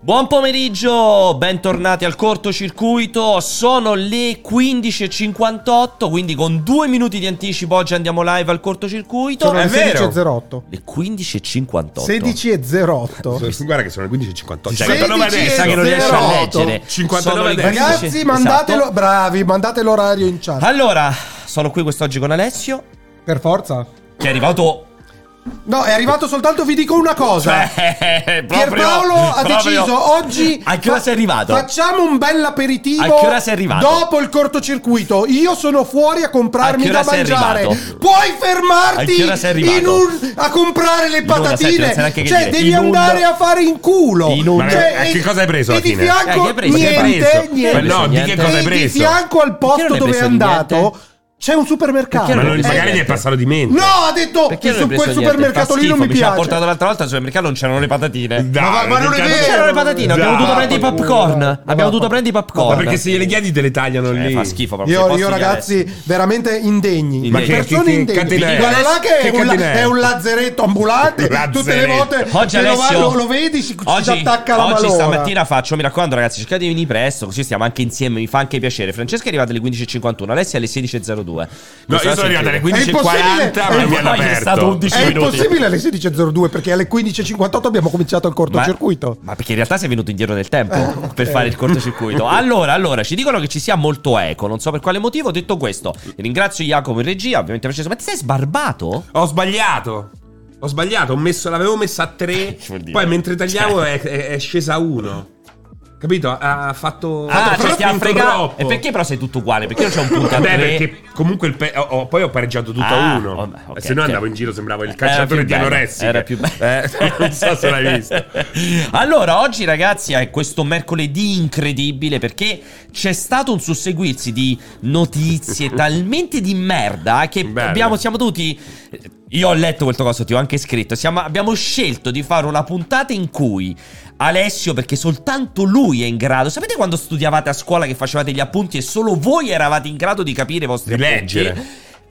Buon pomeriggio, bentornati al cortocircuito. Sono le 15.58, quindi con due minuti di anticipo oggi andiamo live al cortocircuito. Sono Eh, le È vero. 16.08. Le 15.58. 16.08. Sono- Guarda che sono le 15.58. Cioè, 59 16 adesso. sa che non riesce a 08. leggere. 59 Sono le adesso. 15. Ragazzi, mandatelo. Esatto. Bravi, mandate l'orario in chat. Allora, sono qui quest'oggi con Alessio, Per forza. che è arrivato No, è arrivato soltanto, vi dico una cosa. Cioè, proprio- Pierpaolo ha proprio- deciso "Oh, oggi. A che ora fa- sei arrivato? Facciamo un bel aperitivo. A che ora sei arrivato? Dopo il cortocircuito, io sono fuori a A comprarmi che ora da sei mangiare. arrivato? Puoi A fermarti che ora sei arrivato? in un- a comprare le In una, senti, non patatine. sai neanche che cioè, dire. devi In un- andare a fare in culo. In un- Ma Cioè, che- e- che cosa hai preso e alla di fine? Eh, che fianco hai preso? Ma che hai preso? niente, niente. Ma no, di che Niente. cosa E hai di preso? fianco al Perché posto non hai dove è preso andato niente? c'è un supermercato. Perché Ma non- Eh, magari gli niente. è passato di mente. No, ha detto Perché su quel supermercato supermercato lì non mi ci ha piace. portato l'altra volta al supermercato non c'erano le patatine. Dai, Ma va- ma non è perché- vero. C'erano le patatine, Esatto. abbiamo Dai. dovuto prendere i popcorn. Ma va- abbiamo dovuto prendere i popcorn. Ma perché se gliele chiedi te le tagliano Eh, lì. fa schifo proprio. Io, Posti io, di ragazzi, veramente indegni. Ma Le che- persone che- che indegni. catena è? Guarda là che, è, Che un, la- catena è? è un lazzeretto ambulante. Tutte le volte Lazzeretto. Oggi che lo, va- Alessio lo, lo vedi, si, oggi, si attacca la Oggi malora. stamattina faccio, mi raccomando ragazzi, cercate di venire presto, così stiamo anche insieme, mi fa anche piacere. Francesca è arrivata alle 15.51, Alessia alle 16.02. No, io sono arrivato alle impossibile. 15.40, ma È mi hanno impossibile. È stato aperto. 11 È minuti. impossibile alle 16.02 perché alle 15.58 abbiamo cominciato il cortocircuito. Ma perché in realtà sei venuto indietro nel tempo Eh, per ok. fare il cortocircuito. Allora, allora, ci dicono che ci sia molto eco, non so per quale motivo. Detto questo, ringrazio Jacopo in regia, ovviamente Francesco. Ma ti sei sbarbato? Ho sbagliato. Ho sbagliato, ho messo- l'avevo messa a 3. Che vuol dire? Cioè. Poi mentre tagliavo è, è- è scesa a 1. Capito? Ha ha fatto. Ah, fatto cioè stiamo troppo. fregando. E perché però sei tutto uguale? Perché io c'ho un punto a Beh, tre? perché comunque il pe- ho- ho- poi ho pareggiato tutto Ah, a uno. Eh, oh, beh, ok, se no ok. Eh, andavo in giro, sembrava il Era calciatore più di bello, anoressiche. Era più bello. Eh, non so se l'hai visto. Allora, oggi ragazzi è questo mercoledì incredibile perché c'è stato un susseguirsi di notizie talmente di merda che Bello. abbiamo, siamo dovuti... Io ho letto questo cosa, ti ho anche scritto. Siamo- abbiamo scelto di fare una puntata in cui Alessio, perché soltanto lui è in grado... Sapete quando studiavate a scuola che facevate gli appunti e solo voi eravate in grado di capire i vostri Di appunti? leggere.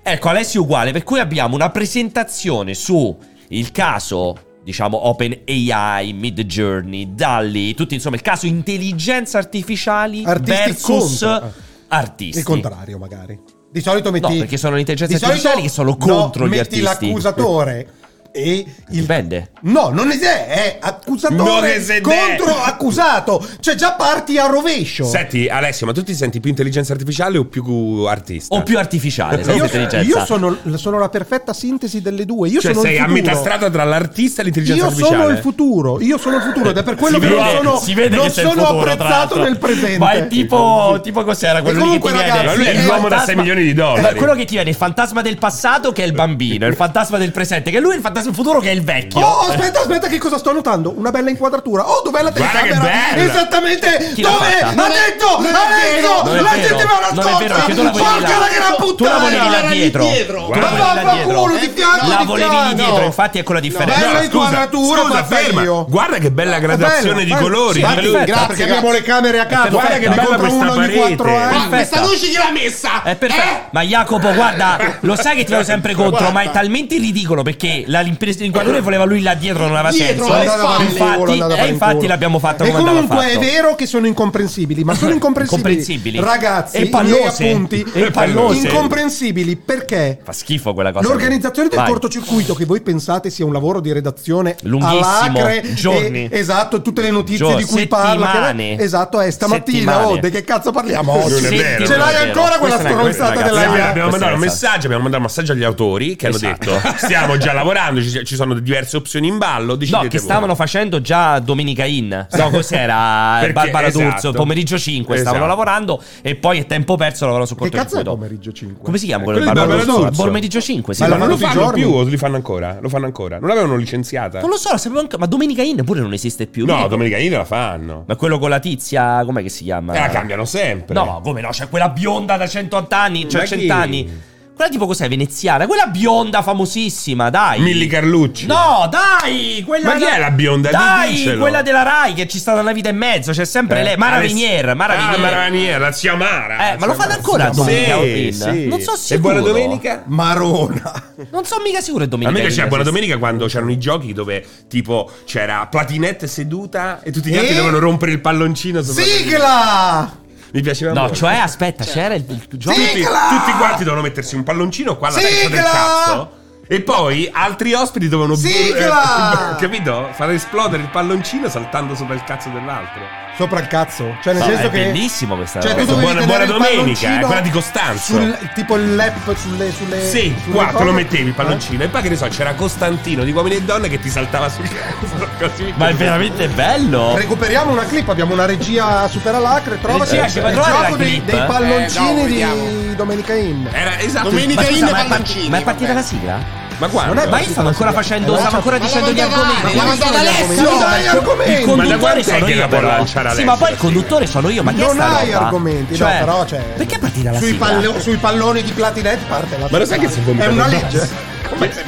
Ecco, Alessio è uguale, per cui abbiamo una presentazione su il caso, diciamo, Open AI, Mid Journey, Dalli, tutti insomma, il caso intelligenza artificiali Artisti versus contro. artisti. Il contrario, magari. Di solito metti. No, perché sono le intelligenze di solito- artificiali che sono no, contro gli artisti. Metti l'accusatore e il. Dipende. No, non esè, è Non accusatore esè. contro accusato. Cioè, già parti a rovescio. Senti, Alessio, ma tu ti senti più intelligenza artificiale o più artista? O più artificiale, senza Io, intelligenza. io sono, sono la perfetta sintesi delle due. Io cioè, sono il sei a futuro. metà strada tra l'artista e l'intelligenza Io artificiale. sono il futuro, io sono il futuro ed è per quello Si che vede- non sono, si vede non che sei il sono futuro, tra apprezzato l'altro. nel presente. Esatto. Ma è tipo, tipo cos'era quello E lì comunque, che ti ragazzi, viene? Lui è il l'uomo da fantasma- 6 milioni di dollari. Ma quello che ti viene, il fantasma del passato che è il bambino, il fantasma del presente che è lui, il fantasma del futuro che è il vecchio. Oh, aspetta, aspetta, che cosa sto notando? Una bella inquadratura. Oh, dov'è la Guarda telecamera? che bella! Esattamente Chi l'ha dove? fatta? Ha Non detto! Non è Ha detto! La vero, gente mi ha non è vero, perché tu la nascosta! volevi Porca là. la gran Tu la volevi là puttana! dietro. Tu la Ma volevi là dietro. vaffanculo, di fianco, La di volevi lì piano. dietro, infatti è quella differenza. Bella scusa, inquadratura, scusa, ma ferma. io. Guarda che bella gradazione di colori. sì, di perfetto. luce. grazie, grazie, abbiamo le camere a casa. Guarda che bella contro questa uno ogni parete. quattro anni. Ma Ah, questa luce chi l'ha messa? Eh? È Eh? perfetto. Ma Jacopo, guarda, lo sai che ti vado sempre contro, ma è talmente ridicolo perché la- l'inquadratore voleva lui là dietro, non aveva Dietro, senso. alle Infatti- spalle. Volo, andava e in infatti culo. l'abbiamo fatta E come andava comunque è fatto. vero che sono incomprensibili, ma sono incomprensibili. Incomprensibili. Ragazzi, E i miei pallose. appunti. E pallose. Incomprensibili perché Fa schifo quella cosa. L'organizzazione del Vai. cortocircuito che voi pensate sia un lavoro di redazione Lunghissimo, all'acre, giorni. e- esatto, tutte le notizie Giorni, di cui parla. settimane. che- esatto, è stamattina. Settimane. Oh, di che cazzo parliamo Non è oggi? vero, Ce non l'hai è vero. ancora quella Questa è una- stronzata questa, della ragazzi, Questa Sì, eh, abbiamo mandato è un esatto. messaggio, abbiamo mandato un messaggio agli autori che hanno Esatto. detto stiamo già lavorando, ci, ci sono diverse opzioni in ballo, No, decidete che voi." stavano facendo già Domenica In. No, cos'era Perché- Barbara esatto. D'Urso, pomeriggio 5 stavano Esatto. lavorando e poi è tempo perso lavorano su Che cazzo è cortocircuito. pomeriggio 5? Come si chiama Eh, quello di quello di Barbara Barbara D'Urso? D'Urso. Pomeriggio 5, sì. Ma Ma lo Barbara non lo tutti i fanno giorni. più o li fanno ancora? Lo fanno ancora. Non l'avevano licenziata? Non lo so, la sapevo anche. Ma Domenica In pure non esiste più. Mi No, ricordo- Domenica Eh, Ida la fanno. Ma quello con la tizia, com'è che si chiama? E la cambiano sempre. No, come no? C'è quella bionda da 180 anni, cioè Ma 100 chi? anni. Quella tipo cos'è, veneziana? Quella bionda famosissima, dai. Milli Carlucci. No, dai! Quella Ma chi della- è la bionda? Dai, Dicelo. quella della Rai che ci sta da una vita e mezzo. C'è sempre Eh, lei. Mara Aless- Vinier. Mara ah, Vinier. Mara Vinier, la zia Mara. Eh, ma lo fanno ancora a Sì, domenica Open? sì. Non so E sicuro. buona domenica? Marona. Non so mica sicuro è A domenica. me che sia. piaceva Buona Domenica quando c'erano i giochi dove tipo c'era Platinette seduta e tutti gli altri E? dovevano rompere il palloncino sopra Sigla! Mi piaceva No, molto. cioè, aspetta, c'era il, il gioco. Sì! tutti, Sigla! tutti quanti dovevano mettersi un palloncino qua alla testa del Sigla! cazzo. E poi altri ospiti dovevano Sigla! eh, capito? Far esplodere il palloncino saltando sopra il cazzo dell'altro. Sopra il cazzo. Cioè, nel No, senso è che. bellissimo questa Cioè, roba. tu dovevi Buona- tenere buona il domenica, palloncino eh, quella di Costanzo. sul- tipo il lap sulle. sulle Sì, sulle qua te cose. lo mettevi il Eh? palloncino. E poi che ne so, c'era Costantino di uomini e donne che ti saltava sul cazzo. così. Ma è veramente bello. Recuperiamo una clip, abbiamo una regia super alacre, trovaci Regia, il ci fa trovare gioco la dei, clip? dei Eh, no, palloncini di vediamo. Domenica In. Eh, Era esatto. Domenica ma, in scusa, ma, è Palloncini, partita, ma è partita vabbè. la sigla? Eh, Ma quando? Non è Ma io stavo ancora facendo. Allora, Stavo ancora ma la dicendo gli mandata argomenti. avanti, Ma la quando mandata adesso, avanti, non no, hai il- argomenti. Il Ma da conduttore quant'è sono che la io, può però. eh. lanciare Sì, Alessio, ma poi il la sigla? conduttore sono io. Ma che è Non sta hai roba? argomenti, no, Cioè, però, cioè- Perché è partita la Sui, sigla? pallo- sui palloni di Platinette parte la Ma lo sai che si può È vomita una addosso? legge.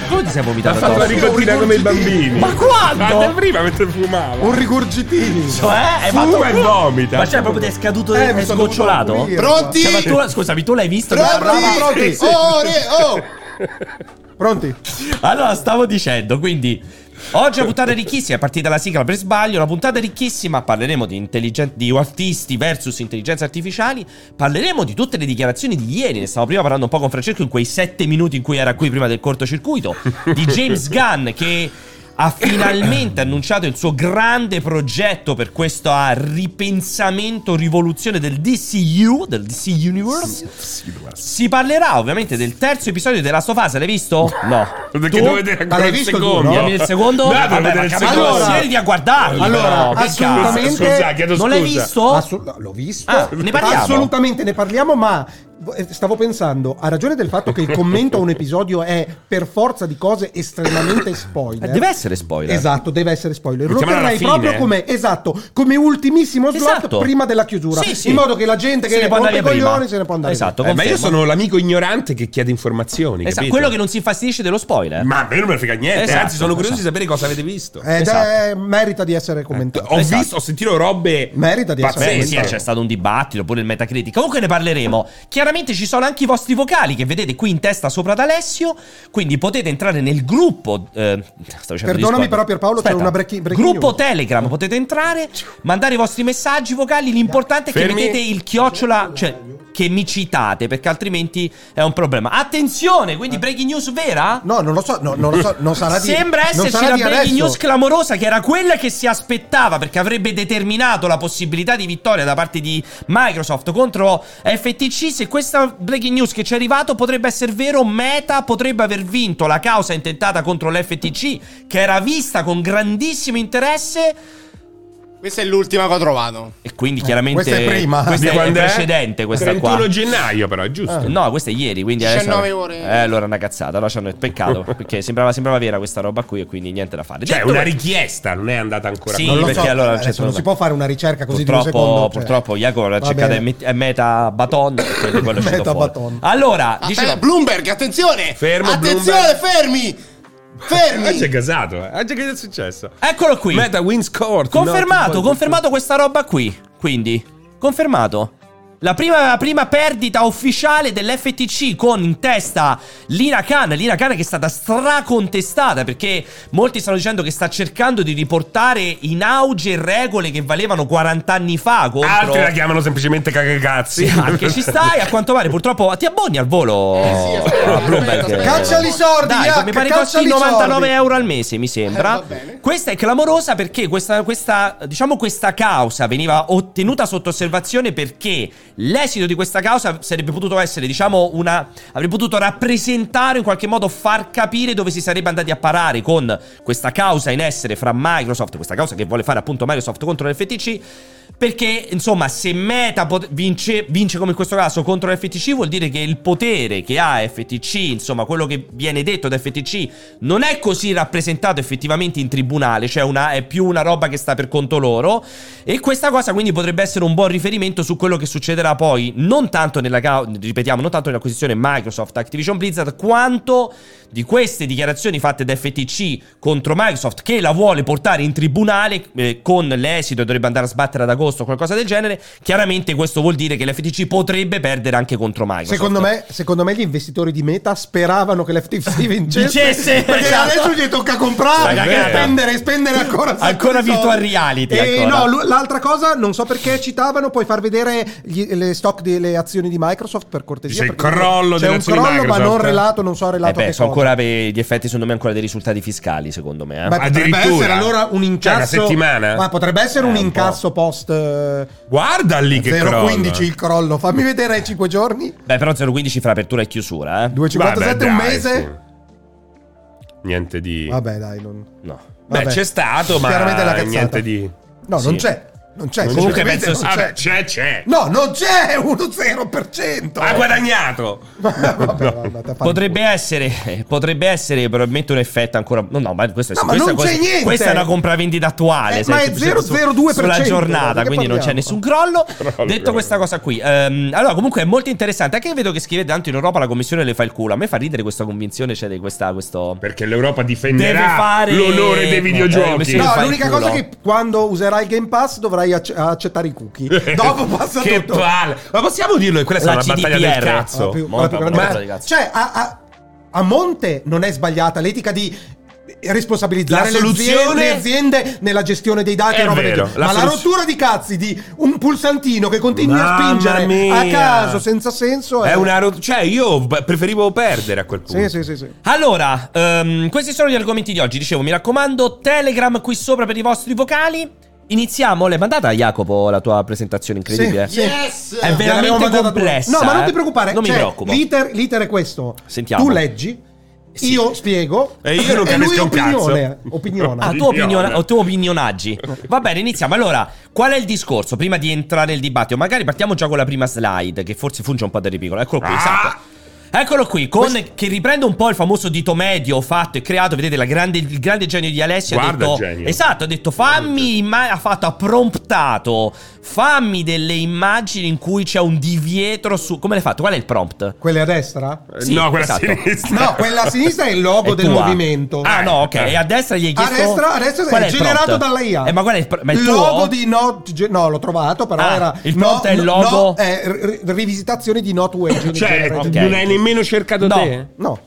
Tu ti sei Ha vomitato fatto la addosso? ricotina come i bambini. Ma quando? Guarda prima mentre fumava. Un rigurgitini. Cioè, è Fuma fatto- e vomita. Ma cioè, proprio ti è scaduto, Eh, è mi sono sgocciolato? dovuto morire. Pronti? Cioè, ma tu, scusami, tu l'hai visto? Brava, pronti. Oh. Oh, re, oh! Pronti? Allora, stavo dicendo, quindi oggi è una puntata ricchissima, è partita la sigla per sbaglio, una puntata ricchissima, parleremo di, intelligen- di artisti versus intelligenze artificiali, parleremo di tutte le dichiarazioni di ieri, ne stavo prima parlando un po' con Francesco in quei sette minuti in cui era qui prima del cortocircuito, di James Gunn che... Ha finalmente annunciato il suo grande progetto per questo ah, ripensamento, rivoluzione del DCU, del DC Universe. Si parlerà ovviamente del terzo episodio della Last of Us, l'hai visto? No. Perché Tu? devo vedere ancora l'hai il visto tu, secondo. no? Dammi il secondo? No, devo Vabbè, vedere ma il capito, secondo. Allora, siediti a guardarlo. allora, però, che assolutamente- cazzo. Scusa, chiedo Non l'hai scusa. visto? Assu- l'ho visto. Oh. Ah, ne parliamo? Assolutamente ne parliamo, ma eh, stavo pensando, a ragione del fatto che il commento a un episodio è per forza di cose estremamente spoiler. Eh, deve essere spoiler. Esatto, deve essere spoiler. Lo Mettiamola alla terrai fine. proprio come esatto, come ultimissimo slot Esatto. prima della chiusura, Sì, sì. in modo che la gente che Se ne è può rompe andare i via prima. coglioni se ne può andare. Esatto, Eh, ma io confermo. sono l'amico ignorante che chiede informazioni. Esatto, capito? quello che non si infastidisce dello spoiler. Ma a me non me ne frega niente. Esatto, Anzi, sono curioso esatto. Eh, di sapere cosa avete visto. via. Ed è- merita di essere commentato. Ho esatto. visto, ho sentito robe. Merita di essere Beh, pazzesche. sì, c'è stato un dibattito, pure il Metacritic. Comunque ne parleremo. Chiaramente ci sono anche i vostri vocali che vedete qui in testa sopra ad Alessio. Quindi potete entrare nel gruppo. eh, stavo dicendo Perdonami, Discord. però, Pierpaolo, c'è una breaking- breaking Gruppo news. Telegram, potete entrare, mandare i vostri messaggi vocali. L'importante è che Fermi. mettete il chiocciola. Cioè, che mi citate, perché altrimenti è un problema. Attenzione! Quindi Eh. breaking news vera? No, non lo so, no, non lo so, non sarà di Sembra non esserci sarà la di breaking adesso. news clamorosa che era quella che si aspettava perché avrebbe determinato la possibilità di vittoria da parte di Microsoft contro FTC. Se questa breaking news che ci è arrivato potrebbe essere vero, Meta potrebbe aver vinto la causa intentata contro l'FTC che era vista con grandissimo interesse Questa è l'ultima che ho trovato. e quindi chiaramente Eh, questa è prima. questa Di è quando è? precedente questa 31 qua. gennaio, però, è Ah. giusto. No, questa è ieri, quindi adesso- 19 ore. Eh, allora è una cazzata. Allora c'hanno peccato perché sembrava, sembrava vera questa roba qui e quindi niente da fare. Cioè, Detto una questo- richiesta, non è andata ancora. Sì, con- Non lo perché so, allora adesso c'è solo non si me. può fare una ricerca così purtroppo, di un secondo. cioè. purtroppo Jacopo l'ha Va cercata bene. è meta baton quello è quello uscito Meta fuori. baton. allora Aspetta, dicevo Bloomberg, attenzione! Fermo, attenzione, fermi! Ah, c'è Fermi! gasato. Eh. Ah, già che è successo? eccolo qui Meta wins court. confermato No, confermato questa roba qui quindi confermato la prima, la prima perdita ufficiale dell'FTC con in testa Lina Khan, Lina Khan che è stata stracontestata perché molti stanno dicendo che sta cercando di riportare in auge regole che valevano 40 anni fa contro... Altri la chiamano semplicemente cagacazzi. Sì, anche ci stai, a quanto pare purtroppo ti abboni al volo Eh sì, aspetta, a Bloomberg. aspetta, aspetta. Caccia i sordi, Dai, Jack, mi pare caccia costi i 99 sordi. euro al mese, mi Eh, sembra. va bene. questa è clamorosa perché questa, questa, diciamo, questa causa veniva ottenuta sotto osservazione perché l'esito di questa causa sarebbe potuto essere, diciamo, una. avrebbe potuto rappresentare in qualche modo, far capire dove si sarebbe andati a parare con questa causa in essere fra Microsoft, questa causa che vuole fare appunto Microsoft contro l'FTC. Perché, insomma, se Meta pot- vince, vince come in questo caso contro FTC, vuol dire che il potere che ha FTC, insomma, quello che viene detto da FTC, non è così rappresentato effettivamente in tribunale, cioè una- è più una roba che sta per conto loro. E questa cosa quindi potrebbe essere un buon riferimento su quello che succederà poi, non tanto nella, ca- ripetiamo, non tanto nell'acquisizione Microsoft Activision Blizzard, quanto di queste dichiarazioni fatte da FTC contro Microsoft che la vuole portare in tribunale eh, con l'esito dovrebbe andare a sbattere ad agosto o qualcosa del genere. Chiaramente questo vuol dire che l'FTC potrebbe perdere anche contro Microsoft. Secondo me, secondo me gli investitori di Meta speravano che l'FTC vincesse, Vincesse, perché esatto. adesso gli tocca La comprare, cagata. spendere, spendere ancora. un sacco Ancora di soldi. virtual reality, E ecco, ancora. no, lu- l'altra cosa, non so perché citavano, puoi far vedere gli- le stock delle azioni di Microsoft per cortesia. C'è il perché crollo c'è delle un azioni di crollo, ma Microsoft. non relato, non so Eh relato a beh, sono che cosa. ancora per gli effetti, secondo me, ancora dei risultati fiscali, secondo me. eh. Ma potrebbe Addirittura. essere allora un Cioè, una incasso. settimana? Ma potrebbe essere Eh, un un po'. incasso post eh, Guarda lì che crollo. 0,15 il crollo. Fammi vedere 5 giorni. Beh, però 0,15 fra apertura e chiusura, eh? 2,57 un Vabbè, dai, mese. sì. Niente di... Vabbè, dai, non. No. Beh, Vabbè. c'è stato, ma Chiaramente la cazzata. niente di... Cioè, No, Sì. non c'è. Non c'è. Non semplicemente c'è, penso non sì. c'è. Vabbè, c'è, c'è. No, non c'è uno 0%. Ha guadagnato. Vabbè, andate a fare Potrebbe essere, potrebbe essere probabilmente un effetto ancora. No, no, ma questo è No, ma questa non cosa- c'è niente! Questa è una compravendita attuale. Eh, ma sai, è su- 0,02%, Sulla di giornata, che quindi non c'è parliamo? nessun crollo. Crollo, Detto crollo. questa cosa qui, ehm, allora comunque è molto interessante. Anche io vedo che scrivete tanto in Europa la commissione le fa il culo. A me fa ridere questa convinzione, cioè di questa. Questo... Perché l'Europa Deve difenderà fare- l'onore dei Eh, come videogiochi. si- No, fai il l'unica culo. cosa che quando userai il Game Pass dovrai acc- accettaare i cookie. Dopo passa che tutto. palle. Ma possiamo dirlo che quella è La stata una battaglia del GDPR. cazzo. Ah, più- Monta, monta, più grande- monta di cazzo. Cioè, a, a- a Monte non è sbagliata l'etica di responsabilizzare La soluzione- le aziende, le aziende nella gestione dei dati È e roba del vero, genere. la ma la soluz- rottura di cazzi di un pulsantino che continui a Mamma spingere mia. a caso senza senso È una ro- cioè, io b- preferivo perdere a quel punto. Sì, sì, sì, sì. Allora, ehm, questi sono gli argomenti di oggi. Dicevo, mi raccomando, Telegram qui sopra per i vostri vocali. Iniziamo. L'hai mandata a Jacopo la tua presentazione incredibile? eh. Sì. Yes! È vero. Veramente Gliel'avevo mandata tu. complessa, No, ma non eh. ti preoccupare. Non mi cioè, preoccupo. L'iter, l'iter è questo. Sentiamo. Tu leggi, Sì. io spiego. E io non capisco lui un cazzo. opinione. Opiniona. Ah, tu, opiniona- o tu opinionaggi. Va bene, iniziamo. Allora, qual è il discorso? Prima di entrare nel dibattito, magari partiamo già con la prima slide, che forse funge un po' da ripicolo. Eccolo qui, Ah! esatto. Eccolo qui, con- che riprende un po' il famoso dito medio fatto e creato. Vedete la grande- il grande genio di Alessio. ha Guarda, detto, genio. Esatto, ha detto fammi. imma- ha fatto, ha promptato. Fammi delle immagini in cui c'è un divietro su. Come l'hai fatto? Qual è il prompt? Quella a destra? Eh, Sì, no, quella esatto. sinistra. No, quella a sinistra è il logo È del tua. movimento. Eh. Ah, no, ok. E a destra gli hai A chiesto. destra, a destra qual è, il generato prompt? dalla IA. Eh, ma qual è il, pr- ma il logo tuo? di Not. ge- No, l'ho trovato, però Ah, era. il prompt no, è il no, logo? no, è ri- eh, rivisitazione di Not Wage. Cioè, Ok. non hai nemmeno cercato No. te? No.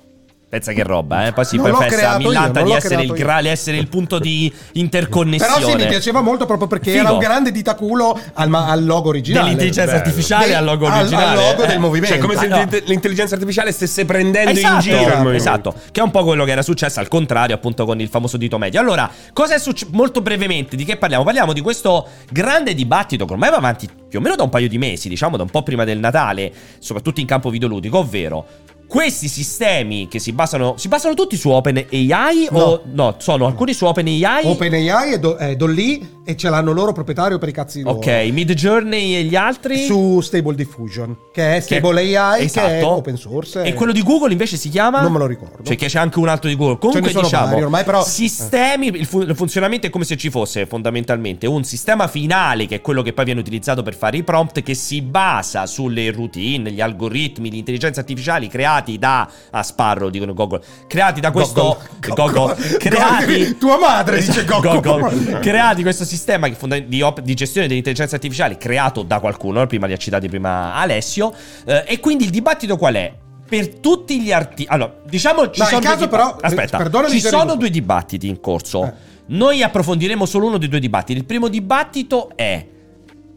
Pensa che roba, eh? Poi si Non l'ho professa a creato io, Millanta non di l'ho essere il, creato io. gra- di essere il punto di interconnessione. Però sì, mi piaceva molto proprio perché Figo. era un grande ditaculo al, ma- al logo originale. Dell'intelligenza Bello. artificiale Del- al logo al- al originale. logo eh. del movimento. Cioè, come se Ma no. l'inte- l'intelligenza artificiale stesse prendendo in Esatto, giro. il movimento. esatto, che è un po' quello che era successo al contrario, appunto, con il famoso dito medio. Allora, cosa è successo? Molto brevemente, di che parliamo? Parliamo di questo grande dibattito che ormai va avanti più o meno da un paio di mesi, diciamo da un po' prima del Natale, soprattutto in campo videoludico, ovvero. Questi sistemi che si basano. Si basano tutti su OpenAI? O no, sono alcuni su OpenAI. OpenAI è, do, è Dolly e ce l'hanno loro proprietario per i cazzi loro. Ok, Mid Journey e gli altri. Su Stable Diffusion, che è Stable AI, che è esatto. open source. E quello di Google invece si chiama? Non me lo ricordo. Cioè, che c'è anche un altro di Google. Comunque, sono diciamo, vari ormai, però- sistemi. Il, fu- il funzionamento è come se ci fosse fondamentalmente un sistema finale, che è quello che poi viene utilizzato per fare i prompt, che si basa sulle routine, gli algoritmi, le intelligenze artificiali creati da. A sparro, dicono Google. Creati da questo. Gogol. Gogol. Gogol. Creati. Tua madre dice Gogol. Gogol. Esatto, Creati questo sistema che fonda- di, op- di gestione dell'intelligenza artificiale creato da qualcuno, prima li ha citati prima Alessio, eh, e quindi il dibattito qual è? Per tutti gli articoli... Allora, diciamo ci No, in sono... due caso diba- però, Aspetta, perdonami ci se sono riduco. due dibattiti in corso. Eh. Noi approfondiremo solo uno dei due dibattiti. Il primo dibattito è...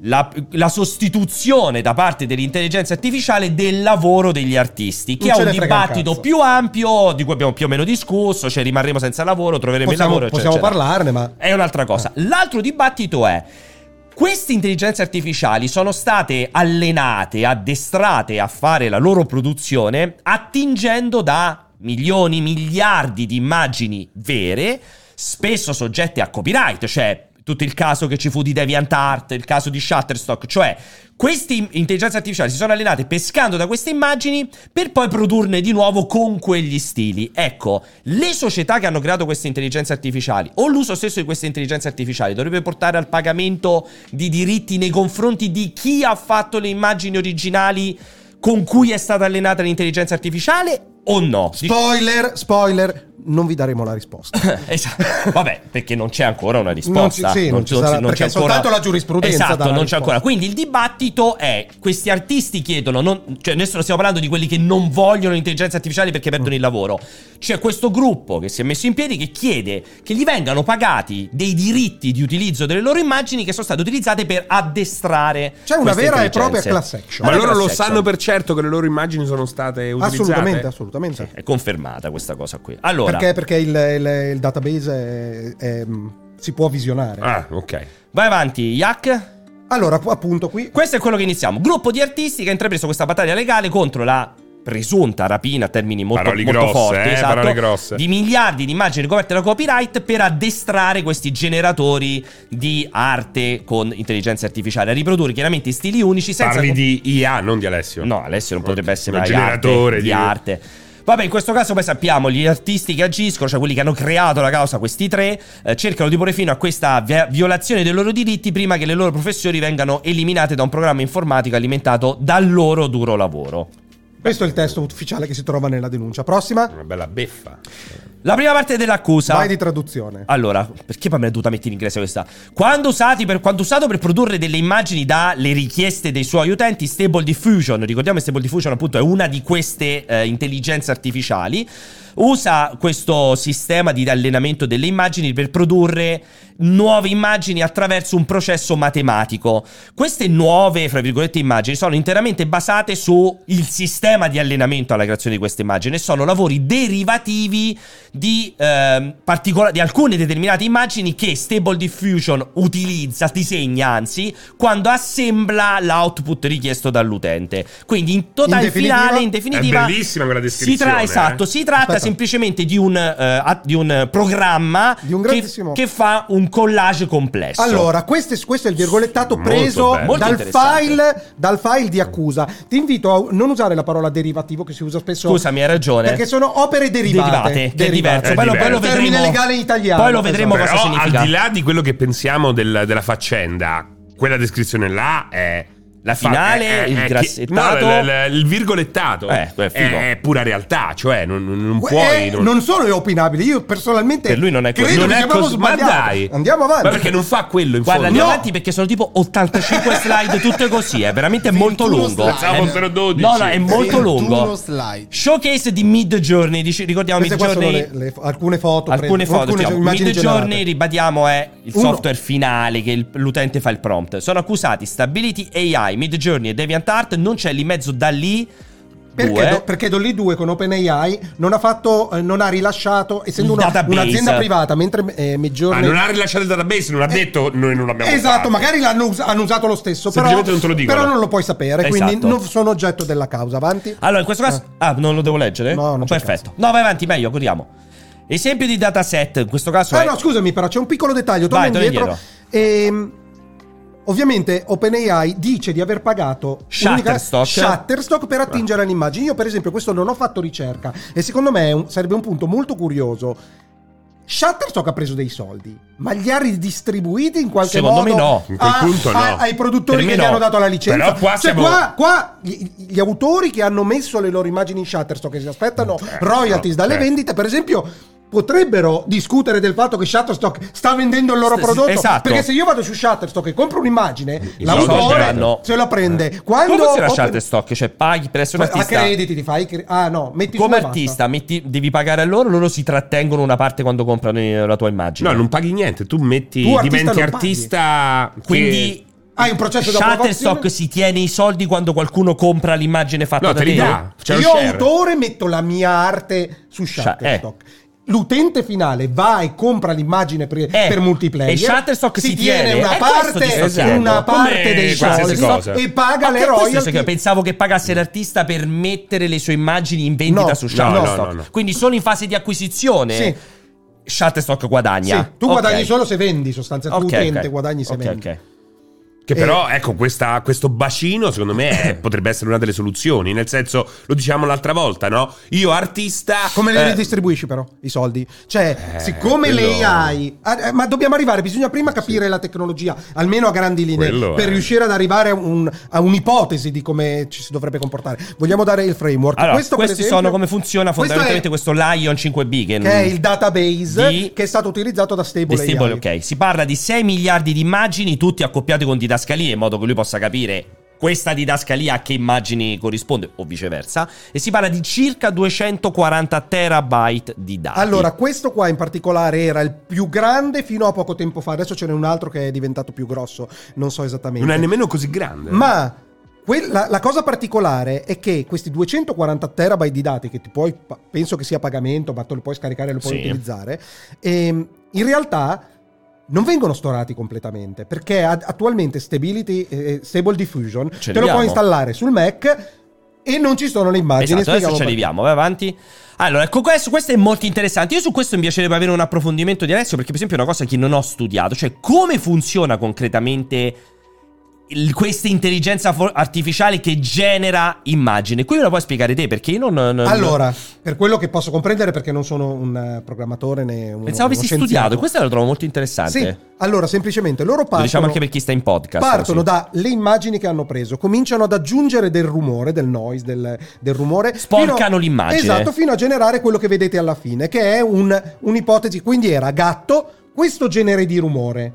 La, la sostituzione da parte dell'intelligenza artificiale del lavoro degli artisti, che Non è ce un ne frega un dibattito cazzo. più ampio di cui abbiamo più o meno discusso, cioè rimarremo senza lavoro, troveremo possiamo, il lavoro. cioè, eccetera, possiamo Eh. eccetera. parlarne, ma È un'altra cosa. L'altro dibattito è. Queste intelligenze artificiali sono state allenate, addestrate a fare la loro produzione attingendo da milioni, miliardi di immagini vere, spesso soggette a copyright, cioè tutto il caso che ci fu di DeviantArt, il caso di Shutterstock, cioè queste im- intelligenze artificiali si sono allenate pescando da queste immagini per poi produrne di nuovo con quegli stili. Ecco, le società che hanno creato queste intelligenze artificiali o l'uso stesso di queste intelligenze artificiali dovrebbe portare al pagamento di diritti nei confronti di chi ha fatto le immagini originali con cui è stata allenata l'intelligenza artificiale o no? Dic- Spoiler, spoiler, non vi daremo la risposta. Esatto. Vabbè, perché non c'è ancora una risposta. Non ci- sì, non ci sarà, perché è soltanto la giurisprudenza Esatto, dà la non c'è risposta. ancora. Quindi il dibattito è: questi artisti chiedono, non- cioè adesso non stiamo parlando di quelli che non vogliono l'intelligenza artificiale perché perdono il lavoro. C'è questo gruppo che si è messo in piedi che chiede che gli vengano pagati dei diritti di utilizzo delle loro immagini che sono state utilizzate per addestrare. C'è una queste vera e intelligenze. propria class action. Ma Una loro lo class action. sanno per certo che le loro immagini sono state utilizzate? assolutamente, assolutamente. È confermata questa cosa qui. Allora, Perché, perché il, il- il database è- è- mm, si può visionare. Ah, ok. vai avanti, Yak. Allora, pu- appunto qui. Questo è quello che iniziamo. Gruppo di artisti che ha intrapreso questa battaglia legale contro la presunta rapina a termini molto, Parole molto grosse, forti eh, esatto, parole grosse. di miliardi di immagini ricoperte da copyright per addestrare questi generatori di arte con intelligenza artificiale a riprodurre chiaramente stili unici senza Parli di IA, non di Alessio. No, Alessio non potrebbe essere Un mai generatore arte, di di- arte. Vabbè, in questo caso poi sappiamo gli artisti che agiscono, cioè quelli che hanno creato la causa, questi tre, eh, cercano di porre fine a questa vi- violazione dei loro diritti prima che le loro professioni vengano eliminate da un programma informatico alimentato dal loro duro lavoro. Questo è il testo ufficiale che si trova nella denuncia. Prossima, Una bella beffa. La prima parte dell'accusa. vai di traduzione. Allora, perché poi me l'ha dovuta mettere in inglese questa? Quando, usati per, quando usato per produrre delle immagini dalle richieste dei suoi utenti, Stable Diffusion, ricordiamo che Stable Diffusion appunto è una di queste eh, intelligenze artificiali, usa questo sistema di allenamento delle immagini per produrre nuove immagini attraverso un processo matematico. Queste nuove, fra virgolette, immagini sono interamente basate sul sistema di allenamento alla creazione di queste immagini e sono lavori derivativi di, ehm, particola- di alcune determinate immagini che Stable Diffusion utilizza, disegna anzi, quando assembla l'output richiesto dall'utente. Quindi in totale In definitiva- finale, in definitiva... È bellissima quella si descrizione, tra- eh. esatto, si tratta Aspetta. semplicemente di un, eh, a- di un, eh, programma Di un che- grandissimo- che, fa un collage complesso. Allora, questo è, questo è il virgolettato Molto preso bello. Molto dal interessante. file, dal file di accusa. Ti invito a non usare la parola derivativo che si usa spesso. Scusami, hai ragione. Perché sono opere derivate. Derivate, che è diverso. È Poi, lo- poi lo diverso. vedremo. Termine legale in italiano, Poi lo vedremo esatto. cosa Però significa. al di là di quello che pensiamo del- della faccenda, quella descrizione là è... La finale, fa- il chi- grassettato. no, l- l- il virgolettato Eh, è figo. è, pura realtà, cioè non, non- non Eh, puoi... non... solo è opinabile, io personalmente Per lui non è così. credo non che è abbiamo cos- ma sbagliato. dai! Andiamo avanti. Ma perché non fa quello in Guarda, fondo? andiamo avanti perché sono tipo 85 slide, tutte così. È veramente molto 21 lungo. slide. Pensavo È- fossero 12. No, no, è molto 21 lungo. slide. Showcase di Mid Journey. Ricordiamo Queste Mid qua sono Journey. le- le- alcune foto, Alcune prese- foto, alcune diciamo, immagini Midjourney, generate. ribadiamo, è il Uno. software finale che il- l'utente fa il prompt. Sono accusati Stability AI, Midjourney e DeviantArt, non c'è lì in mezzo da lì Perché, due. Do, perché Dolly 2 con OpenAI non ha fatto, eh, non ha rilasciato, essendo Il una- database. un'azienda privata, mentre eh, Ah, Midjourney- non ha rilasciato il database, non ha detto noi non l'abbiamo Eh, Esatto, fatto. magari l'hanno us- hanno usato lo stesso, però Semplicemente non te lo dicono. però non lo puoi sapere, Esatto. quindi non sono oggetto della causa. Avanti. Allora, in questo caso. Ah, non lo devo leggere? Eh. No, non c'è Perfetto. No, vai avanti, meglio, corriamo. Esempio di dataset, in questo caso. Ah è... no, scusami, però c'è un piccolo dettaglio, torno Vai, torna indietro. Ehm, ovviamente OpenAI dice di aver pagato l'unica- Shutterstock. Shutterstock per attingere all'immagine. Io per esempio questo non ho fatto ricerca e secondo me è un- sarebbe un punto molto curioso. Shutterstock ha preso dei soldi, ma li ha ridistribuiti in qualche Secondo modo me no, in quel a- punto no. a- ai produttori Per me che gli no. hanno dato la licenza. Però qua Cioè, siamo- qua, qua gli, gli autori che hanno messo le loro immagini in Shutterstock che si aspettano royalties no, dalle eh. vendite, per esempio, potrebbero discutere del fatto che Shutterstock sta vendendo il loro S- prodotto. esatto. Perché se io vado su Shutterstock e compro un'immagine, I soldi l'autore vanno. se la prende. Come Quando funziona open- Shutterstock? Cioè, paghi per essere un Ma- A artista. crediti ti fai? cre- Ah no, metti Come su e basta. artista, metti- devi pagare a loro, loro si trattengono una parte quando comprano eh, la tua immagine. No, non paghi niente, tu metti Tu artista diventi non paghi. artista che- Quindi. Hai un processo di Shutterstock approvazione? si tiene i soldi quando qualcuno compra l'immagine fatta No, da te li te. dà. C'è lo io share. autore metto la mia arte su Shutterstock. L'utente finale va e compra l'immagine pre- Eh, per multiplayer. e Shutterstock si tiene. una Eh, questo Esatto. ti sto parte, chiedendo. una parte Come dei qualsiasi soldi cosa. e paga Ma le che questo royalties. significa? Pensavo che pagasse l'artista per mettere le sue immagini in vendita No, su no, Shutterstock. no, no, no. Quindi sono in fase di acquisizione. Sì. Shutterstock guadagna. Sì, tu Ok. guadagni solo se vendi sostanzialmente, Ok, ok. l'utente Cioè, guadagni se Ok, vendi. ok. Che Eh. però, ecco, questa- questo bacino, secondo me, è- potrebbe essere una delle soluzioni. Nel senso, lo diciamo l'altra volta, no? Io artista... Come le eh, ridistribuisci però i soldi? Cioè, Eh, siccome le quello- AI... ah, eh, ma dobbiamo arrivare, bisogna prima capire la tecnologia, almeno a grandi linee, Quello per è. riuscire ad arrivare a, un- a un'ipotesi di come ci si dovrebbe comportare. Vogliamo dare il framework. Allora, Questo, per questi esempio- sono come funziona questo fondamentalmente è- questo, Lion 5B che, Che è il database Di- che è stato utilizzato da Stable, The Stable, AI. ok. Si parla di 6 miliardi di immagini, tutti accoppiati con didascalie, in modo che lui possa capire questa didascalia a che immagini corrisponde, o viceversa. E si parla di circa 240 terabyte di dati. Allora, questo qua in particolare era il più grande fino a poco tempo fa. Adesso ce n'è un altro che è diventato più grosso, non so esattamente. Non è nemmeno così grande. Ma quella- la cosa particolare è che questi 240 terabyte di dati, che ti puoi, pa- penso che sia a pagamento, ma te lo puoi scaricare e lo puoi Sì. utilizzare, ehm, in realtà non vengono storati completamente perché ad- attualmente Stability, eh, Stable Diffusion Ce te lo l'abbiamo. puoi installare sul Mac e non ci sono le immagini. Esatto, adesso Spieghiamo ci perché. arriviamo, vai avanti. Allora, ecco questo, questo è molto interessante. Io su questo mi piacerebbe avere un approfondimento di Alessio, perché per esempio è una cosa che non ho studiato, cioè come funziona concretamente il- questa intelligenza fo- artificiale che genera immagine. Qui me la puoi spiegare te, perché io non... non- Allora, per quello che posso comprendere, perché non sono un eh, programmatore né un. Pensavo avessi studiato, questa la trovo molto interessante. Sì, allora semplicemente loro Lo partono. diciamo anche per chi sta in podcast. Partono così. dalle immagini che hanno preso, cominciano ad aggiungere del rumore, del noise, del, del rumore. Sporcano fino- l'immagine. Esatto, fino a generare quello che vedete alla fine, che è un- un'ipotesi. Quindi era gatto, questo genere di rumore.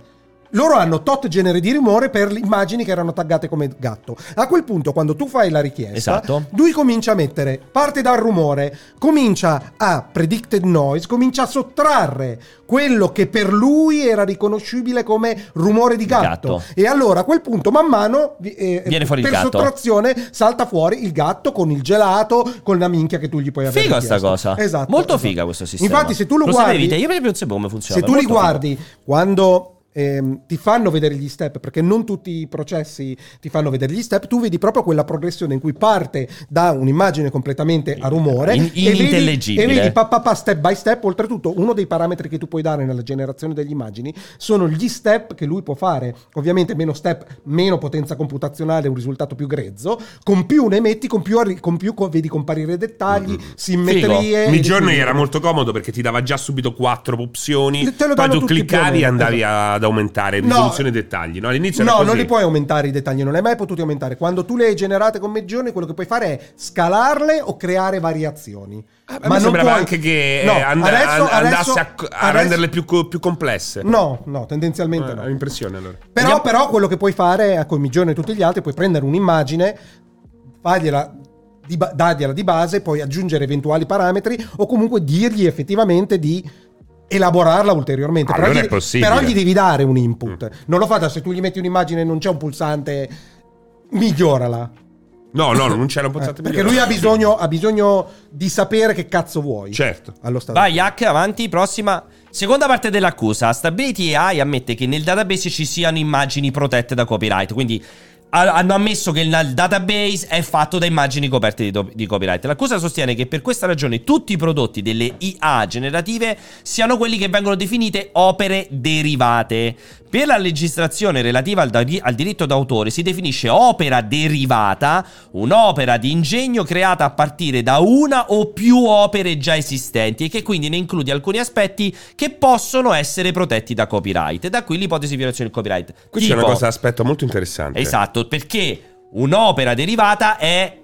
Loro hanno tot genere di rumore per le immagini che erano taggate come gatto. A quel punto, quando tu fai la richiesta, Esatto. lui comincia a mettere, parte dal rumore, comincia a predicted noise, comincia a sottrarre quello che per lui era riconoscibile come rumore di gatto. Gatto. E allora a quel punto, man mano, vi- eh, Viene fuori il per gatto. sottrazione, salta fuori il gatto con il gelato, con la minchia che tu gli puoi avere. Figa sta chiesto. cosa. Esatto. Molto esatto. figa questo sistema. Infatti, se tu lo, sapevi guardi, te? Io per esempio non sapevo come funziona. se tu li Molto figo. guardi quando ehm, ti fanno vedere gli step, perché non tutti i processi ti fanno vedere gli step, tu vedi proprio quella progressione in cui parte da un'immagine completamente a rumore In- e vedi- inintellegibile. e vedi pa, pa, pa, step by step. Oltretutto, uno dei parametri che tu puoi dare nella generazione delle immagini sono gli step che lui può fare. Ovviamente, meno step, meno potenza computazionale, un risultato più grezzo. Con più ne metti, con più, arri- con più co- vedi comparire dettagli, simmetrie. Nei e giorni equilibrio. era molto comodo perché ti dava già subito quattro opzioni. Te lo Poi danno tu tutti cliccavi più e o meno, andavi esatto. ad aumentare No. risoluzione e dettagli. No, all'inizio era No, così. non li puoi aumentare i dettagli, non li hai mai potuti aumentare. Quando tu le hai generate con Meggioni, quello che puoi fare è scalarle o creare variazioni. Ma mi Ah, sembrava anche che eh, and- and- andasse a, a adesso- renderle più, co- più complesse. No, no, tendenzialmente Eh, no. Ho l'impressione allora. Però, però quello che puoi fare eh, con Migione e tutti gli altri, puoi prendere un'immagine, fargliela di ba- dargliela di base, poi aggiungere eventuali parametri o comunque dirgli effettivamente di elaborarla ulteriormente. Allora però, è gli, possibile. Mm. però gli devi dare un input. Non lo fate se tu gli metti un'immagine e non c'è un pulsante, migliorala. No, no, non c'era un Eh, pozzato perché lui ha bisogno, ha bisogno di sapere che cazzo vuoi. Certo. Allo stato. Vai, hack, avanti, prossima. Seconda parte dell'accusa. Stability AI ammette che nel database ci siano immagini protette da copyright. Quindi ha- hanno ammesso che il il database è fatto da immagini coperte di, do- di copyright. L'accusa sostiene che per questa ragione tutti i prodotti delle IA generative siano quelli che vengono definite opere derivate. Per la legislazione relativa al, dari- al diritto d'autore si definisce opera derivata un'opera di ingegno creata a partire da una o più opere già esistenti e che quindi ne include alcuni aspetti che possono essere protetti da copyright. Da qui l'ipotesi di violazione del copyright. Questa è una Tipo- cosa, aspetto, molto interessante. Esatto, perché un'opera derivata è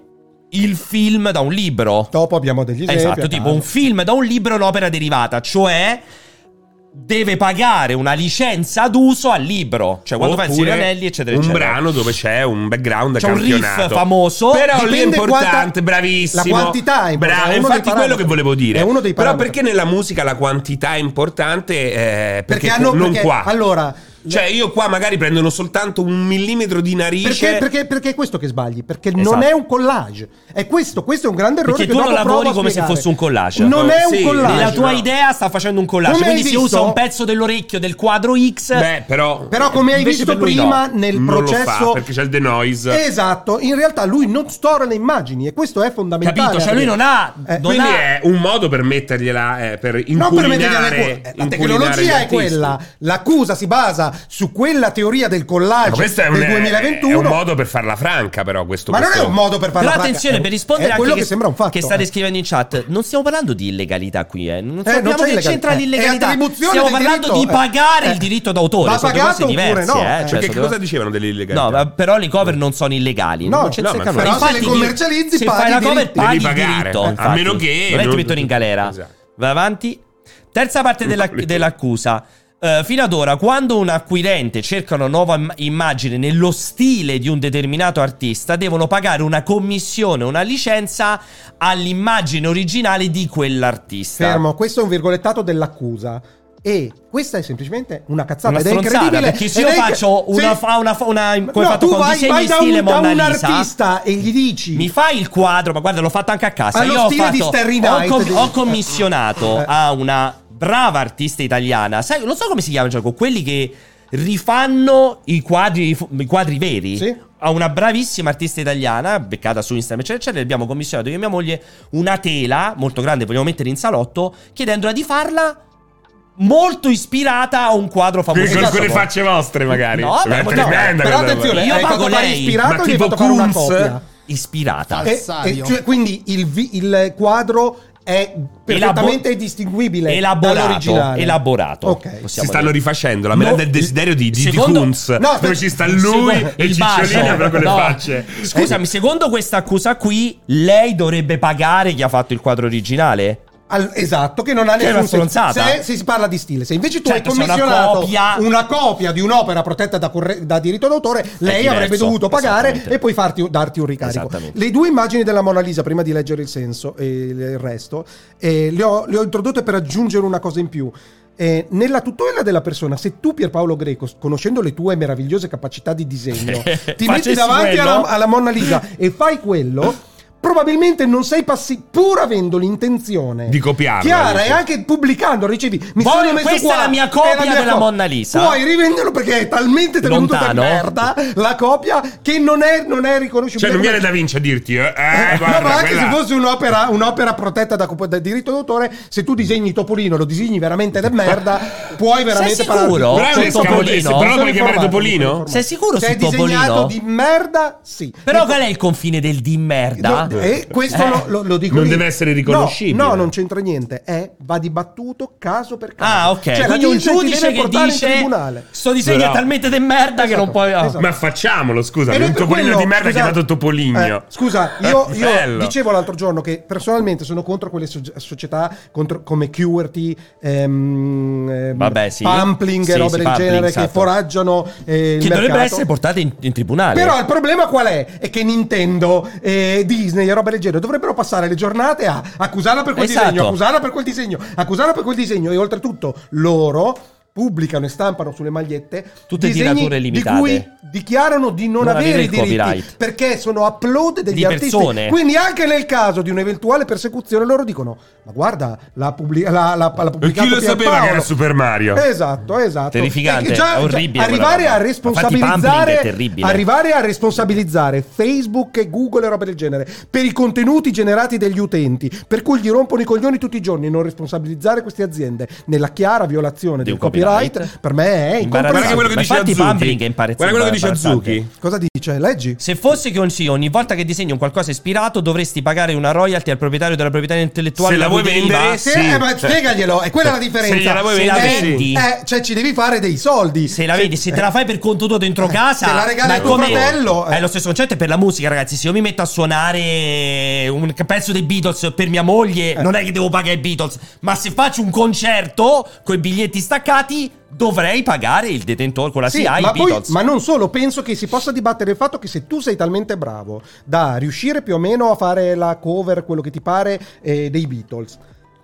il film da un libro. Dopo abbiamo degli esempi. Esatto, a tipo caso. un film da un libro è un'opera derivata, cioè deve pagare una licenza d'uso al libro. Cioè quando fai il Oppure Signore degli Anelli, eccetera, un eccetera. brano dove c'è un background C'è un riff campionato famoso. però lì è Dipende importante quanta- bravissimo la quantità è importante, Bravo, è uno dei infatti quello parametri. che volevo dire È uno dei però parametri. perché nella musica la quantità è importante eh, perché, perché, hanno non perché- qua Allora, Cioè, io qua magari prendono soltanto un millimetro di narice. Perché, perché- perché è questo che sbagli? Perché non Esatto. è un collage. È questo, questo è un grande errore. Perché che tu dopo lo lavori provo a come se spiegare. fosse un collage. Non è un Sì, collage. La tua no. idea sta facendo un collage. Come quindi hai si visto? usa un pezzo dell'orecchio del quadro X. Beh, però. Però come hai Invece visto per lui prima no. nel non processo... lo fa perché c'è il denoise. Esatto, in realtà lui non stora le immagini e questo è fondamentale. Capito? Cioè, lui non ha- Eh, non Quindi ha- è un modo per mettergliela, eh, per Non inculinare per mettere eh, la tecnologia è quella. L'accusa si basa su quella teoria del collage Ma questo è un, del è 2021. un modo per farla franca, però. Questo, ma non è questo- un modo per Però parlare. attenzione, per rispondere eh, è a quello quello che, sembra un fatto. che state eh. scrivendo in chat, non stiamo parlando di illegalità qui, eh. Non Eh, sappiamo non c'è che illegalità. c'entra Eh, è l'illegalità. attribuzione Stiamo del parlando diritto, di eh. pagare Eh. il diritto d'autore, Va sono due pagato cose oppure diverse, no, eh. eh. Cioè, Perché sono Perché due- cosa dicevano dell'illegalità? No, ma però le cover non sono illegali. No, non c'entra no, il ma cavolo. però Infatti se le di- commercializzi se paghi fai i la cover diritti. paghi Devi il pagare, diritto. a infatti. meno che Non è che ti non- mettono in galera. Esatto. Va avanti. Terza parte della- Vale. dell'accusa. Eh, fino ad ora, quando un acquirente cerca una nuova im- immagine nello stile di un determinato artista, devono pagare una commissione, una licenza all'immagine originale di quell'artista. Fermo, questo è un virgolettato dell'accusa. E questa è semplicemente una cazzata. Una ed è stronzata, incredibile. perché se Ed io è inc- faccio una sì. fa- una fa- una- come no, fatto tu con vai, disegni vai da, stile un, da Mona un Lisa. artista e gli dici. Mi fai il quadro, ma guarda, l'ho fatto anche a casa. Allo Io ho, stile fatto- di Starry ho Night, dici. ho commissionato Eh. a una brava artista italiana. Sai, non so come si chiama il gioco, quelli che rifanno i quadri, i quadri veri. Sì. A una bravissima artista italiana, beccata su Instagram, eccetera, eccetera, le abbiamo commissionato io e mia moglie una tela molto grande, vogliamo mettere in salotto, chiedendola di farla molto ispirata a un quadro Con, famoso. con- Esatto. con le facce vostre, magari. No, Cioè, beh, è no, tremenda Però quella roba. attenzione, Io hai pago fatto fare lei. ispirato Ma e gli hai tipo fatto fare una Kunz? copia. Ispirata. E- Falsario. e cioè, quindi il, vi- il quadro è perfettamente Elabo- distinguibile elaborato, dall'originale. elaborato. Ok. Possiamo Si stanno dire. rifacendo la merenda No, del desiderio di, di, di secondo- Kunz, no, aspetta, dove ci sta lui Secondo- e il Cicciolina bacio. però con le No. facce. Scusami, secondo questa accusa qui, lei dovrebbe pagare chi ha fatto il quadro originale? Al- esatto, che non ha Che è nessun una stronzata. Se, se si parla di stile, se invece tu Certo, hai se è una commissionato una copia- copia, di un'opera protetta da, corre- da diritto d'autore, lei diverso, avrebbe dovuto pagare esattamente. e poi farti- darti un ricarico. Esattamente. Le due immagini della Mona Lisa, prima di leggere il senso e il resto, eh, le, ho, le ho introdotte per aggiungere una cosa in più. Eh, nella tutela della persona, se tu Pierpaolo Greco, conoscendo le tue meravigliose capacità di disegno, ti metti Facessi davanti quello? alla, alla Mona Lisa e fai quello, probabilmente non sei passi pur avendo l'intenzione Di copiarla, Chiara, dici. e anche pubblicando, ricevi. Mi Voglio- sono messo questa qua, è la mia copia è la mia della copia. Mona Lisa. Puoi rivenderlo perché è talmente tenuto per Lontano. merda la copia che non è, non è riconoscibile. Cioè, non come- viene da Vinci a dirti, eh, eh, Eh, guarda, no, ma anche quella- se fosse un'opera, un'opera protetta da, da diritto d'autore, se tu disegni Topolino, lo disegni veramente da merda, puoi veramente parlare di- sicuro? Però è un Cioè, escamoletto, Topolino? però lo Sono puoi chiamare informato, Topolino? sono Sei sicuro informato. Se su è disegnato Topolino? di merda, sì. Però Ecco- qual è il confine del di merda? No, e questo Eh. lo, lo- lo dico Non io. deve essere riconoscibile. No, no, non c'entra niente. È, va dibattuto caso per caso. Ah, ok. Cioè, la Quindi un Vincent ti giudice deve che portare in dice: tribunale. Sto disegno è Bravo. talmente di merda che Esatto, non puoi. ah. esatto. Ma facciamolo, scusa, E noi un per topolino quello- di merda scusate, chiamato Topoligno. eh, scusa, io, io Bello. dicevo l'altro giorno che personalmente sono contro quelle so- società contro- come QWERTY, ehm, ehm, Vabbè, sì. Pumpling Sì, e robe sì, del Pumpling, genere che esatto. foraggiano eh, il Che dovrebbe mercato. essere portato in, in tribunale. Però il problema qual è? È che Nintendo, eh, Disney e roba del genere dovrebbero passare le giornate a accusarla per quel Esatto. disegno, accusarla per quel disegno, accusarla per quel disegno e oltretutto loro pubblicano e stampano sulle magliette Tutte disegni tirature limitate. di cui dichiarano di non, Non avere avere i il diritti copyright. perché sono upload degli Di artisti persone. quindi anche nel caso di un'eventuale persecuzione loro dicono ma guarda l'ha, pubblic- l'ha- l'ha- l'ha pubblicato Chi lo sapeva Pierpaolo." che era Super Mario? esatto esatto Terrificante, E è orribile quella arrivare roba. a Infatti Pumpling responsabilizzare è terribile. arrivare arrivare a responsabilizzare Facebook e Google e roba del genere per i contenuti generati dagli utenti, per cui gli rompono i coglioni tutti i giorni e non responsabilizzare queste aziende nella chiara violazione Di del un copyright. copyright, per me è Guarda che Imbarazzante. incomprensibile. quello che Ma dice infatti Azuki. Pumpling è imparazzante- Guarda quello che dice imbarazzante. Azuki. Cosa dice? Leggi? Se fosse che ogni, ogni volta che disegni un qualcosa ispirato dovresti pagare una royalty al proprietario della proprietà intellettuale Se la da cui vuoi deriva- vendere, Se- Sì, eh, ma cioè- spiegaglielo, è quella la differenza. Se gliela vuoi Se la Eh, vendere, vendi. sì. eh, cioè ci devi fare dei soldi. Se la vedi, se te la fai per conto tuo dentro Eh, casa, se la regali ma è a tuo come- fratello, eh. È lo stesso concetto è per la musica, ragazzi. Se io mi metto a suonare un pezzo dei Beatles per mia moglie, non è che devo pagare i Beatles. Ma se faccio un concerto con i biglietti staccati, dovrei pagare il detentore con la Sì, CIA. ma, i poi- Beatles. ma non solo, penso che si possa dibattere il fatto che se tu sei talmente bravo da riuscire più o meno a fare la cover, quello che ti pare, eh, dei Beatles,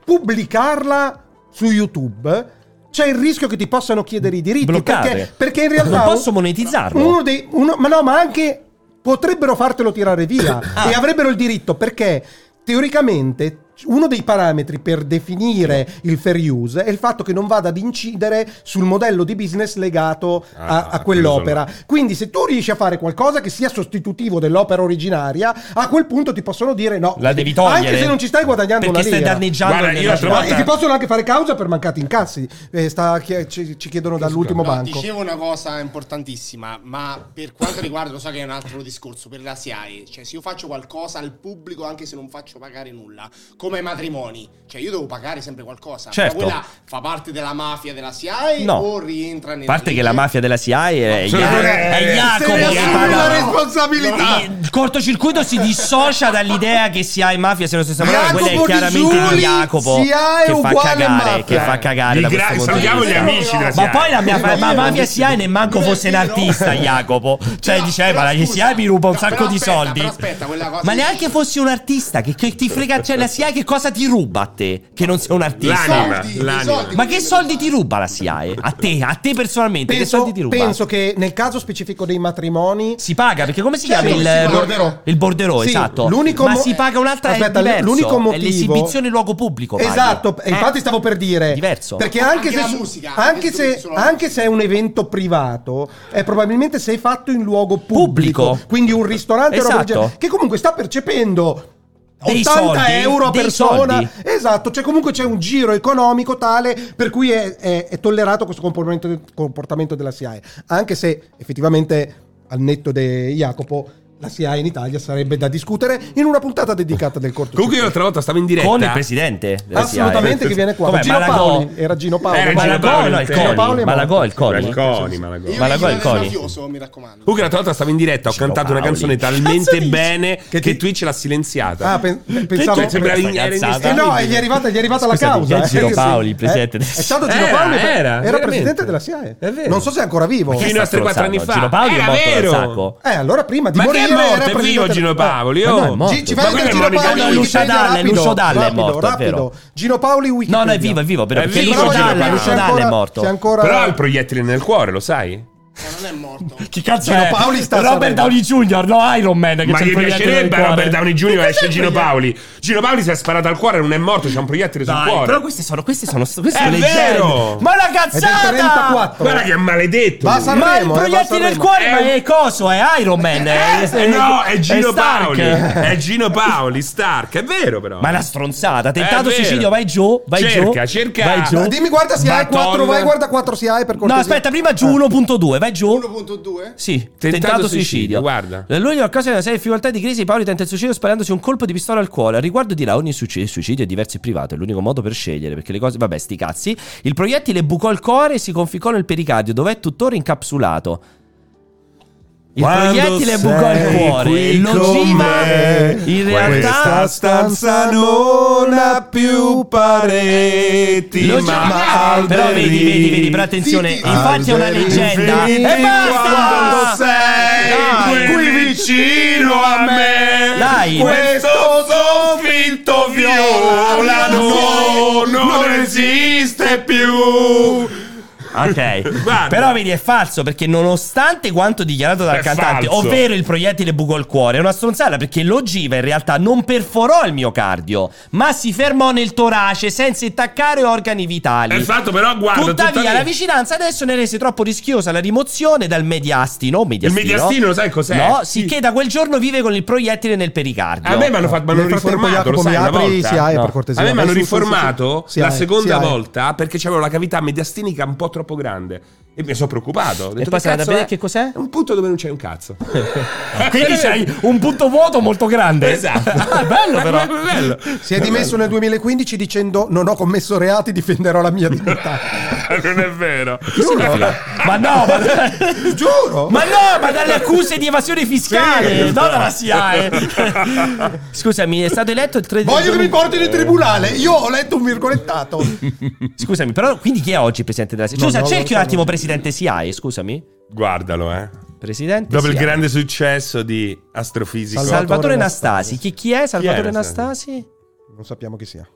pubblicarla su YouTube c'è il rischio che ti possano chiedere i diritti. Bloccate. Perché, perché in Non realtà. posso monetizzarlo. Uno dei. uno- ma no, ma anche potrebbero fartelo tirare via. Ah. E avrebbero il diritto perché teoricamente. Uno dei parametri per definire il fair use è il fatto che non vada ad incidere sul modello di business legato a- Ah, a, a quello quell'opera. Quindi, se tu riesci a fare qualcosa che sia sostitutivo dell'opera originaria, a quel punto ti possono dire no. La devi togliere. Anche se non ci stai guadagnando Perché una stai lira. danneggiando Guarda, il io l'altra denaro. No, e ti possono anche fare causa per mancati incassi. Eh, sta- chi- ci, ci chiedono dall'ultimo No, banco. dicevo una cosa importantissima, ma per quanto riguarda, lo so che è un altro discorso, per la SIAE, cioè se io faccio qualcosa al pubblico anche se non faccio pagare nulla, come ai matrimoni, cioè io devo pagare sempre qualcosa, Certo. ma quella fa parte della mafia della SIAE No. o rientra nel... A parte che la mafia della CIA è, Sì, Ia- eh, è eh, Jacopo se ne che assume paga. la No, responsabilità. Il cortocircuito si dissocia dall'idea che sia e mafia sia lo stesso parola, Jacopo quella è Di chiaramente Giuli, di Jacopo CIA è che fa uguale cagare, mafia. che fa cagare da Gli gra- questo punto di salutiamo gli vista. amici della Ma SIAE. poi la mia fa- ma mafia CIA neanche fosse un Io- artista Jacopo. Cioè No, diceva, però ma la scusa. CIA mi ruba un No, sacco però di aspetta, soldi. però aspetta, quella cosa Ma lì- neanche fossi un artista, che, che ti frega, cioè la CIA che cosa ti ruba a te? Che non sei un artista. L'anima. Soldi, l'anima. soldi Ma che soldi ti ruba la SIAE? A te, a te personalmente, che Penso, soldi ti ruba? penso che nel caso specifico dei matrimoni. Si paga perché come si chiama Cioè, Sì, il, si paga. Borderò. il borderò? Sì, esatto. l'unico Ma mo- si paga un'altra Aspetta, è diverso. l'unico motivo è l'esibizione in luogo pubblico. paghi. Esatto, Eh, e infatti stavo per dire Diverso. Perché anche, Anche se la su- musica, anche anche se, su- sulla anche se è un evento privato, è probabilmente se è fatto in luogo pubblico, Pubblico. quindi un ristorante o roba del Esatto. genere, che comunque sta percependo Dei 80 soldi, euro a dei persona. soldi. Esatto, cioè comunque c'è un giro economico tale per cui è, è- è tollerato questo comportamento, comportamento della SIAE, anche se effettivamente al netto di Jacopo la SIAE in Italia sarebbe da discutere in una puntata dedicata del corto. Comunque io l'altra volta stavo in diretta. Con il presidente. della Assolutamente SIAE. che viene qua. Com'è, Gino Malagò? Paoli, era Gino Paoli. Era Malagò, Gino Paoli, no, no, il Gino Coni. Paoli è morto. Malagò, il Coni. Coni, Coni, Io Malagò. Ma la io gol, del Coni. mafioso, mi raccomando. Comunque l'altra volta stavo in diretta, ho Ciro cantato una Paoli. canzone Cazzo talmente dici? bene Che che, ti- Twitch l'ha silenziata. Ah, pen- Che pensavo tu- Sembra in- era Ragazzata. Eh no, e inestinguibile. gli è arrivata, gli è arrivata la Scusami, causa. chi è eh, Giro che sì. Paolo, il presidente? Eh, È stato Giro Era, Paolo, era, era, era veramente. presidente della SIAE. È vero. Non so se è ancora vivo. Ma che Fino a sta 3-4 anni stronzando? Gino fa. Paoli Era è morto vero. dal sacco. Eh, allora prima di Ma che morire è morto? era È vivo presidente- Gino Paoli, Ma oh. no, è morto. Ci, ci Ma vai quello con è Gino Monica Paoli. Lucio Wikipedia, Dalle, rapido, Lucio Dalle è rapido, morto, è rapido. vero. Gino Paoli No, Wikipedia. no, è vivo, è vivo. Però, È perché vivo, Lucio Gino Dalla, Paoli. Lucio C'è Dalla è ancora- C'è morto. ancora... Però ha il proiettile nel cuore, lo sai? Ma non è morto. Chi cazzo Gino è? Paoli sta a Robert Sanremo. Downey Jr., no Iron Man. Che Ma c'è il gli proiettile nel piacerebbe a cuore. Robert Downey Jr. esce Gino proiettile? Paoli. Gino Paoli si è sparato al cuore, non è morto, c'è un proiettile sul Dai, cuore. però queste sono, queste sono, queste È sono leggende. vero! Ma la È cazzata! del 34. Guarda che è maledetto. Va a lui. Sanremo, Ma il eh, va a proiettile nel Sanremo. cuore, È ma un- è coso, è Iron Man. È, Eh, no, è Gino Stark. Paoli. È Gino Paoli, Stark. È vero, però. Ma è una stronzata. Tentato Eh, È vero. suicidio, vai giù, vai Cerca, giù. cerca. Vai giù. No, Dimmi guarda SIAE Madonna. 4, vai guarda 4 SIAE per No, cortesia. aspetta, prima giù 1.2, vai giù. 1.2? Sì, tentato, suicidio, suicidio. guarda. L'unica causa di una serie di difficoltà di crisi, Paoli tenta il suicidio sparandosi un colpo di pistola al cuore. Al riguardo dirà ogni suci- suicidio è diverso e privato, è l'unico modo per scegliere, perché le cose... Vabbè, sti cazzi. Il proiettile bucò il cuore e si conficcò nel pericardio, dove è tuttora incapsulato. Il Quando proiettile sei bucò il cuore. qui con L'ogiva, me, in realtà... questa stanza non ha più pareti, Lo- ma alberi. Eh, però vedi, vedi, vedi, però attenzione, Zitti. infatti è una Alberi leggenda. E Vedi quando basta! sei Dai. qui vicino a me. Dai. Questo soffinto viola no, non esiste più. Ok, Guarda. però vedi è falso perché nonostante quanto dichiarato dal È cantante, falso. ovvero il proiettile bucò il cuore, è una stronzata perché l'ogiva in realtà non perforò il miocardio, ma si fermò nel torace senza intaccare organi vitali. È fatto però guarda, Tuttavia, la vicinanza adesso ne rese troppo rischiosa la rimozione dal mediastino. mediastino Il mediastino, lo sai cos'è? No, Sì. sicché da quel giorno vive con il proiettile nel pericardio. A me mi hanno fatto, mi hanno Nel frattempo, riformato, lo Jacopo, sai, mi una apri volta. SIAE, per No. cortesia. A me mi Vai hanno su, su, su, riformato su. SIAE, la seconda SIAE. volta perché c'avevo la cavità mediastinica un po' troppo grande. E mi sono preoccupato. Ho detto, E poi sei andato cazzo a vedere è?" che cos'è? È un punto dove non c'è un cazzo. Quindi c'hai un punto vuoto molto grande. Esatto. Ah, bello però. Bello. Si è dimesso nel 2015 dicendo non ho commesso reati, difenderò la mia dignità. non è vero. Giuro. Ma no, ma... Giuro. Ma no, ma dalle accuse di evasione fiscale, non la SIAE. esatto. Scusami, è stato eletto il 3 Voglio che mi portino in tribunale. Io ho letto un virgolettato. Scusami, però quindi chi è oggi il presidente della SIAE? Scusa, no, cerchi un no, no. attimo presidente SIAE, scusami. Guardalo, eh. Presidente Dopo il SIAE. grande successo di astrofisico. Salvatore Nastasi. Chi, chi è Salvatore Nastasi? Nastasi? Non sappiamo chi sia.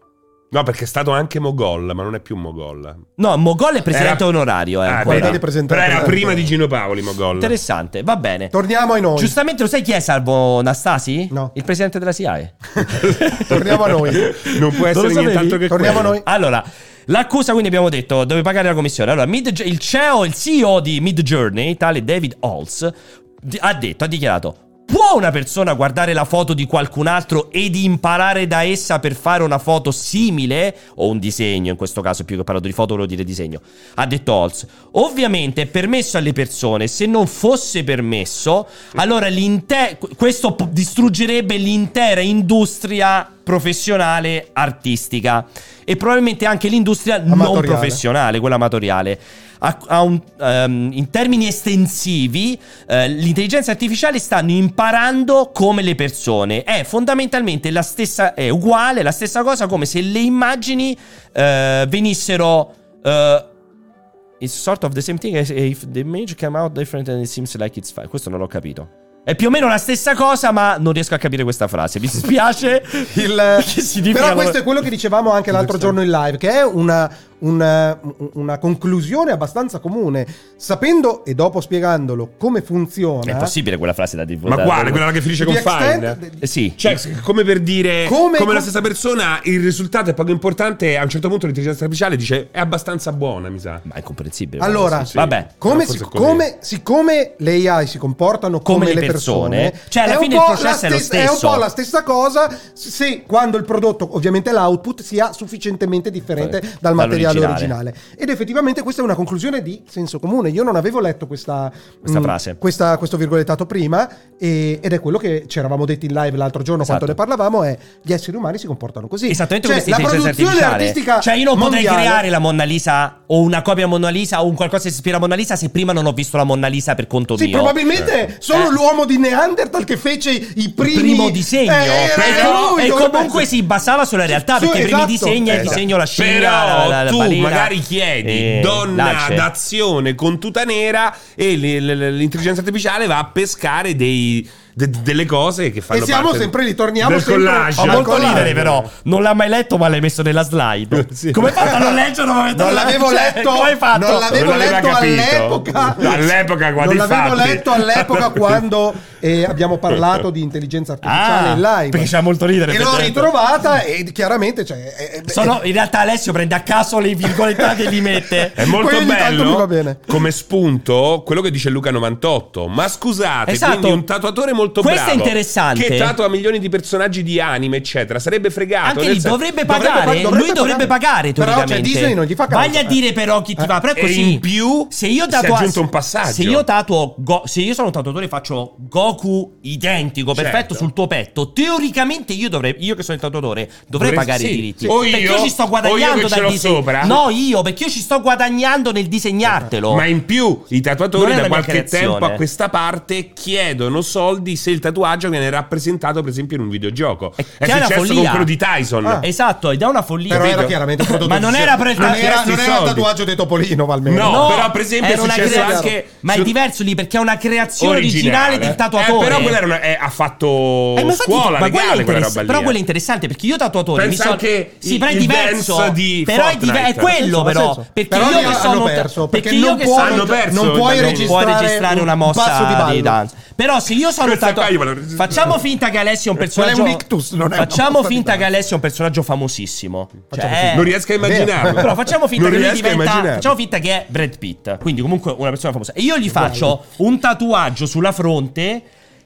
No, perché è stato anche Mogol, ma non è più Mogol. No, Mogol è presidente Era- onorario. Eh, Ah, ancora. vedi. vedi? Però era prima di Gino Paoli Mogol. Interessante, va bene. Torniamo ai noi. Giustamente lo sai chi è Salvo Nastasi? No. Il presidente della SIAE. Torniamo a noi. Non può lo essere sapevi? nient'altro che Torniamo a quello. noi. Allora, l'accusa quindi abbiamo detto deve pagare la commissione. Allora, Mid- il CEO, il CEO di Mid Journey, tale David Holtz, di- ha detto, ha dichiarato. Può una persona guardare la foto di qualcun altro ed imparare da essa per fare una foto simile? O un disegno, in questo caso più che ho parlato di foto, volevo dire disegno. Ha detto Holtz. Ovviamente è permesso alle persone, se non fosse permesso, allora l'inte- questo p- distruggerebbe l'intera industria professionale artistica e probabilmente anche l'industria non Amatoriale. professionale, quella amatoriale. Ha- ha un- ehm, in termini estensivi, eh, l'intelligenza artificiale stanno imparando come le persone. È fondamentalmente la stessa, è uguale, la stessa cosa come se le immagini eh, venissero. eh, It's sort of the same thing as if the image came out different and it seems like it's fine. Questo non l'ho capito. È più o meno la stessa cosa, ma non riesco a capire questa frase. Mi spiace. Il- Che significa- Però questo è quello che dicevamo anche l'altro giorno in live, che è una, una- una conclusione abbastanza comune. Sapendo e dopo spiegandolo come funziona... È possibile quella frase da dire. Ma guarda, quella che finisce the con extent- Fine. Eh sì. Cioè, come per dire, Come- come, com- la stessa persona, il risultato è poco importante. A un certo punto l'intelligenza artificiale dice è abbastanza buona, mi sa. Ma è incomprensibile. Allora, Sì. vabbè. Come Forse si- è così. come- siccome le AI si comportano come, le persone, cioè, alla è un fine il po' processo la è lo stessa- è un stesso. po' la stessa cosa se quando il prodotto, ovviamente l'output, sia sufficientemente differente Sì. dal materiale Dall'originale. originale. Ed effettivamente questa è una conclusione di senso comune. Io non avevo letto questa, Questa mh, frase. questa- questo virgolettato prima e- ed è quello che ci eravamo detti in live l'altro giorno Esatto. quando ne parlavamo è gli esseri umani si comportano così. Esattamente cioè, come la questa produzione intelligenza artistica artificiale. Cioè, io non potrei mondiale- creare la Mona Lisa o una copia Mona Lisa o un qualcosa che si ispira a Mona Lisa se prima non ho visto la Mona Lisa per conto Sì, mio. probabilmente solo Eh. l'uomo di Neanderthal che fece i primi... Il primo disegno. Eh, era e com- lui, e dovrebbe comunque essere. si basava sulla realtà. Su- perché i primi esatto. disegni il Esatto. disegno la scimmia. Però la- la- la tu balena. magari chiedi Eh, donna l'ace. d'azione con tuta nera e l- l- l'intelligenza artificiale va a pescare dei- de- delle cose che fanno E siamo parte sempre lì, torniamo del sempre- collage. Ho Già, molto collare. ridere però, non l'ha mai letto ma l'hai messo nella slide. Sì. Come hai fatto a non leggerlo? ma metterlo- Non l'avevo cioè, letto, come hai fatto? non l'avevo Non l'aveva letto capito. all'epoca. All'epoca, quando Non i l'avevo fatti. letto all'epoca quando eh, abbiamo parlato di intelligenza artificiale Ah, in Cioè, live. perché c'è molto ridere. E l'ho effettivamente. ritrovata e chiaramente cioè, è- è- Sono- in realtà Alessio prende a caso le virgolettate e li mette. È molto Quelli tanto mi va bello bene. come spunto quello che dice Luca 98. Ma scusate, Esatto. quindi un tatuatore molto Questo è bravo interessante. che tatua milioni di personaggi di anime, eccetera, sarebbe fregato. Anche nel lì senso- dovrebbe dovrebbe pagare, pagare, dovrebbe lui dovrebbe pagare. pagare, Però, cioè, teoricamente. Disney non gli fa caso, Vagli a eh. dire però chi ti va, però è E così. in più se io si è tatuo- aggiunto un passaggio. Se io tatuo Go- se io sono un tatuatore e faccio Goku identico, Certo. perfetto sul tuo petto, teoricamente io dovrei io che sono il tatuatore dovrei Dovresti- pagare sì, i diritti. sì. O perché io- io ci sto guadagnando o io che ce dal l'ho disegno. sopra. No, io perché io ci sto guadagnando nel disegnartelo. Ma in più i Non tatuatori è da una mia qualche creazione. tempo a questa parte chiedono soldi se il tatuaggio viene rappresentato per esempio in un videogioco. È È, che è una successo con follia. quello di Tyson. Ah. Esatto, ed è una follia. Però era Capito? chiaramente un prodotto Ma non di- era pre- non era, Testi non era il soldi. tatuaggio di Topolino, Valmeno. No, però, per esempio, è era una successo creazione- anche Ma è su- diverso lì perché è una creazione originale, del Eh, tatuatore. però quella era una- eh, ha fatto Eh, ma infatti- scuola ma quella è legale quella interessa- roba lì. Però eh. quello è interessante perché io tatuatore Pensa mi so- anche Sì, il- però è il diverso. dance di però è, Fortnite. è quello Ha però, senso. perché Però io hanno- che hanno sono perso, perché io non che puoi, sono- Hanno perso non il puoi ballone. registrare, puoi registrare una un passo di mossa ballo. di dance. Però se io sono Questa stato qua io me la registro. facciamo finta che Alessio è un Quella è personaggio un ictus, non è una Facciamo mossa di finta ballo. che Alessio è un personaggio famosissimo. Cioè, Facciamo è- finta. Non riesco a immaginarlo. Vero. però facciamo finta Non che lui riesco a diventa immaginarlo. facciamo finta che è Brad Pitt quindi comunque una persona famosa e io gli faccio un tatuaggio sulla fronte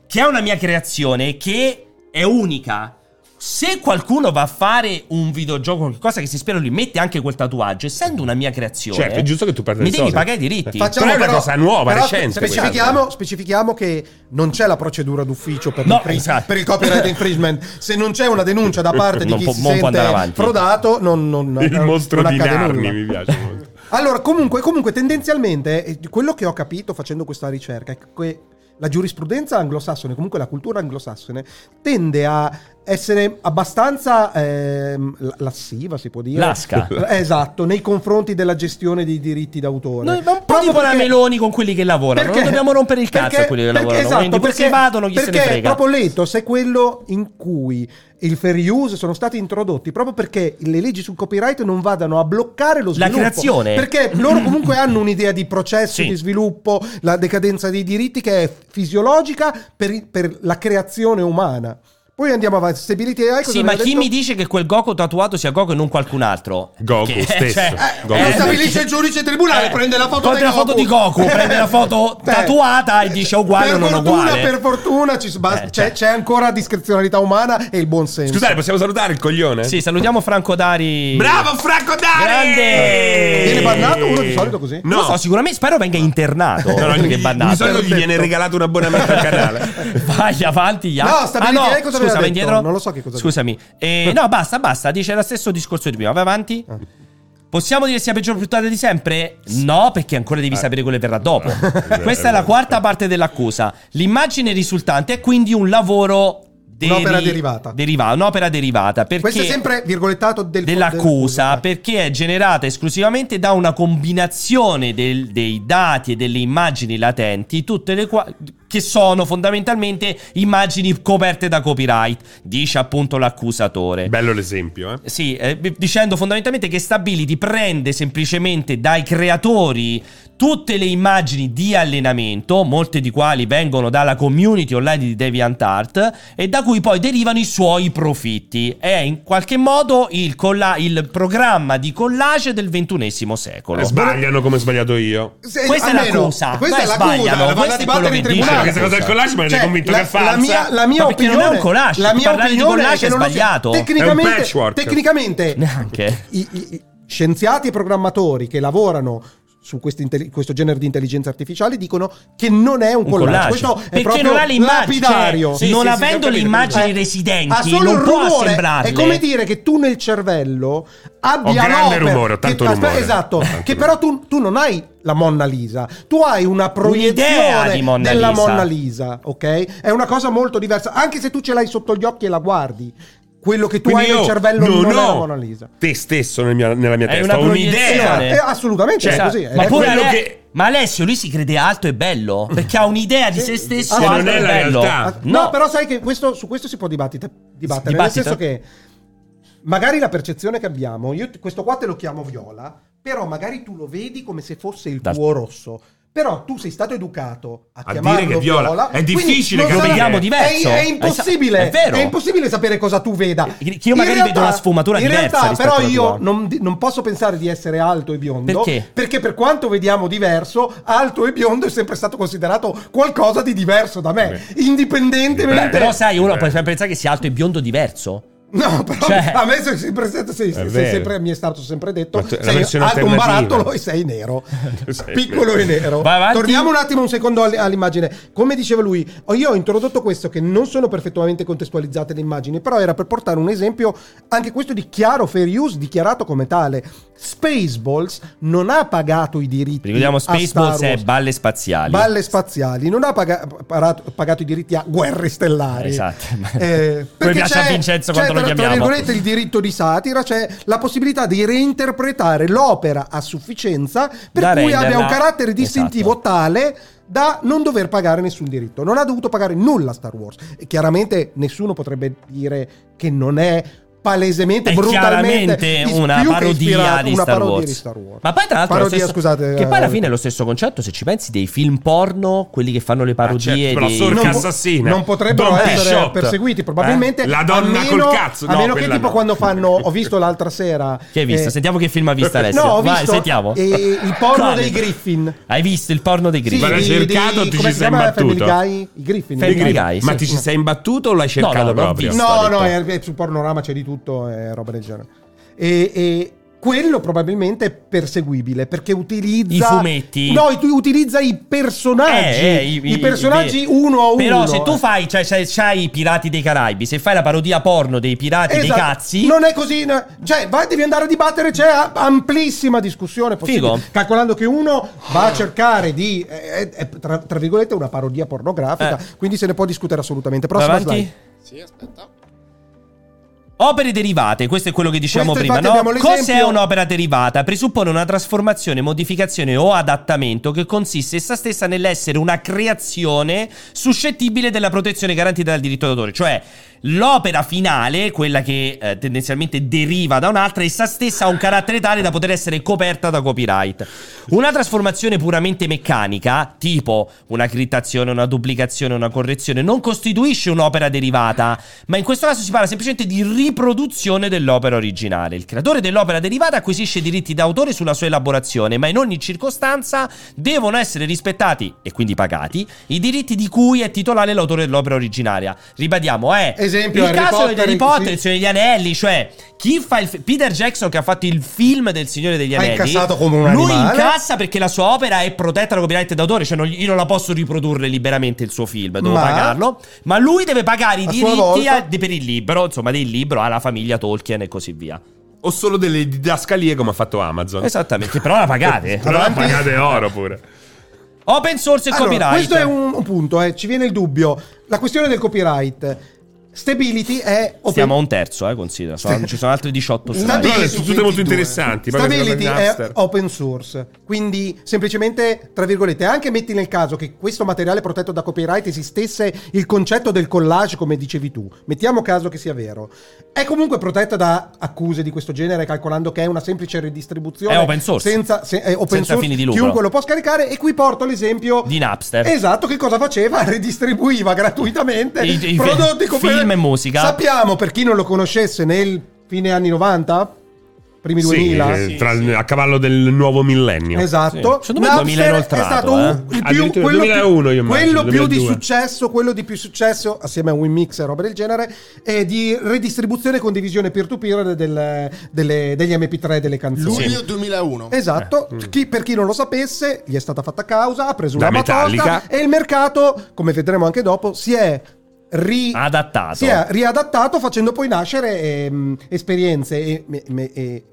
che è una mia creazione che è unica se qualcuno va a fare un videogioco qualcosa che si spera lui mette anche quel tatuaggio essendo una mia creazione Certo, è giusto che tu perda mi i devi soldi. pagare i diritti Facciamo- Però è una cosa nuova, recente, Specifichiamo, specifichiamo che non c'è la procedura d'ufficio per, No, l'infring- esatto. per il copyright infringement. Se non c'è una denuncia da parte di Non chi può- si non può andare sente avanti. frodato, non, non, il non- mostro non di accade Narni nulla. mi piace molto. Allora, comunque, comunque, tendenzialmente, eh, quello che ho capito facendo questa ricerca è che la giurisprudenza anglosassone, comunque la cultura anglosassone, tende a essere abbastanza ehm, la- lassiva, si può dire. Lasca. Eh, Esatto, nei confronti della gestione dei diritti d'autore. Noi, ma un po' Proprio tipo la perché- Meloni con quelli che lavorano. perché- non dobbiamo rompere il cazzo perché- a quelli che perché- lavorano. esatto, Quindi perché, vadono chi se ne perché frega. proprio l'ethos è quello in cui il fair use sono stati introdotti proprio perché le leggi sul copyright non vadano a bloccare lo La sviluppo. creazione. Perché loro comunque hanno un'idea di processo, Sì. di sviluppo, la decadenza dei diritti che è fisiologica per, i- per la creazione umana. Poi andiamo avanti. Stability AI, cosa Sì, ma abbiamo chi detto? mi dice che quel Goku tatuato sia Goku e non qualcun altro? Goku Che- stesso. cioè, Goku eh, Lo stesso. stabilisce il giudice tribunale, eh, prende la foto, prende di la foto di Goku, prende la foto Beh, tatuata e dice uguale o per non fortuna, uguale. Per fortuna ci sba- Eh, c'è, cioè. c'è ancora discrezionalità umana e il buon senso. Scusate, possiamo salutare il coglione? Sì, salutiamo Franco Dari. Bravo Franco Dari! Grande! Viene bannato uno di solito così? No. No. Lo so, sicuramente spero venga internato. No, no, perché gli- è di bannato. solito gli viene regalato un abbonamento al canale. Vai avanti, gli altri. No, stabiliti lei cosa aveva scusa, vai detto? indietro. Non lo so che cosa Scusami. Eh, no, basta, basta. Dice lo stesso discorso di prima. Vai avanti. Ah. Possiamo dire sia peggior puttana di sempre? No, perché ancora Eh. devi sapere quello che verrà dopo. Questa è la quarta parte dell'accusa. L'immagine risultante è quindi un lavoro deri- Un'opera derivata. deriva- un'opera derivata. Perché Questo è sempre virgolettato del- dell'accusa del- perché è generata esclusivamente da una combinazione del- dei dati e delle immagini latenti, tutte le quali che sono fondamentalmente immagini coperte da copyright, dice appunto l'accusatore. Bello l'esempio, eh. Sì, eh, b- dicendo fondamentalmente che Stability prende semplicemente dai creatori tutte le immagini di allenamento, molte di quali vengono dalla community online di DeviantArt e da cui poi derivano i suoi profitti. È in qualche modo il, colla- il programma di collage del ventunesimo secolo. Eh, Sbagliano come ho sbagliato io. Se- Questa è almeno- l'accusa. Questa Beh, è l'accusa. sbagliano, La vanno a questo è quello dibattere in che dice. tribunale. Questa cosa del collage me ne Cioè, sono convinto la, che è falsa. La mia, la mia Ma perché non opinione è un collage, La mia parlare di opinione collage che è non lo sia. sbagliato. È un Tecnicamente, patchwork. tecnicamente Neanche. i- i- i scienziati e programmatori che lavorano su questi intelli- questo genere di intelligenza artificiale dicono che non è un un collage, collage. Questo è perché proprio non ha le immagini, lapidario. cioè, non sì, sì, ho avendo capito, le immagini Eh, residenti, ha solo non il può rumore. assembrarle. È come dire che tu nel cervello abbia Ho grande l'opera rumore, ho che- tanto aspetta, rumore. Esatto, Tanto che rumore. però tu, tu non hai la Monna Lisa, tu hai una Un'idea proiezione di Monna della Lisa. Monna Lisa, ok? È una cosa molto diversa, anche se tu ce l'hai sotto gli occhi e la guardi. Quello che tu Quindi hai nel io cervello non non è la ho Mona Lisa. Te stesso nel mia- nella mia È testa. una Ho un'idea. proiezione. Eh, assolutamente Cioè, è così. ma Ed è pure quello Ale- che- ma Alessio lui si crede alto e bello perché ha un'idea di se stesso Che alto non è e la bello. realtà. No, No, però sai che questo- su questo si può dibattite- dibattere, Dibattito? nel senso che magari la percezione che abbiamo, io t- questo qua te lo chiamo viola, però magari tu lo vedi come se fosse il Da- tuo rosso. Però tu sei stato educato a, A chiamarlo dire che è viola. È quindi difficile non che lo sarà- vediamo diverso. È, è impossibile. È vero. impossibile sapere cosa tu veda. Che io magari In vedo una sfumatura in diversa realtà, rispetto però, alla io tua. non, di- non posso pensare di essere alto e biondo. Perché? Perché per quanto vediamo diverso, alto e biondo è sempre stato considerato qualcosa di diverso da me. Indipendentemente. Beh, però sai uno Eh. può sempre pensare che sia alto e biondo diverso No, però Cioè- a me sono sempre stato, sei- sei vero. sempre- mi è stato sempre detto: Ma tu- è una sei versione alto un alternativa. barattolo e sei nero, Sei piccolo e nero. Vai avanti. Torniamo un attimo un secondo all- all'immagine. Come diceva lui, ho- io ho introdotto questo che non sono perfettamente contestualizzate le immagini, però era per portare un esempio anche questo di chiaro fair use dichiarato come tale. Spaceballs non ha pagato i diritti. ricordiamo a Spaceballs Star è Wars. balle spaziali Balle spaziali, non ha paga- parato- pagato i diritti a guerre stellari. Esatto. Eh, Come perché piace a c'è- Vincenzo c'è, quando lo tra- chiamiamo. Tra virgolette, il diritto di satira, c'è la possibilità di reinterpretare l'opera a sufficienza per Da cui abbia renderla- Esatto. un carattere distintivo tale da non dover pagare nessun diritto. Non ha dovuto pagare nulla Star Wars. E chiaramente nessuno potrebbe dire che non è palesemente è brutalmente chiaramente is- una più che parodia, ispirato- di, una Star parodia Wars. di Star Wars. Ma poi, tra l'altro, è lo Parodia, stesso- scusate, che poi alla eh, fine è lo stesso concetto. Se ci pensi dei film porno, quelli che fanno le parodie, Ah, certo, però dei- solo non, Perché po- assassina. non potrebbero Don essere Quixote. perseguiti probabilmente Eh? La a donna col meno- cazzo. a No, meno che quella tipo no. quando fanno ho visto l'altra sera Che hai visto? eh, Sentiamo che film ha visto Alessio. no ho Vai, visto sentiamo. eh, il porno Quale? dei Griffin Hai visto il porno dei Griffin? Sì. Ma l'hai cercato o ti come ci si sei chiama? imbattuto? Family Guy? i Griffin Family i Griffin. Guy, Ma sì. ti ci sei imbattuto o l'hai cercato no, l'ho proprio? visto. No, Sto no, detto. è- è- su Pornorama c'è di tutto, è roba del genere. E, e quello probabilmente è perseguibile perché utilizza I fumetti. No, i- tu- utilizza i personaggi, Eh, eh, i, personaggi i- uno a uno. eh. Però se tu fai, cioè, c'hai, c'hai i pirati dei Caraibi, se fai la parodia porno dei pirati dei Esatto. cazzi, Non è così. no. Cioè, vai, devi andare a dibattere, c'è a- amplissima discussione. possibile. Figo. Calcolando che uno va a cercare di. È, è- tra, tra virgolette, una parodia pornografica. Eh. Quindi se ne può discutere assolutamente. Vai Prossima avanti. slide. Sì, aspetta. Opere derivate, questo è quello che dicevamo Questo, prima. infatti, No? abbiamo l'esempio- Cos'è un'opera derivata? Presuppone una trasformazione, modificazione o adattamento che consiste essa stessa nell'essere una creazione suscettibile della protezione garantita dal diritto d'autore. Cioè, l'opera finale, quella che eh, tendenzialmente deriva da un'altra, essa stessa ha un carattere tale da poter essere coperta da copyright. Una trasformazione puramente meccanica, tipo una crittazione, una duplicazione, una correzione, non costituisce un'opera derivata, ma in questo caso si parla semplicemente di riproduzione dell'opera originale. Il creatore dell'opera derivata acquisisce i diritti d'autore sulla sua elaborazione, ma in ogni circostanza devono essere rispettati, e quindi pagati, i diritti di cui è titolare l'autore dell'opera originaria. Ribadiamo, è Esempio, il Harry caso Potter, di Harry Potter, sì. il Signore degli Anelli, cioè chi fa il fi- Peter Jackson che ha fatto il film del Signore degli Ha Anelli incassato come un lui animale. incassa perché la sua opera è protetta da copyright d'autore, cioè non- io non la posso riprodurre liberamente il suo film, devo Ma- pagarlo, ma lui deve pagare i A sua diritti volta- a- di- per il libro, insomma, del libro alla famiglia Tolkien e così via. O solo delle didascalie come ha fatto Amazon. Esattamente, però la pagate. Però pagate oro pure. Open source e Allora, copyright. questo è un, un punto, eh, ci viene il dubbio. La questione del copyright. Stability è open- Siamo a un terzo, eh, considera. Sono- ci sono altri 18 Sta- strade. Però Stability sono tutte molto 22. interessanti. poi Stability abbiamo è Napster. eh, open source, quindi semplicemente, tra virgolette, anche metti nel caso che questo materiale protetto da copyright esistesse il concetto del collage come dicevi tu, mettiamo caso che sia vero, è comunque protetta da accuse di questo genere calcolando che è una semplice redistribuzione È open source. senza, se- è open Senza source, fini di lucro. chiunque lo può scaricare e qui porto l'esempio Di Napster. Esatto, che cosa faceva? Redistribuiva gratuitamente I- i- prodotti come film e musica. Sappiamo per chi non lo conoscesse nel fine anni 90, primi 2000. Sì, eh, tra- a cavallo del nuovo millennio. Esatto, Sì. Secondo me il 2000 Napster inoltrato, è stato eh. un- il più, Addirittura quello, 2001 più, io immagino, quello più di 2002. successo, quello di più successo assieme a Winmix e roba del genere, è di redistribuzione e condivisione peer-to-peer del- delle- degli MP3 delle canzoni. Luglio 2001. Esatto, chi- per chi non lo sapesse, gli è stata fatta causa, ha preso Da una batosta Metallica. e il mercato, come vedremo anche dopo, si è ri- Adattato. si è riadattato facendo poi nascere ehm, esperienze e, me- me- e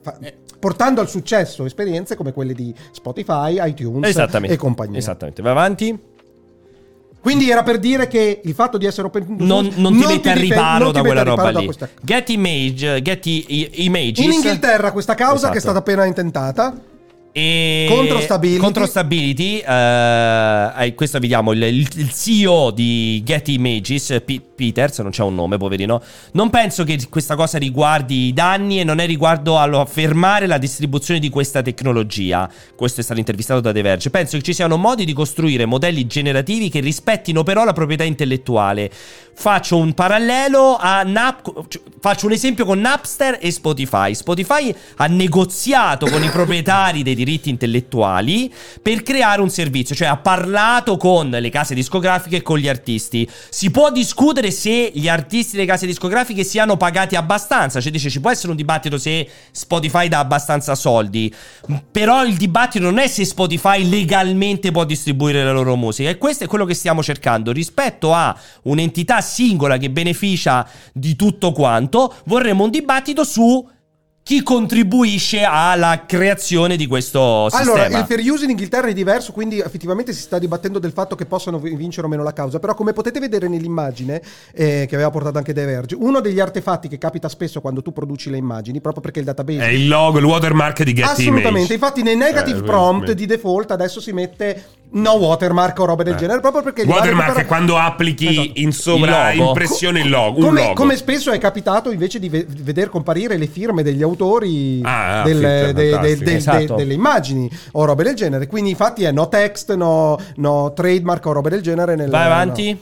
fa- Eh. portando al successo esperienze come quelle di Spotify, iTunes Esattamente. Esatto. e compagnia. Esattamente. Vai avanti. Quindi era per dire che il fatto di essere open source non, non ti mette al difende- riparo non ti da mette quella al roba riparo da lì. questa- Get image, get i- i- images. In Inghilterra questa causa che è Esatto. stata appena intentata E Contro Stability. Contro Stability, eh, eh, questo vediamo il, il- il CEO di Getty Images, eh, P- Peters, non c'è un nome, poverino. Non penso che questa cosa riguardi i danni e non è riguardo allo fermare la distribuzione di questa tecnologia. Questo è stato intervistato da The Verge. Penso che ci siano modi di costruire modelli generativi che rispettino però la proprietà intellettuale. Faccio un parallelo a Nap- c- faccio un esempio con Napster e Spotify. Spotify ha negoziato con i proprietari dei diritti intellettuali per creare un servizio, cioè ha parlato con le case discografiche e con gli artisti. Si può discutere se gli artisti delle case discografiche siano pagati abbastanza, cioè dice ci può essere un dibattito se Spotify dà abbastanza soldi, però il dibattito non è se Spotify legalmente può distribuire la loro musica e questo è quello che stiamo cercando rispetto a un'entità singola che beneficia di tutto quanto, vorremmo un dibattito su chi contribuisce alla creazione di questo sistema. Allora, il fair use in Inghilterra è diverso, quindi effettivamente si sta dibattendo del fatto che possano vi- vincere o meno la causa. Però, come potete vedere nell'immagine eh, che aveva portato anche De Verge, uno degli artefatti che capita spesso quando tu produci le immagini, proprio perché il database. È il logo, il watermark di Getty Assolutamente, Image. infatti nei negative Eh, prompt di quindi- default adesso si mette no watermark o roba del Eh. genere, proprio perché... il Watermark watermark- è quando applichi Esatto. in sovraimpressione il logo. Un come, logo. come spesso è capitato invece di ve- veder comparire le firme degli autori Ah, ah, del- de- fitta, de- fantastico. de- Esatto. de- delle immagini o robe del genere. Quindi, infatti, è no text, no, no trademark o robe del genere. Nel, Vai no. avanti.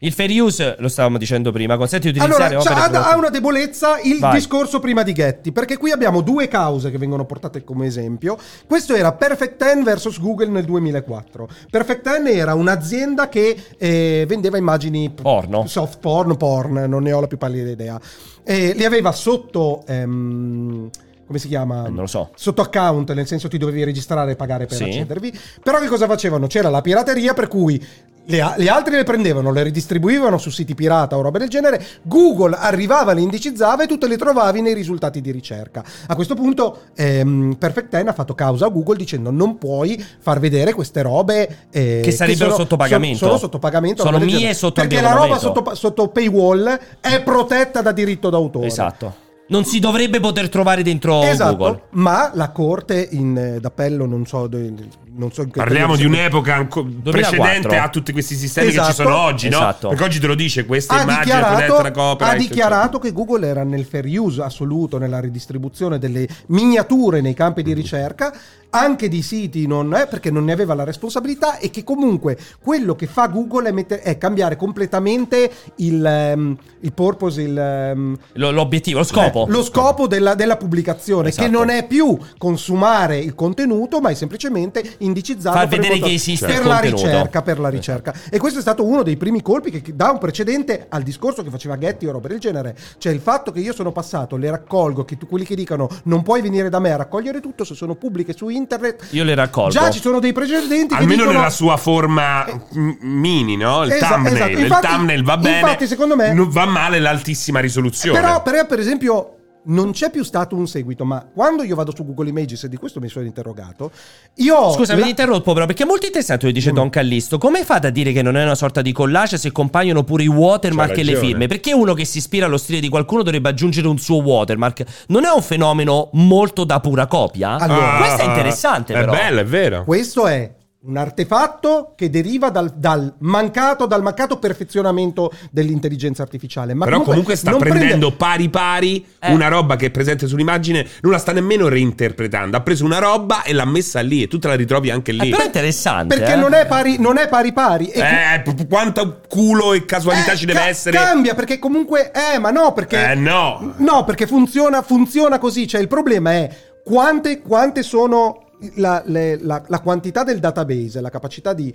Il fair use, lo stavamo dicendo prima, consente di Allora, utilizzare c'ha- opere ha, prodotte- ha una debolezza il Vai. discorso prima di Getty, perché qui abbiamo due cause che vengono portate come esempio. Questo era Perfect Ten versus Google nel 2004. Perfect Ten era un'azienda che eh, vendeva immagini p- Porno. soft porn, porn, non ne ho la più pallida idea. E li aveva sotto ehm, come si chiama? Eh, non lo so. Sotto account, nel senso ti dovevi registrare e pagare per Sì. accedervi. Però che cosa facevano? C'era la pirateria per cui Le, a- le altre le prendevano, le ridistribuivano su siti pirata o roba del genere. Google arrivava, le indicizzava e tu te le trovavi nei risultati di ricerca. A questo punto, ehm, Perfect Ten ha fatto causa a Google dicendo: Non puoi far vedere queste robe eh, Che sarebbero sono- sotto pagamento. Sono, sono sotto pagamento, Sono roba del mie genere. sotto Perché la roba abbonamento. sotto, sotto paywall è protetta da diritto d'autore. Esatto. Non si dovrebbe poter trovare dentro Esatto, Google. ma la corte in, eh, d'appello, non so, de- non so in che Parliamo di periodo- un'epoca anco- 2004. precedente a tutti questi sistemi Esatto. che ci sono oggi, no? Esatto. Perché oggi te lo dice questa ha immagine protetta da dichiarato, copyright. ha dichiarato che Google era nel fair use assoluto nella ridistribuzione delle miniature nei campi di ricerca, anche di siti non è perché non ne aveva la responsabilità e che comunque quello che fa Google è, mette- è cambiare completamente il, ehm, il purpose, il, ehm, Lo- l'obiettivo, lo scopo. eh, lo scopo della, della pubblicazione, Esatto. che non è più consumare il contenuto, ma è semplicemente indicizzarlo Far per, vedere il conto- che esiste per il la contenuto. ricerca. Per la ricerca. E questo è stato uno dei primi colpi che- che dà un precedente al discorso che faceva Getty o roba del genere. Cioè il fatto che io sono passato, le raccolgo, che tu, quelli che dicono non puoi venire da me a raccogliere tutto se sono pubbliche su internet. Io le raccolgo. Già ci sono dei precedenti. che Almeno dicono- nella sua forma Eh. m- mini, no? Il Esatto, thumbnail. esatto. il Infatti- thumbnail va bene. infatti, secondo me- Non va male l'altissima risoluzione. Però, però, per esempio, non c'è più stato un seguito. Ma quando io vado su Google Images, e di questo mi sono interrogato, io. ho Scusa, la- mi interrompo però perché è molto interessante lo dice Don Callisto. Come fate a dire che non è una sorta di collage se compaiono pure i watermark C'ha e le ragione. firme? Perché uno che si ispira allo stile di qualcuno dovrebbe aggiungere un suo watermark? Non è un fenomeno molto da pura copia? Allora. questo è interessante Ah. È però. bello, è vero. Questo è un artefatto che deriva dal, dal mancato, dal mancato perfezionamento dell'intelligenza artificiale. Ma Però comunque, sta non prende- prendendo pari pari Eh. una roba che è presente sull'immagine, non la sta nemmeno reinterpretando. Ha preso una roba e l'ha messa lì e tu te la ritrovi anche Eh, lì. però è interessante. Perché eh. non è pari non è pari. pari e qui- Eh, p- p- quanto culo e casualità eh, ci deve ca- essere. Cambia perché comunque. Eh, ma no, perché. Eh, no. No, perché funziona, funziona così. Cioè, il problema è quante, quante sono la, le- la- la quantità del database, la capacità di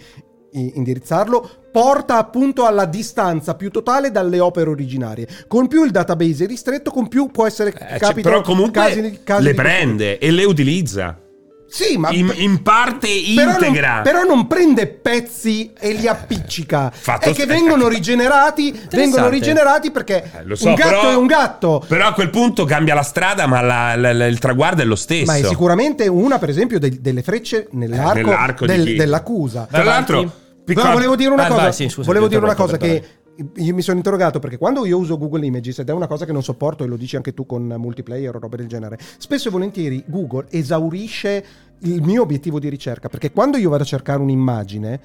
i- indirizzarlo porta appunto alla distanza più totale dalle opere originarie con più il database è ristretto con più può essere Eh, c- capito però comunque casi- casi le di- prende e le utilizza. sì ma In, in parte però non- integra. Eh, Però non, prende pezzi e li appiccica. Fatto e che sta. vengono rigenerati. vengono rigenerati perché Eh, lo so, un gatto però- è un gatto. Però a quel punto cambia la strada, ma la- la- la- il traguardo è lo stesso. Ma è sicuramente una, per esempio, del- delle frecce nell'arco, Eh, nell'arco di del- chi? dell'accusa. Tra Vai l'altro, avanti. piccola- Però volevo dire una Vai, cosa, vai, sì, scusa, volevo ti dire una cosa interrompo, che io mi sono interrogato perché quando io uso Google Images ed è una cosa che non sopporto e lo dici anche tu con multiplayer o roba del genere, spesso e volentieri Google esaurisce il mio obiettivo di ricerca perché quando io vado a cercare un'immagine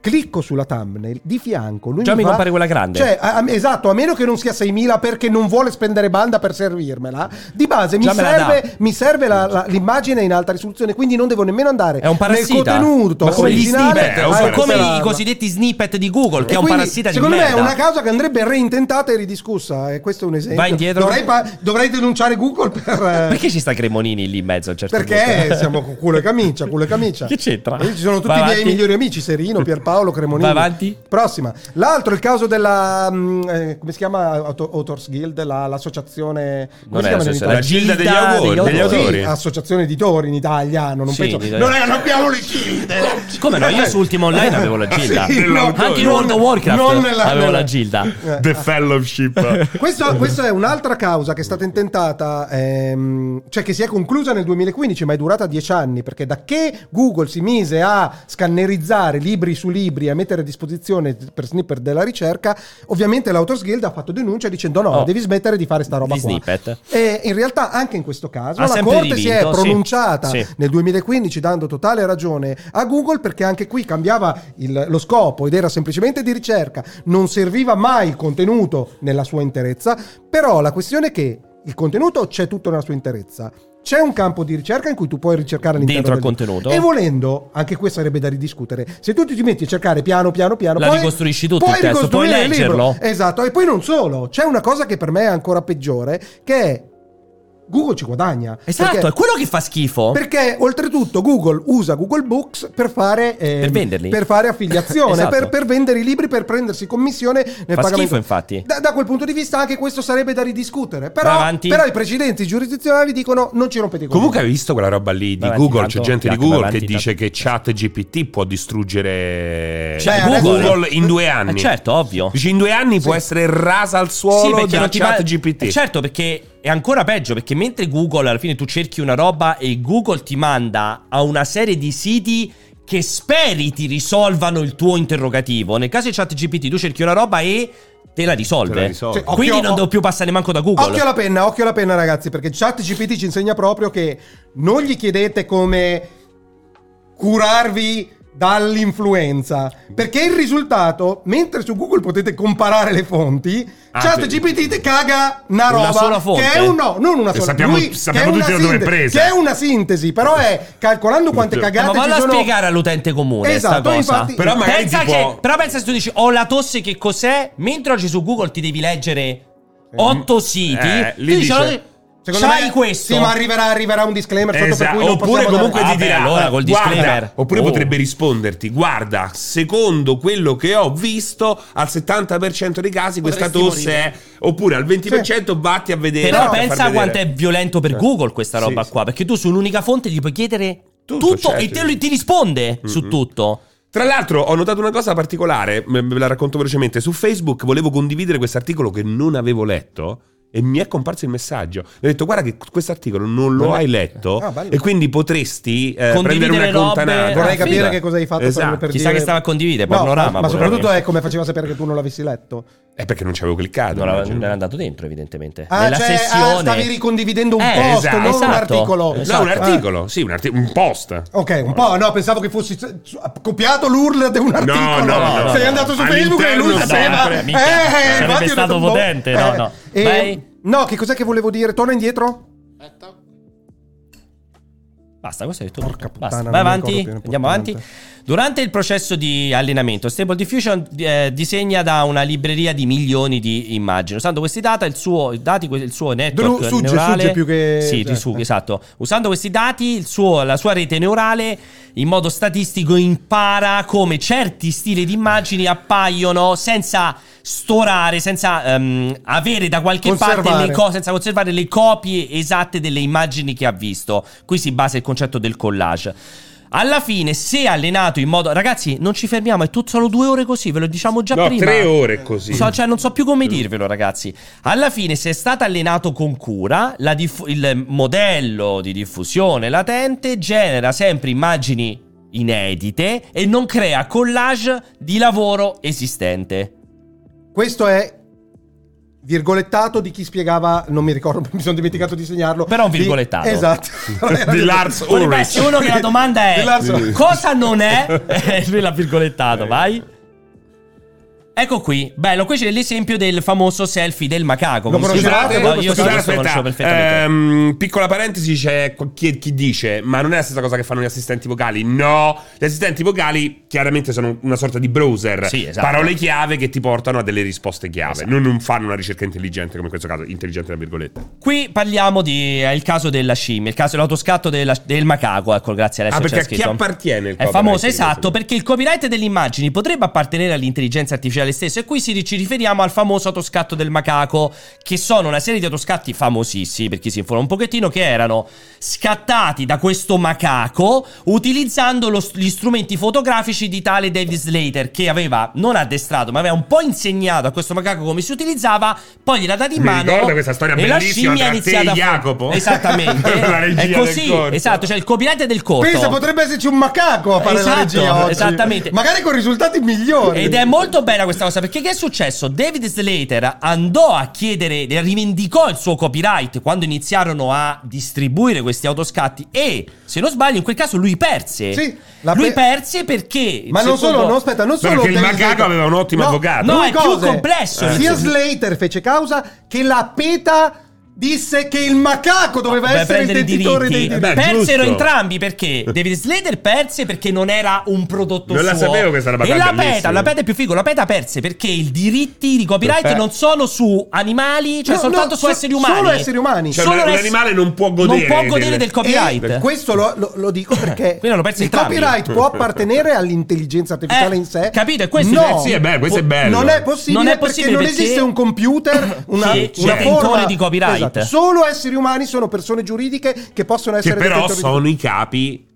clicco sulla thumbnail di fianco lui Già mi fa- compare quella grande. cioè a- a- esatto a meno che non sia 6000 perché non vuole spendere banda per servirmela di base mi Già me la dà. serve, mi serve la- la- l'immagine in alta risoluzione quindi non devo nemmeno andare È un parassita. nel contenuto Ma come gli originale snippet, Eh, è un a sono come recuperarla. i cosiddetti snippet di Google, che E è un quindi, parassita di secondo merda. me è una causa che andrebbe reintentata e ridiscussa e questo è un esempio Vai indietro. dovrei, pa- dovrei denunciare Google per eh, Perché ci sta Cremonini lì in mezzo a un certo perché punto? siamo con culo e camicia culo e camicia Che c'entra? Lì ci sono tutti Vai i miei avanti. migliori amici Serino Pierpaolo Cremonini Vai avanti. prossima l'altro è il caso della mm, eh, come si chiama Auto- Authors Guild la- l'associazione come Non si è chiama in l'associazione, la Italia? Gilda degli, Gilda autori, degli degli Sì, autori. associazione editori in italiano non Sì, penso in italiano. non è- non abbiamo le gilde Come no? Io su Ultima Online avevo la Gilda. Sì, no, Anche in non- World of Warcraft non nella- avevo nella- la Gilda. Eh. The Fellowship. Questo- questa è un'altra causa che è stata intentata, ehm, cioè che si è conclusa nel 2015, ma è durata dieci anni, perché da che Google si mise a scannerizzare libri su libri e a mettere a disposizione per snipper della ricerca, ovviamente l'Autors Guild ha fatto denuncia dicendo no, Oh. devi smettere di fare sta roba Gli qua. snippet. E in realtà anche in questo caso Ha la sempre Corte si è rivinto, sì. pronunciata Sì. nel 2015 dando totale ragione a Google perché anche qui cambiava il- lo scopo ed era semplicemente di ricerca, non serviva mai il contenuto nella sua interezza, però la questione è che il contenuto c'è tutto nella sua interezza. C'è un campo di ricerca in cui tu puoi ricercare all'interno Dentro al del- contenuto. E volendo, anche qui sarebbe da ridiscutere. Se tu ti metti a cercare piano piano piano, La poi ricostruisci tutto puoi il testo, puoi ricostruire il libro. leggerlo. Esatto, e poi non solo, c'è una cosa che per me è ancora peggiore, che è Google ci guadagna. Esatto, Perché- è quello che fa schifo. Perché oltretutto Google usa Google Books per fare, eh, Per venderli. per fare affiliazione, Esatto. per, per vendere i libri, per prendersi commissione nel Fa pagamento. schifo, infatti. Da, da quel punto di vista anche questo sarebbe da ridiscutere. Però, Vai avanti. però i precedenti giurisdizionali dicono non ci rompete i coglioni. Comunque hai visto quella roba lì di Vai avanti, Google? tanto- C'è gente di Jack, vai Google avanti, che dice che chat GPT può distruggere Cioè, Google, Google in due Eh, anni. certo, ovvio. Dice, in due anni può essere rasa al suolo perché da non ti va- chat GPT. Eh, certo, perché è ancora peggio, perché mentre Google alla fine tu cerchi una roba e Google ti manda a una serie di siti che speri ti risolvano il tuo interrogativo. Nel caso di ChatGPT tu cerchi una roba e te la risolve. Te la risolve. Cioè, Quindi occhio- non devo più passare manco da Google. Occhio alla penna, occhio alla penna, ragazzi, perché ChatGPT ci insegna proprio che non gli chiedete come curarvi dall'influenza. Perché il risultato, mentre su Google potete comparare le fonti, Ah, ChatGPT te caga una Una roba sola fonte. che è un no, non una E sola. Eh, sappiamo- lui- sappiamo che è tutti una da dove è sintesi- presa. Che è una sintesi, però è calcolando quante Giusto. Eh, ma cagate valla ci a sono. spiegare all'utente comune Esatto, sta cosa. infatti- Però magari pensa ti che- può- però pensa se tu dici ho la tosse che cos'è, mentre oggi su Google ti devi leggere otto siti, Eh, tu lì dici, dice- "Allora, Secondo c'hai me- questo. Sì, ma arriverà, arriverà un disclaimer sotto per Esatto, cui non oppure possiamo comunque dare- Ah, ti beh, dirà allora col "Guarda", disclaimer. oppure Oh. potrebbe risponderti guarda secondo quello che ho visto al 70% dei casi questa Potresti tosse è oppure al 20% vatti a vedere Però a far pensa vedere. quanto è violento per Google questa Sì, roba sì. qua, perché tu su un'unica fonte gli puoi chiedere tutto, Tutto, certo. e te lo- ti risponde su tutto. Tra l'altro ho notato una cosa particolare, m- ve la racconto velocemente, su Facebook volevo condividere questo articolo che non avevo letto e mi è comparso il messaggio. Mi ho detto guarda che questo articolo non lo Non è- hai letto Ah, bello. e quindi potresti eh, Condividere prendere una robe- contanata. Vorrei Ah, capire figa. che cosa hai fatto Esatto. per Chissà dire- che stava a condividere, No, panorama. ma soprattutto proprio. è come faceva a sapere che tu non l'avessi letto. È Eh, perché non ci avevo cliccato. Non era, Ah, immagino. non era andato dentro, evidentemente. Ah, Nella cioè, ah, sessione. stavi ricondividendo un Eh, post, esatto, non un esatto. articolo. Esatto. No, un articolo, sì, un, arti- un post. Ah, ok, un po', no, pensavo che fossi s- s- copiato l'URL di un articolo. no, no, Sei no. andato su Facebook e lui All'interno sapeva. sempre, minchia, sarebbe infatti ho stato detto, boh, potente, no, no. eh, Vai. no, che cos'è che volevo dire? Torna indietro? Aspetta. Basta, questo è tutto. Porca Basta. Vai puttana, non mi avanti, ricordo più, andiamo avanti. Durante il processo di allenamento, Stable Diffusion eh, disegna da una libreria di milioni di immagini. Usando questi data, il suo, i dati, il suo network Dru- sugge- neurale... sugge più che- Sì, cioè, su- eh. esatto. Usando questi dati, il suo- la sua rete neurale, in modo statistico, impara come certi stili di immagini appaiono senza storare, senza ehm, avere da qualche parte Conservare. le cose, senza conservare le copie esatte delle immagini che ha visto. Qui si basa il concetto del collage. Alla fine, se allenato in modo. Ragazzi, non ci fermiamo, è tutto solo due ore così, ve lo diciamo già No, prima. tre ore così. So- cioè, non so più come dirvelo, ragazzi. Alla fine, se è stato allenato con cura, la diff- il modello di diffusione latente genera sempre immagini inedite e non crea collage di lavoro esistente. Questo è virgolettato di chi spiegava, non mi ricordo, mi sono dimenticato di segnarlo. Però un Di- virgolettato. Esatto. Di Lars Potrebbe Ulrich. essere uno che la domanda è: Di Lars- cosa non è? Eh, Lui l'ha virgolettato, vai. Ecco qui, bello, qui c'è l'esempio del famoso selfie del macaco. Lo Come si conoscevate chiama? voi No, Io sì, questo questo lo Scusate, conoscevo aspetta, perfettamente. ehm, piccola parentesi, c'è chi, chi dice, ma non è la stessa cosa che fanno gli assistenti vocali. No, gli assistenti vocali chiaramente sono una sorta di browser, Sì, esatto. parole chiave che ti portano a delle risposte chiave. Esatto. Non, non fanno una ricerca intelligente, come in questo caso, intelligente tra virgolette. Qui parliamo di è il caso della scimmia, il caso dell'autoscatto della- del macaco, ecco, grazie adesso Ah, c'è perché a chi scritto. appartiene il È copyright famoso, di questo esatto, libro? perché il copyright delle immagini potrebbe appartenere all'intelligenza artificiale stessa e qui si- ci riferiamo al famoso autoscatto del macaco, che sono una serie di autoscatti famosissimi, per chi si informa un pochettino, che erano scattati da questo macaco utilizzando lo- gli strumenti fotografici di tale David Slater, che aveva non addestrato, ma aveva un po' insegnato a questo macaco come si utilizzava, poi gliel'ha dato in Mi mano ricordo questa storia e la bellissima scimmia tra ha te iniziato e a fa- Jacopo. Esattamente. La regia è del così, corto. esatto, cioè il copyright del corto. Pensa, potrebbe esserci un macaco a fare la Esatto, regia oggi. esattamente. Magari con risultati migliori. Ed è molto bella questa cosa perché che è successo? David Slater andò a chiedere, rivendicò il suo copyright quando iniziarono a distribuire questi autoscatti e se non sbaglio in quel caso lui perse. Sì, la lui pe- perse perché... Ma non secondo- solo, no, aspetta, non solo perché il David macaco Slater. aveva un ottimo avvocato. No, due è più complesso. Sia Eh. Slater fece causa che la PETA disse che il macaco doveva Beh, essere il prendere i detentore dei diritti. diritti. Beh, Persero giusto. entrambi perché David Slater perse perché non era un prodotto Non suo. la sapevo questa roba E qua, la bellissima. PETA, la PETA è più figo, la PETA perse perché i diritti di copyright Perfetto. non sono su animali, cioè No, soltanto no, su so- esseri umani. solo esseri umani. Cioè, Solo un- un ess- animale non può godere Non può godere del- del, copyright. E questo lo, lo- lo dico perché Quindi hanno perso il entrambi. copyright può appartenere all'intelligenza artificiale Eh, in sé. capito? E questo- eh no, sì, è bello, questo è po- bello. Non è possibile, Non è perché possibile non perché- esiste un computer, una, Che una c'è forma detentore di copyright. Esatto. Solo esseri umani sono persone giuridiche che possono che essere però detentori di- sono i capi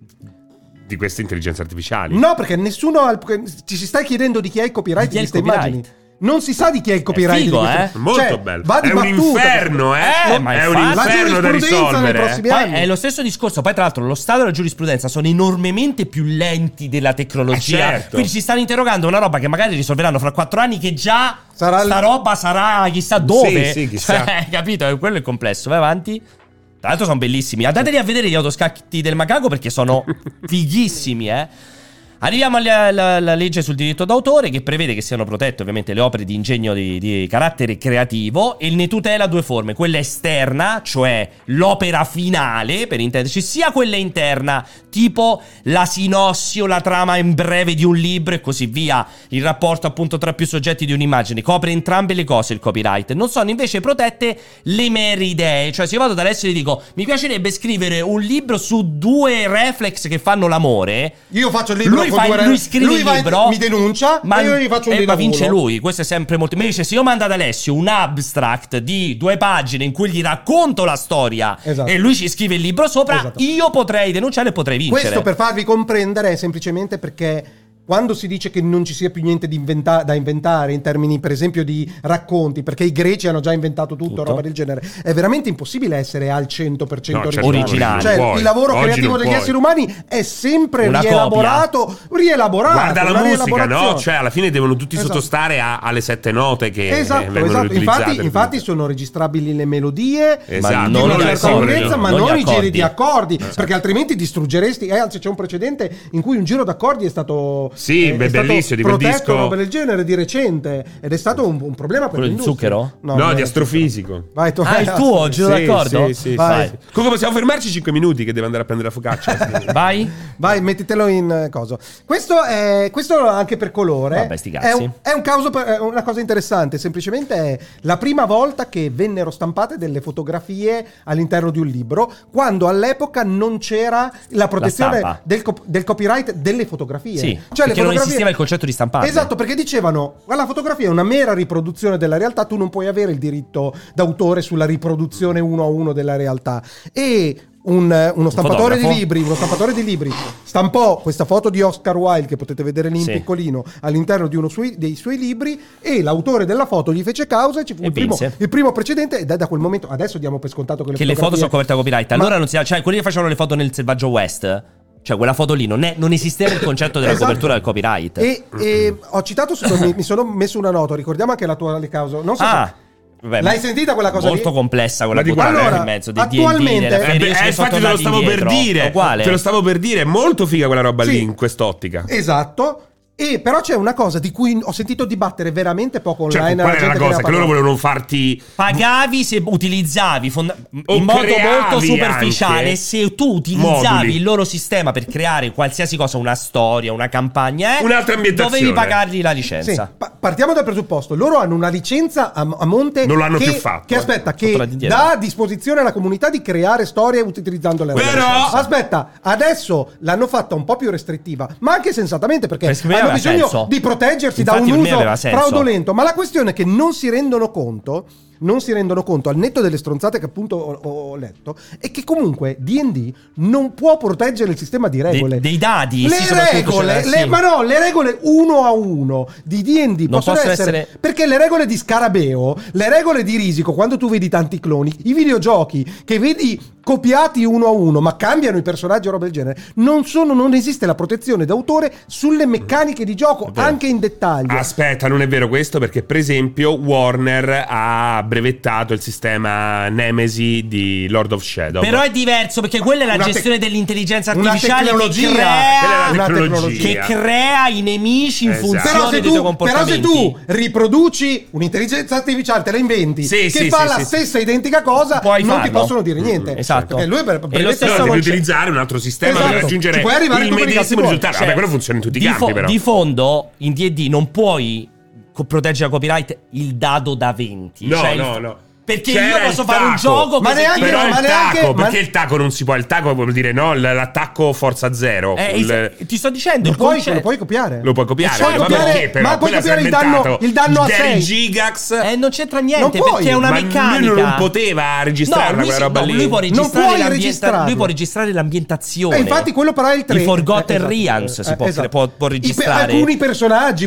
di queste intelligenze artificiali. No, perché nessuno ha il- ci si sta chiedendo di chi è il copyright Di chi di è il queste copyright? immagini. Non si sa di chi è il copyright figo, di queste- eh? Molto Cioè, bello. Va di è un battuta. inferno, eh? Eh, ma è un infatti. La inferno da giurisprudenza nei risolvere. eh. prossimi Poi anni. è lo stesso discorso. Poi, tra l'altro, lo Stato e la giurisprudenza sono enormemente più lenti della tecnologia. Eh, certo. Quindi ci stanno interrogando una roba che magari risolveranno fra quattro anni. Che già Sarà sta il- roba sarà chissà dove. sì, chissà. Cioè, capito? Eh, Quello è complesso. Vai avanti. Tra l'altro sono bellissimi. Andateli a vedere gli autoscatti del macaco perché sono fighissimi, eh. Arriviamo alla, alla- alla legge sul diritto d'autore che prevede che siano protette ovviamente le opere di ingegno di, di carattere creativo e ne tutela due forme, quella esterna, cioè l'opera finale per intenderci, sia quella interna, tipo la sinossi o la trama in breve di un libro e così via, il rapporto appunto tra più soggetti di un'immagine, copre entrambe le cose il copyright, non sono invece protette le mere idee, cioè se io vado da Alessio e gli dico mi piacerebbe scrivere un libro su due reflex che fanno l'amore, Io faccio il libro lui, con fa- due re- lui scrive lui il va- libro, mi denuncia e io gli faccio eh, un dei ma lavoro. vince lui. Questo è sempre molto. Invece, se io mando ad Alessio un abstract di due pagine in cui gli racconto la storia Esatto. e lui ci scrive il libro sopra, Esatto. io potrei denunciare e potrei vincere. Questo per farvi comprendere è semplicemente perché quando si dice che non ci sia più niente di inventa- da inventare in termini per esempio di racconti, perché i greci hanno già inventato tutto, Tutto. roba del genere, è veramente impossibile essere al 100% No, certo, originale. originale. Cioè, Puoi. il lavoro Oggi creativo non degli puoi. esseri umani è sempre Una rielaborato, rielaborato. Guarda una la musica, no? rielaborazione. Cioè, alla fine devono tutti Ah, Esatto. sottostare a- alle sette note che eh, Esatto, vengono esatto. riutilizzate. Infatti, infatti sono registrabili le melodie Esatto, ma Ah, non non, le una certa accordi, lunghezza, no. ma Non non gli i giri accordi. di accordi, perché altrimenti distruggeresti. Eh, anzi, c'è un precedente in cui un giro d'accordi è stato, Sì, eh, beh, è stato bellissimo, di quel protetto disco- roba del genere di recente ed è stato un, un problema per Quello di l'industria. Zucchero? no, non di è- astrofisico. Vai, tu- Ah, il tuo, giro Sì, d'accordo? sì, sì, sì. Vai. Vai. Comunque possiamo fermarci 5 minuti che devo andare a prendere la focaccia. Vai. Vai, mettitelo in eh, coso. Questo è questo anche per colore. Vabbè, sti cazzi. È, un, è un causo per- è una cosa interessante. Semplicemente è la prima volta che vennero stampate delle fotografie all'interno di un libro, quando all'epoca non c'era la protezione stampa. del, cop- del copyright delle fotografie. Sì, perché non esisteva il concetto di stamparle. Esatto, perché dicevano: "Ma la fotografia è una mera riproduzione della realtà, tu non puoi avere il diritto d'autore sulla riproduzione uno a uno della realtà. E un, eh, uno stampatore di fotografo? libri libri, uno stampatore di libri stampò questa foto di Oscar Wilde che potete vedere lì in Sì. piccolino all'interno di uno sui- dei suoi libri e l'autore della foto gli fece causa e ci fu E il primo, vinse. il primo precedente e da, da quel momento adesso diamo per scontato che le, Che le foto sono coperte da copyright. Ma- Allora non si. Cioè, quelli che facevano le foto nel selvaggio West. Cioè, quella foto lì non, è- non esisteva il concetto della Esatto. copertura del copyright. e, e ho citato solo- mi, mi sono messo una nota ricordiamo anche l'attuale causa non so Ah, se- vabbè, L'hai sentita quella cosa Molto lì? complessa quella Ma di puttana quale? allora, in Allora, mezzo di D&D, attualmente- della Eh, Eh, beh, ferie, eh, sono infatti te lo tornati stavo per indietro. dire. Uguale. Te lo stavo per dire, è molto figa quella roba Sì. lì in quest'ottica. esatto e però c'è una cosa di cui ho sentito dibattere veramente poco Cioè, online qual gente era la che cosa? ne ha Che loro parlato. volevano farti Pagavi se utilizzavi fonda- O in modo creavi molto superficiale. anche Se tu utilizzavi moduli. il loro sistema per creare qualsiasi cosa, una storia, una campagna, eh, Un'altra ambientazione. dovevi pagargli la Sì, licenza. pa- partiamo dal presupposto, loro hanno una licenza a, a monte Non l'hanno che, più fatto, che eh. aspetta, Sono che tornati indietro. dà a disposizione alla comunità di creare storie utilizzando le Però- licenza. Aspetta, adesso l'hanno fatta un po' più restrittiva, ma anche sensatamente perché Perché Eh, secondo me hanno aveva bisogno senso. di proteggersi Infatti da per un me uso aveva senso. fraudolento, ma la questione è che non si rendono conto non si rendono conto al netto delle stronzate che appunto ho, ho letto è che comunque D&D non può proteggere il sistema di regole dei dadi, le sì, soprattutto regole c'era- le- sì. ma no le regole uno a uno di D&D Non possono, possono essere, essere- perché le regole di Scarabeo le regole di Risico quando tu vedi tanti cloni i videogiochi che vedi copiati uno a uno ma cambiano i personaggi o roba del genere non sono non esiste la protezione d'autore sulle meccaniche Ah, di gioco anche in dettaglio Aspetta, non è vero questo perché per esempio Warner ha brevettato il sistema Nemesi di Lord of Shadow. Però è diverso perché quella è la Una te- gestione dell'intelligenza una artificiale che tecnologia. Quella è crea, la una tecnologia. che crea i nemici in Esatto. funzione Però se, dei tuoi tu, però comportamenti. se tu riproduci un'intelligenza artificiale, te la inventi, Sì, che sì, fa sì, la sì, stessa identica cosa, Puoi non ti farlo. possono dire niente. Mm, esatto. Perché lui per, E per lo stesso No, devi Non c'è. utilizzare un altro sistema Cioè, Esatto. per raggiungere Ci puoi arrivare il come cazzo medesimo vuoi. risultato. Cioè, Vabbè, quello funziona in tutti i di campi, fo- però. Di fondo, in D&D non puoi co- proteggere la copyright il dado da 20. No, Cioè, il- no, no. Perché C'era io posso il fare un taco. gioco Ma che se neanche- tiro- Però ma il neanche- taco, ma- perché il taco non si può, il taco vuol dire no, l- l'attacco forza zero. Eh, Il- es- ti sto dicendo, Lo il puoi, concetto- lo puoi copiare. Lo puoi copiare, Puoi ma copiare- perché però? ma puoi Quella si è copiare il danno- inventato. il danno a Jerry sei. Gigax. Eh, non c'entra niente Non puoi. perché è una ma meccanica. lui non poteva registrare No, lui quella si- roba no, lì. Lui può registrare puoi l'ambienta- registrarlo. Lui può registrare l'ambientazione. Eh, E Eh, infatti quello però è il Eh, esatto. 3. I Forgotten esatto. Realms si può, può- può registrare. alcuni personaggi,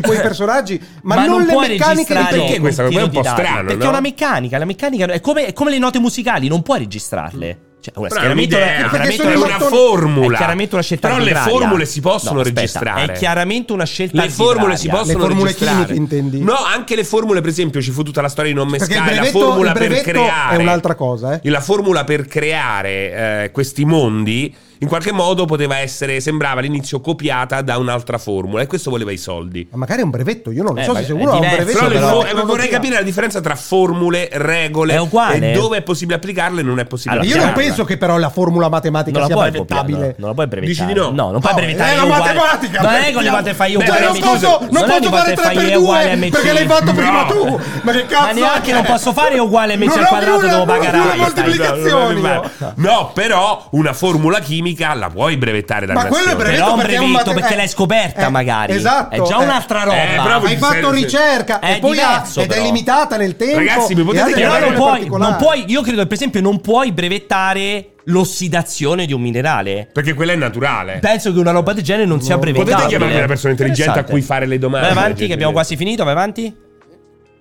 poi i personaggi, ma, non, puoi le meccaniche registrare del Perché un gioco. questa cosa tiro è un po' di dadi. strano, Perché no? è una meccanica. La meccanica è come, è come le note musicali, non puoi registrarle. Cioè, ora, Però è è chiaramente un'idea, una, è perché chiaramente sono è una- una molto- formula. è chiaramente una scelta Però le arbitraria. formole si possono No, aspetta, registrare. È chiaramente una scelta Le formule arbitraria. si possono Le formule registrare. chimiche, intendi? No, anche le formule, per esempio, ci fu tutta la storia di non Perché il mescare, la brevetto- formula il per brevetto creare. è un'altra cosa, eh. La formula per creare eh, questi mondi in qualche modo poteva essere, sembrava all'inizio copiata da un'altra formula e questo voleva i soldi. Ma magari è un brevetto, io non lo Eh, so ma se è uno ha un diverso, brevetto. Però, Questo le però- for- eh, vorrei capire la differenza tra formule, regole È uguale. e dove è possibile applicarle e non è possibile Allora, Io non chiaro. applicarle. penso che però la formula matematica Non la sia puoi brevettabile. brevettabile. non la puoi brevettare. Dici di no? non puoi No, brevettare. è Eh, la io uguale- matematica, Non è perché- con le quattro fai io Beh, uguale. non a me. posso- Scusa, è non posso che fare quattro tre fai per io uguale due, a MC. perché l'hai fatto prima No. tu. Ma che cazzo Ma neanche è? non posso fare io uguale a MC Non al ho quadrato, più devo una- pagare una la resta. moltiplicazione. No, io. No, però una formula chimica la puoi brevettare da Ma quello è brevetto Però un perché è un brevetto mate- perché eh, l'hai scoperta eh, magari. esatto, È già eh. un'altra roba. Eh, bravo, Hai Sì, fatto sì, sì. ricerca È e poi ha- diverso, ed è però. limitata nel tempo. Ragazzi, mi e potete ha delle Però chiamare regole non puoi, particolari. non puoi- io credo per esempio non puoi brevettare l'ossidazione di un minerale. Perché quella è naturale. Eh. Penso che una roba del genere non sia No. brevettabile. Potete chiamarmi una persona intelligente a cui fare le domande. Vai avanti che gentilmente. abbiamo quasi finito, vai avanti.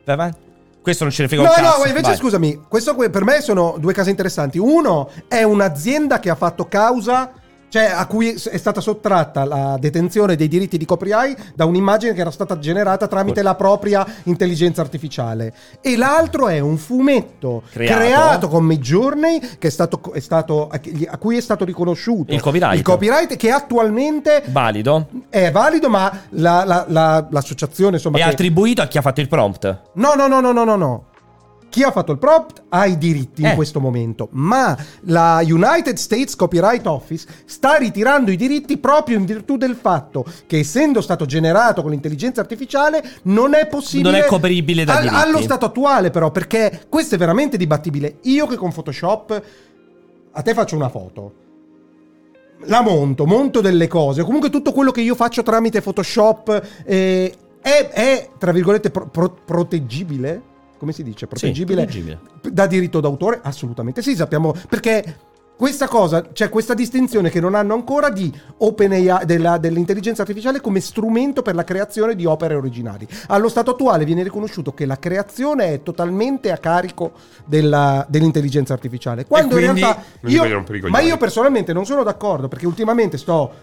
Vai avanti. Questo non ce ne frega un No, cazzo. no, ma invece vai. scusami, questo que- per me sono due casi interessanti. Uno è un'azienda che ha fatto causa, cioè a cui s- è stata sottratta la detenzione dei diritti di copyright da un'immagine che era stata generata tramite la propria intelligenza artificiale. E l'altro è un fumetto Creato. creato, con Midjourney che è stato, co- è stato- a chi- a cui è stato riconosciuto Il copyright. il copyright che attualmente Valido. è valido, ma la- la- la- l'associazione insomma È che- attribuito a chi ha fatto il prompt. No, no, no, no, no, no, no. Chi ha fatto il prompt ha i diritti Eh. in questo momento, ma la United States Copyright Office sta ritirando i diritti proprio in virtù del fatto che essendo stato generato con l'intelligenza artificiale non è possibile... Non è copribile da diritti. Allo stato attuale però, perché questo è veramente dibattibile. Io che con Photoshop a te faccio una foto. La monto, monto delle cose. Comunque tutto quello che io faccio tramite Photoshop eh, è, è, tra virgolette, pro- pro- proteggibile? Come si dice? Proteggibile, proteggibile. da diritto d'autore? Assolutamente sì, sappiamo perché questa cosa, c'è questa distinzione che non hanno ancora di OpenAI, della- dell'intelligenza artificiale come strumento per la creazione di opere originali. Allo stato attuale viene riconosciuto che la creazione è totalmente a carico della- dell'intelligenza artificiale. Quando quindi- in realtà non ti voglio rompere i io, coglioni. ma io personalmente non sono d'accordo perché ultimamente sto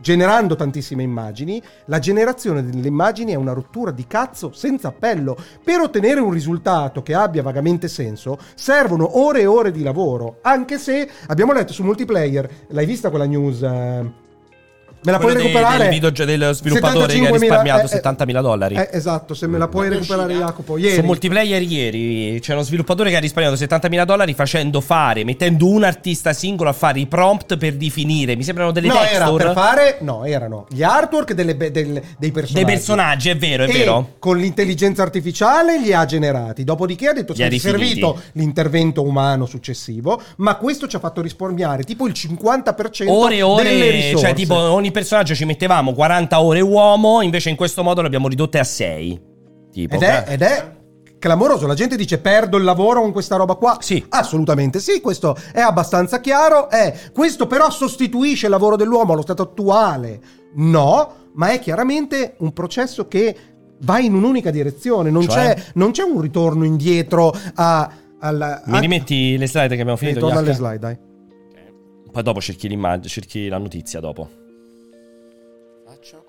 generando tantissime immagini, la generazione delle immagini è una rottura di cazzo senza appello. Per ottenere un risultato che abbia vagamente senso servono ore e ore di lavoro, anche se abbiamo letto su multiplayer, l'hai vista quella news? eh, Me la puoi Quello de- recuperare? del videogio- del sviluppatore che ha 75.000 risparmiato eh, eh, 70.000 dollari. ah, eh, esatto, se me la puoi Quando è recuperare uscita? Jacopo, ieri. Su multiplayer ieri c'è uno sviluppatore che ha risparmiato 70.000 dollari facendo fare, mettendo un artista singolo a fare i prompt per definire. Mi sembrano delle no, era texture per fare. No, erano gli artwork delle be- del- dei personaggi. dei personaggi, è vero, è E vero. Con l'intelligenza artificiale li ha generati. Dopodiché ha detto Li ci ha è rifiniti." servito l'intervento umano successivo, ma questo ci ha fatto risparmiare tipo il 50% Ore e delle ore, risorse. cioè tipo ogni personaggio ci mettevamo 40 ore uomo, invece in questo modo le abbiamo ridotte a 6. Tipo. eh. ed, è, ed è clamoroso. La gente dice perdo il lavoro con questa roba qua. Sì. Assolutamente sì, questo è abbastanza chiaro. Eh, questo però sostituisce il lavoro dell'uomo allo stato attuale? No, ma è chiaramente un processo che va in un'unica direzione. Non, Cioè? c'è, non c'è un ritorno indietro a... Alla, Mi a- rimetti le slide che abbiamo finito? Ritorna alle Jack? slide, dai. Poi dopo cerchi l'immagine, cerchi la notizia dopo. Faccio.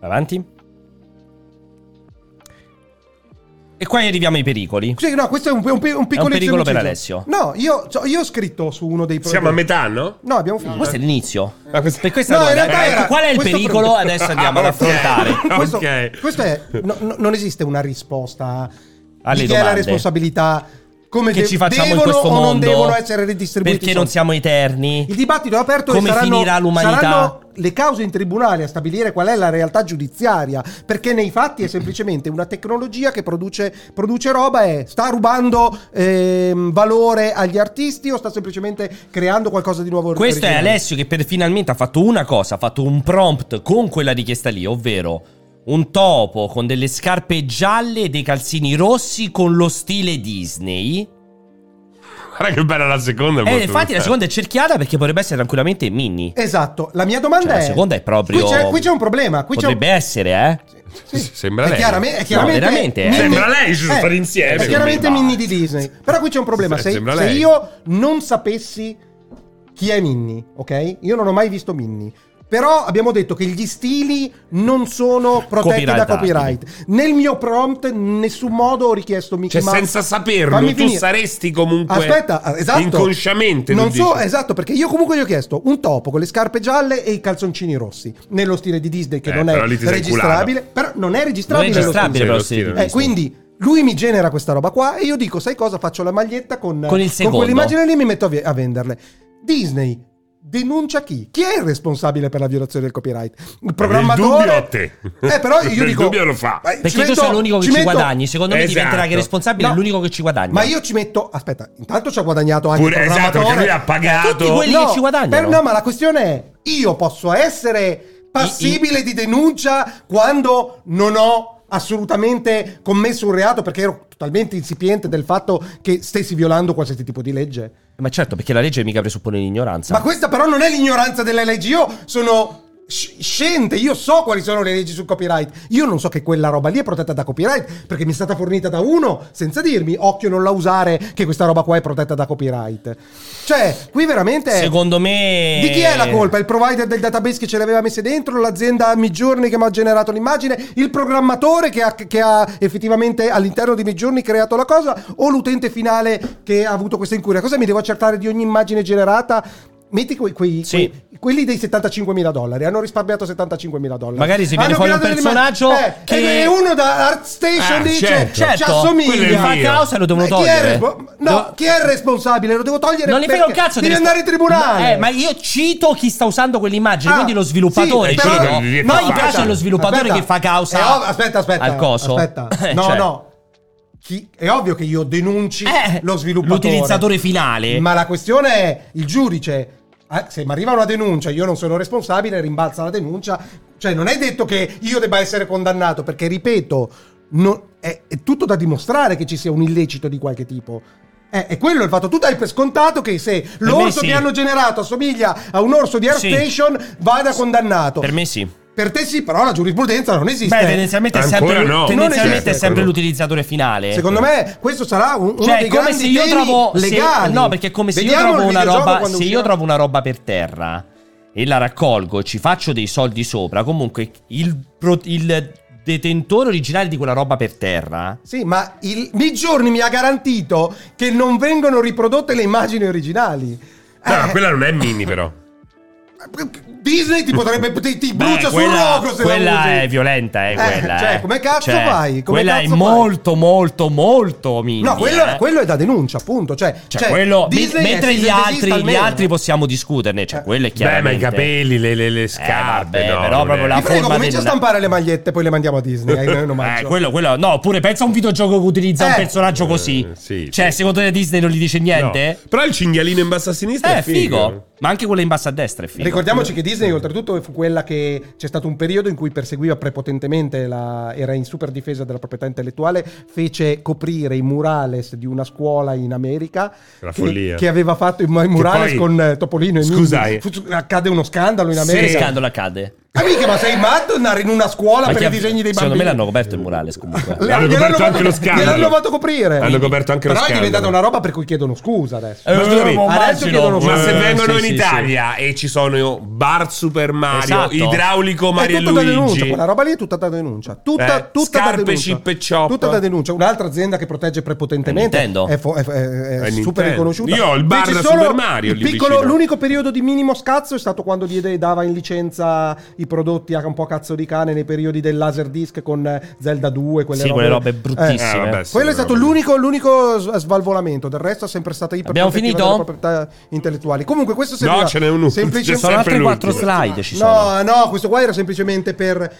Avanti. E qua arriviamo ai pericoli. Sì, no, questo è un, un- un piccolo pericolo genocidio. per Alessio. No, io, cioè, io ho scritto su uno dei Siamo a metà, no? No, abbiamo finito. Questo è l'inizio. Ah, questo- Per questa No, domanda, in realtà ecco, era- qual è il questo pericolo? prodotto- Adesso andiamo ad Ah, ok. affrontare. questo, Ok. questo è. no, no, non esiste una risposta. Alle di chi è la domande. responsabilità? Come Che de- ci facciamo in devono questo o mondo? non devono essere redistribuiti? i Perché non soldi? siamo eterni? Il dibattito è aperto Come e saranno, finirà l'umanità? saranno le cause in tribunale a stabilire qual è la realtà giudiziaria, perché nei fatti è semplicemente una tecnologia che produce, produce roba e sta rubando ehm, valore agli artisti o sta semplicemente creando qualcosa di nuovo. Questo è originale? Alessio che per- finalmente ha fatto una cosa, ha fatto un prompt con quella richiesta lì, ovvero un topo con delle scarpe gialle e dei calzini rossi con lo stile Disney. Guarda che bella la seconda. è E molto- Eh, infatti la seconda è cerchiata perché potrebbe essere tranquillamente Minnie. Esatto, la mia domanda Cioè, è... la seconda è proprio... Qui c'è, qui c'è un problema, qui c'è un- potrebbe essere, eh? Sembra è lei. chiaramente, è chiaramente No, veramente, eh. Minnie- Sembra lei ci sono eh, stati insieme, È chiaramente quindi. Minnie di Disney. Però qui c'è un problema. Se- Se, sembra se lei. io non sapessi chi è Minnie, ok? Io non ho mai visto Minnie. Però abbiamo detto che gli stili non sono protetti da Copyrightati. copyright. Nel mio prompt in nessun modo ho richiesto Mickey Cioè, Mouse. senza saperlo, Fammi tu finire. saresti comunque Aspetta, esatto. inconsciamente, tu Non so, dici. esatto, perché io comunque gli ho chiesto un topo con le scarpe gialle e i calzoncini rossi, nello stile di Disney che Eh, non però è lì ti sei registrabile, però non è Non è registrabile. lo registrabile Sì, però lo sì. stile. eh, quindi lui mi genera questa roba qua e io dico, sai cosa? Faccio la maglietta con, Con il secondo. quell'immagine lì e mi metto a, vi- a venderle. Disney denuncia chi? Chi è il responsabile per la violazione del copyright? Il programmatore? Nel dubbio a te. Eh, però io Nel dico... dubbio lo fa. Eh, ci Perché tu metto- sei l'unico che ci, metto- guadagni. Secondo me Esatto. diventerà che responsabile No. è l'unico che ci guadagna. Ma io ci metto. Aspetta, intanto ci ha guadagnato anche Pure- il esatto, programmatore. perché lui ha pagato. Tutti quelli che ci guadagnano. no, ma la questione è: io posso essere passibile di denuncia quando non ho assolutamente commesso un reato perché ero totalmente insipiente del fatto che stessi violando qualsiasi tipo di legge. Ma certo, perché la legge mica presuppone l'ignoranza. Ma questa però non è l'ignoranza delle leggi. Io sono sci- sciente, io so quali sono le leggi sul copyright. Io non so che quella roba lì è protetta da copyright perché mi è stata fornita da uno senza dirmi occhio non la usare che questa roba qua è protetta da copyright. Cioè, qui veramente è- Secondo me... di chi è la colpa? Il provider del database che ce l'aveva messa dentro, l'azienda a Midjourney che mi ha generato l'immagine, il programmatore che ha, che ha effettivamente all'interno di Midjourney creato la cosa o l'utente finale che ha avuto questa incuria? Cosa mi devo accertare di ogni immagine generata? Metti quei, quei- Sì. quei- quelli dei 75.000 dollari, hanno risparmiato 75.000 dollari. Magari se viene Hanno fuori un creato delle immagini- personaggio eh, che- E uno da ArtStation Ah, dice certo. ci Certo. Quello è assomiglia. il Fa mio. causa lo devono Ma chi è togliere. respo- Devo- no, chi è il responsabile? Lo devo togliere Non ne frega un perché cazzo devi del- andare in tribunale. No, eh, ma io cito chi sta usando quell'immagine, Ah, quindi lo sviluppatore. sì, cioè, però- no, Sì, no, però- mi piace aspetta, lo sviluppatore Cioè, aspetta. che fa causa. È ov- aspetta, aspetta. Al coso. Aspetta. Eh, No, cioè. no. Chi- è ovvio che io denunci Eh, lo sviluppatore. l'utilizzatore finale. Ma la questione è il giudice. Ah, Se mi arriva una denuncia, io non sono responsabile, rimbalza la denuncia. Cioè, non è detto che io debba essere condannato, perché ripeto, non- è, è tutto da dimostrare che ci sia un illecito di qualche tipo. Eh, è quello il fatto. Tu dai per scontato che se l'orso sì. che hanno generato assomiglia a un orso di Sì. AirStation vada condannato. Per me sì. Per te sì, però la giurisprudenza non esiste. Beh, tendenzialmente è Ancora sempre, no. tendenzialmente Non esiste. è sempre l'utilizzatore finale. ecco. Secondo me questo sarà un, uno cioè, è dei come grandi se io temi trovo se- legali. no, perché è come se Vediamo io trovo il una videogioco roba. quando Se uscirà. io trovo una roba per terra e la raccolgo e ci faccio dei soldi sopra, comunque il, pro- il detentore originale di quella roba per terra. Sì, ma il Midjourney mi ha garantito che non vengono riprodotte le immagini originali. No, Eh, ma quella non è mini, però. Disney ti potrebbe ti, ti Beh, brucia quella, sul rogo se quella la usi. è violenta, eh, Eh, quella. cioè, eh. come cazzo fai? Come quella cazzo è fai? molto, molto, molto minima. No, quello, eh. quello è da denuncia, appunto. Cioè, Cioè, quello- men- Disney è mentre gli sindacista altri, gli almeno. altri possiamo discuterne, cioè, Eh. quello è Beh, ma chiaramente Eh, i capelli, le, le- le scarpe. vabbè, no, però non proprio è- la Vi prego, forma comincia a del- stampare le magliette, poi le mandiamo a Disney. eh, in Eh, omaggio. quello, quello. No, oppure pensa a un videogioco che utilizza un Eh. personaggio così. Eh, sì, cioè, sì. secondo te Disney non gli dice niente? No. Però il cinghialino in basso a sinistra Eh, è figo. Ma anche quella in basso a destra è figo. Ricordiamoci che Disney, oltretutto, fu quella che c'è stato un periodo in cui perseguiva prepotentemente, la, era in super difesa della proprietà intellettuale, fece coprire i murales di una scuola in America La che, follia. che aveva fatto i, mu- i murales poi- con eh, Topolino e Minnie. Scusai. Fu- accade uno scandalo in Che America. scandalo accade? Amiche, ma sei matto andare in una Ma scuola per chi i ha- disegni dei Secondo bambini? me l'hanno coperto il murales comunque. Le- gliel'hanno Hanno coperto fatto- anche lo scandalo. Gliel'hanno fatto coprire. Hanno coperto anche lo Però è scandalo. diventata una roba per cui chiedono scusa adesso. Eh, scusami, ma adesso immagino. chiedono- Ma se Eh, vengono sì, in sì, Italia e ci sono bar Super Mario, Esatto. idraulico Mario è e tutta da denuncia, Luigi. quella roba lì è tutta da denuncia. Tutta, Eh, tutta da scarpe, denuncia. chip e chop. Tutta da denuncia. Un'altra azienda che protegge prepotentemente È Nintendo. è, fo- è- è- è È super Nintendo. riconosciuta. Io ho il Qui bar ci da sono Super Mario il lì piccolo- vicino. l'unico periodo di minimo scazzo è stato quando diede, dava in licenza i prodotti a un po' cazzo di cane nei periodi del Laserdisc con eh, Zelda 2. Quelle Sì, robe, quelle robe Eh, bruttissime. Eh, vabbè, sì, quello è però- stato l'unico, l'unico s- svalvolamento, del resto è sempre stata iper Abbiamo protettiva finito? delle proprietà intellettuali. Comunque questo serviva No, ce n'è un ultimo. semplice- C'è Sono sempre altri quattro l'ultimo. slide ci sono. No, no, questo qua era semplicemente per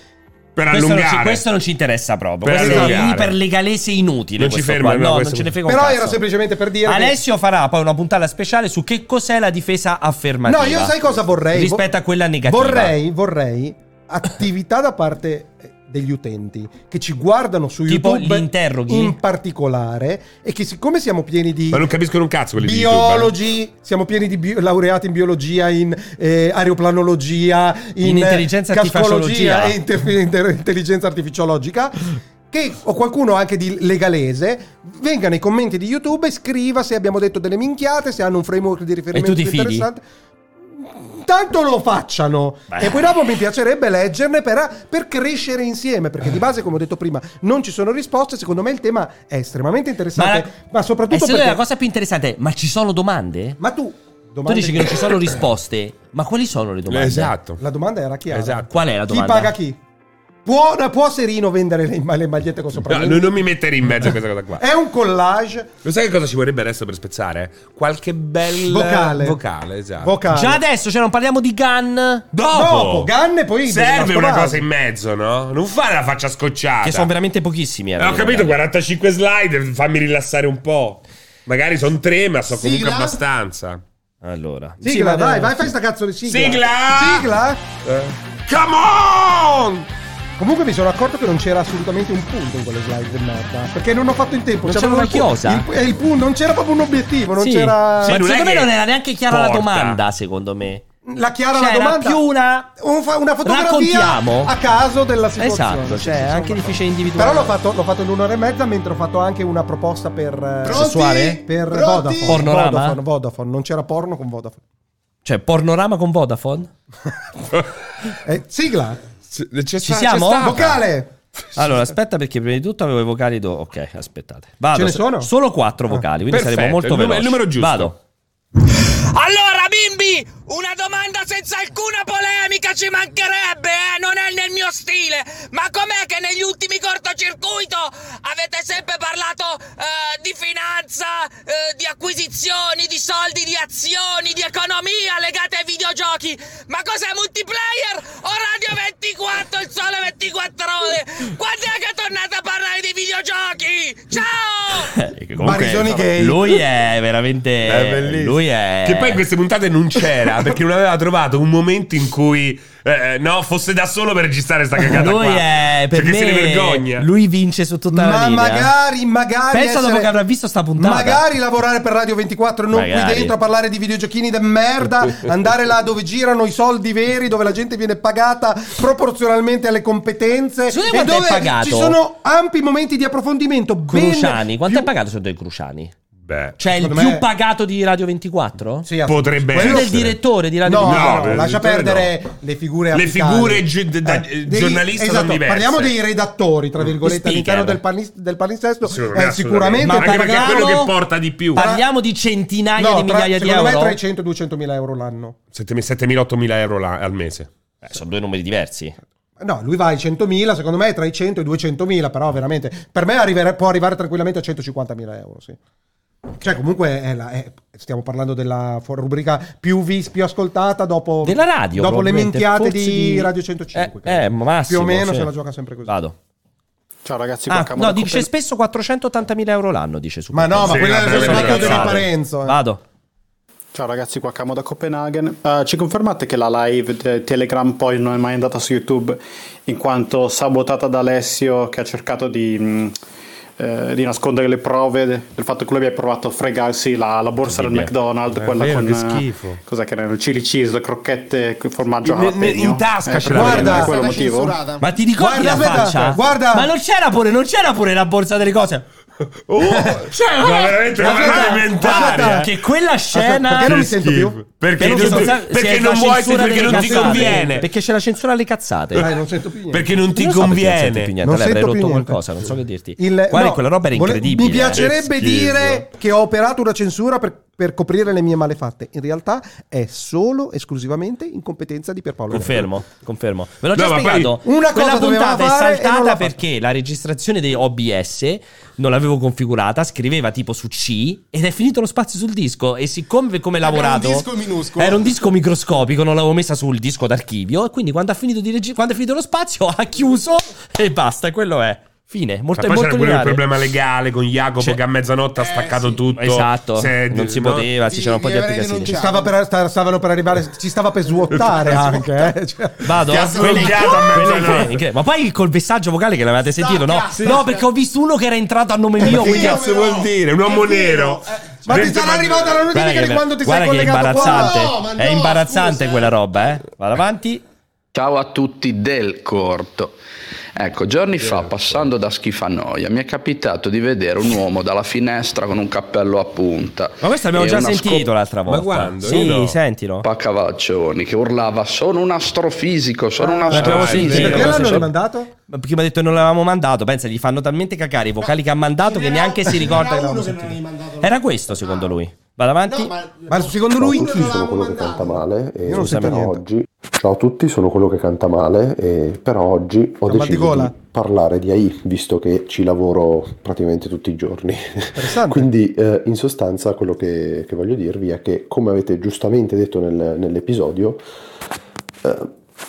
Per Questo non, ci, allungare. questo non ci interessa proprio. Per questo è allungare. iperlegalese inutile. Non ci questo ferma, qua. no, No, questo- non ce ne frega un Però cazzo. era semplicemente per dire che- Alessio farà poi una puntata speciale su che cos'è la difesa affermativa. No, io sai cosa vorrei? Rispetto a quella negativa. Vorrei, vorrei attività da parte eh, degli utenti che ci guardano su Tipo YouTube gli interroghi? in particolare e che siccome siamo pieni di Ma non capiscono un cazzo quelli di YouTube. eh? biologi, siamo pieni di bio- laureati in biologia, in eh, aeroplanologia, in, In eh, intelligenza cascologia artificiologia. e inter- inter- intelligenza artificiologica. Che o qualcuno anche di legalese venga nei commenti di YouTube e scriva se abbiamo detto delle minchiate, se hanno un framework di riferimento tu ti fidi? interessante. Tanto lo facciano Beh. e poi dopo mi piacerebbe leggerne per, per crescere insieme perché di base come ho detto prima non ci sono risposte secondo me il tema è estremamente Ma, interessante ma, soprattutto e se no perché la cosa più interessante è, ma ci sono domande? ma tu, Tu domande- dici che non ci sono risposte, ma quali sono le domande? Esatto. La domanda era chiara. Esatto. Qual è la Chi domanda? paga chi? Può, può Serino vendere le, le magliette con sopra? No, non non mi mettere in mezzo a questa cosa qua. È un collage Lo sai che cosa ci vorrebbe adesso per spezzare? Qualche bel vocale. vocale, esatto. Vocale. Già adesso, cioè non parliamo di Gun, Dopo, Dopo, Ganne, poi serve Dr. una Base. cosa in mezzo, no? Non fare la faccia scocciata. che sono veramente pochissimi. Eh, Ho capito, 45 slide, fammi rilassare un po'. Magari sono tre, ma so comunque Sigla? abbastanza. Allora. Sigla, Sì, ma- vai, vai, fai sta cazzo di sigla. Sigla! Sigla? Eh? Come on! Comunque mi sono accorto che non c'era assolutamente un punto in quelle slide di merda. Perché non ho fatto in tempo. Non c'era c'era un- una chiosa. Il, eh, il punto, non c'era proprio un obiettivo. Non Sì. c'era. Ma Sì, non è secondo me che non era neanche chiara la porta. domanda, secondo me. La chiara Cioè, la era domanda. più una- Un fa- una fotografia Raccontiamo. a caso della situazione. Esatto, Sì, cioè, sì, è sono anche d'accordo. difficile individuare. Però l'ho fatto, l'ho fatto in un'ora e mezza, mentre ho fatto anche una proposta per. eh, Pronti? sessuale? Per Pronti? Vodafone. Pornorama? Vodafone, Vodafone. non c'era porno con Vodafone. Cioè, pornorama con Vodafone? Eh, sigla, C'è Ci siamo? c'è stata. vocale. Allora, aspetta, perché prima di tutto avevo i vocali. do- Ok, aspettate. Vado. Ce ne so- sono? Ah. Solo quattro vocali, quindi Perfetto, saremo molto il numero- veloci. il numero giusto. Vado. Allora, bimbi, una domanda senza alcuna polemica ci mancherebbe, eh? Non è nel mio stile. Ma com'è che negli ultimi cortocircuito avete sempre parlato eh, di finanza, eh, di acquisizioni, di soldi, di azioni, di economia legate ai videogiochi? Ma cos'è multiplayer o Radio 24, il sole 24 ore? Quando è che tornate a parlare di videogiochi? Ciao! Eh, che comunque- Barisoni gay. Lui è veramente. È Eh, bellissimo. Lui è. Che poi in queste puntate non c'era perché non aveva trovato un momento in cui eh, no, fosse da solo per registrare sta cagata. Lui qua. è. Per Cioè, me che se ne vergogna. Lui vince su tutta la Ma linea. magari, magari. Pensa dopo essere- che avrà visto sta puntata. Magari lavorare per Radio 24 e non Magari. qui dentro a parlare di videogiochini de merda, andare là dove girano i soldi veri, dove la gente viene pagata proporzionalmente alle competenze Secondo te e quanto è dove pagato? ci sono ampi momenti di approfondimento. ben Cruciani. Quanto più- è pagato secondo te Cruciani? Beh, Cioè, il Secondo più me- pagato di Radio 24? Sì, ass- potrebbe Più del essere. direttore di Radio No, 24? no, No, beh, lascia dottore, perdere le figure Le apicali. Eh, figure gi- da- eh, dei- giornalista sono esatto, diverse. Parliamo dei redattori, tra virgolette, Gli speaker. all'interno del, palis- del palinsesto. Assolutamente, È sicuramente Ma assolutamente. Anche perché è quello parliamo- che porta di più. Parliamo di centinaia no, di tra- migliaia di secondo euro. Eh, me 300-200 mila euro l'anno. 7.000-8.000 euro la- al mese. Eh, sono due numeri diversi. No, lui va ai 100.000, secondo me è tra i 100 e i 200.000, però veramente per me arrivere- può arrivare tranquillamente a 150.000 euro, sì. Cioè comunque è la- è- stiamo parlando della for- rubrica più vis, più ascoltata dopo, Della radio. dopo le probabilmente, minchiate di, forse di- Radio 105. Eh, eh, credo. massimo, più o meno sì. se la gioca sempre così. Vado. Ciao ragazzi, qua Ah, Camolo no, da dice Copenaghen. spesso 480.000 euro l'anno, dice su Ma no, ma Sì, quella vabbè, è Sono la radio di cazzate. Parenzo. eh. Vado. Ciao ragazzi, qua Camo da Copenaghen. Eh, ci confermate che la live di Telegram poi non è mai andata su YouTube in quanto sabotata da Alessio che ha cercato di mh, mm, eh, di nascondere le prove de- del fatto che lui abbia provato a fregarsi la, la borsa del Orribile. McDonald's, È quella vero, con che eh, schifo. cos'è che erano? Chili cheese, le crocchette, quel formaggio Ne- ne- jalapeno. in tasca ce per l'aveva. quello- per Guarda, quello È stata motivo. censurata. Ma ti ricordi Guarda, la aspetta, faccia? guarda. Ma non c'era pure, non c'era pure la borsa delle cose. Oh, cioè, ma veramente Ma ma guarda, guarda elementare. Che quella Aspetta, scena. perché non mi Che sento schifo. più? Perché, Perché non, non- ti- sa- perché se non la vuoi, censura perché delle non ti cazzate. conviene. Eh, Perché c'è la censura alle cazzate. Dai, non sento più niente. Perché non ti Non so perché non sento più conviene. niente. Lei Non avrei sento più rotto niente. qualcosa, non so che dirti. Il- Guarda, no, quella roba era vole- incredibile. eh. Mi piacerebbe Che schifo. dire che ho operato una censura per, per coprire le mie malefatte. In realtà è solo esclusivamente incompetenza di Pierpaolo. Confermo, confermo. Ve l'ho già No, ma poi spiegato. una Quella cosa doveva puntata è fare e non l'ha saltata fatta. perché la registrazione di OBS non l'avevo configurata, scriveva tipo su C ed è finito lo spazio sul disco e siccome come Era un lavorato disco minuscolo. era un disco microscopico, non l'avevo messa sul disco d'archivio e quindi quando ha finito di regi- quando è finito lo spazio ha chiuso e basta, quello è. Fine, molto, Ma molto poi c'era pure il lineare. problema legale con Jacopo C'è- che a mezzanotte ha Eh, staccato sì. tutto. Esatto, Se- non si no? poteva, sì, c'erano un po' di Sì, avrei applicazioni. Ci Ciao. stava per, sta- stavano per arrivare, ci stava per svuotare anche. eh. Cioè, Vado. Ti ha svegliato a Quello è mezzanotte. incredibile. Ma poi col messaggio vocale che l'avevate sentito, no? Stacca, No, stacca. perché ho visto uno che era entrato a nome Eh, mio, Che quindi cazzo vuol dire? Un uomo È vero. nero. Eh, ma ti Dentro- sarà arrivata la Guarda notifica che, di quando ti guarda sei che è collegato qua. imbarazzante. No, ma no, è imbarazzante scusa, eh. quella roba, eh. Vado avanti. Ciao a tutti del corto. Ecco, giorni fa, passando da Schifanoia, mi è capitato di vedere un uomo dalla finestra con un cappello a punta. Ma questo l'abbiamo e già una scopa sentito l'altra volta. quando? Sì, Io no. sentilo. a Cavalcioni che urlava: Sono un astrofisico, sono un Ah, l'abbiamo astrofisico. sentito. Perché Sì, l'hanno sì. rimandato? Ma Perché mi ha detto che non l'avevamo mandato. Pensa, gli fanno talmente cagare i vocali che ha mandato Ce che n'era- neanche si ce ricorda n'era che l'avevamo uno che non sentito. hai mandato. Era questo, secondo lui. Vado avanti. No, ma, Ma secondo Ciao a lui tutti, sono quello che canta male e Io non sento però niente. oggi Ciao a tutti, sono quello che canta male e però oggi Fa ho mal di deciso di gola? parlare di AI visto che ci lavoro praticamente tutti i giorni. Interessante. Quindi eh, in sostanza quello che, che voglio dirvi è che come avete giustamente detto nel- nell'episodio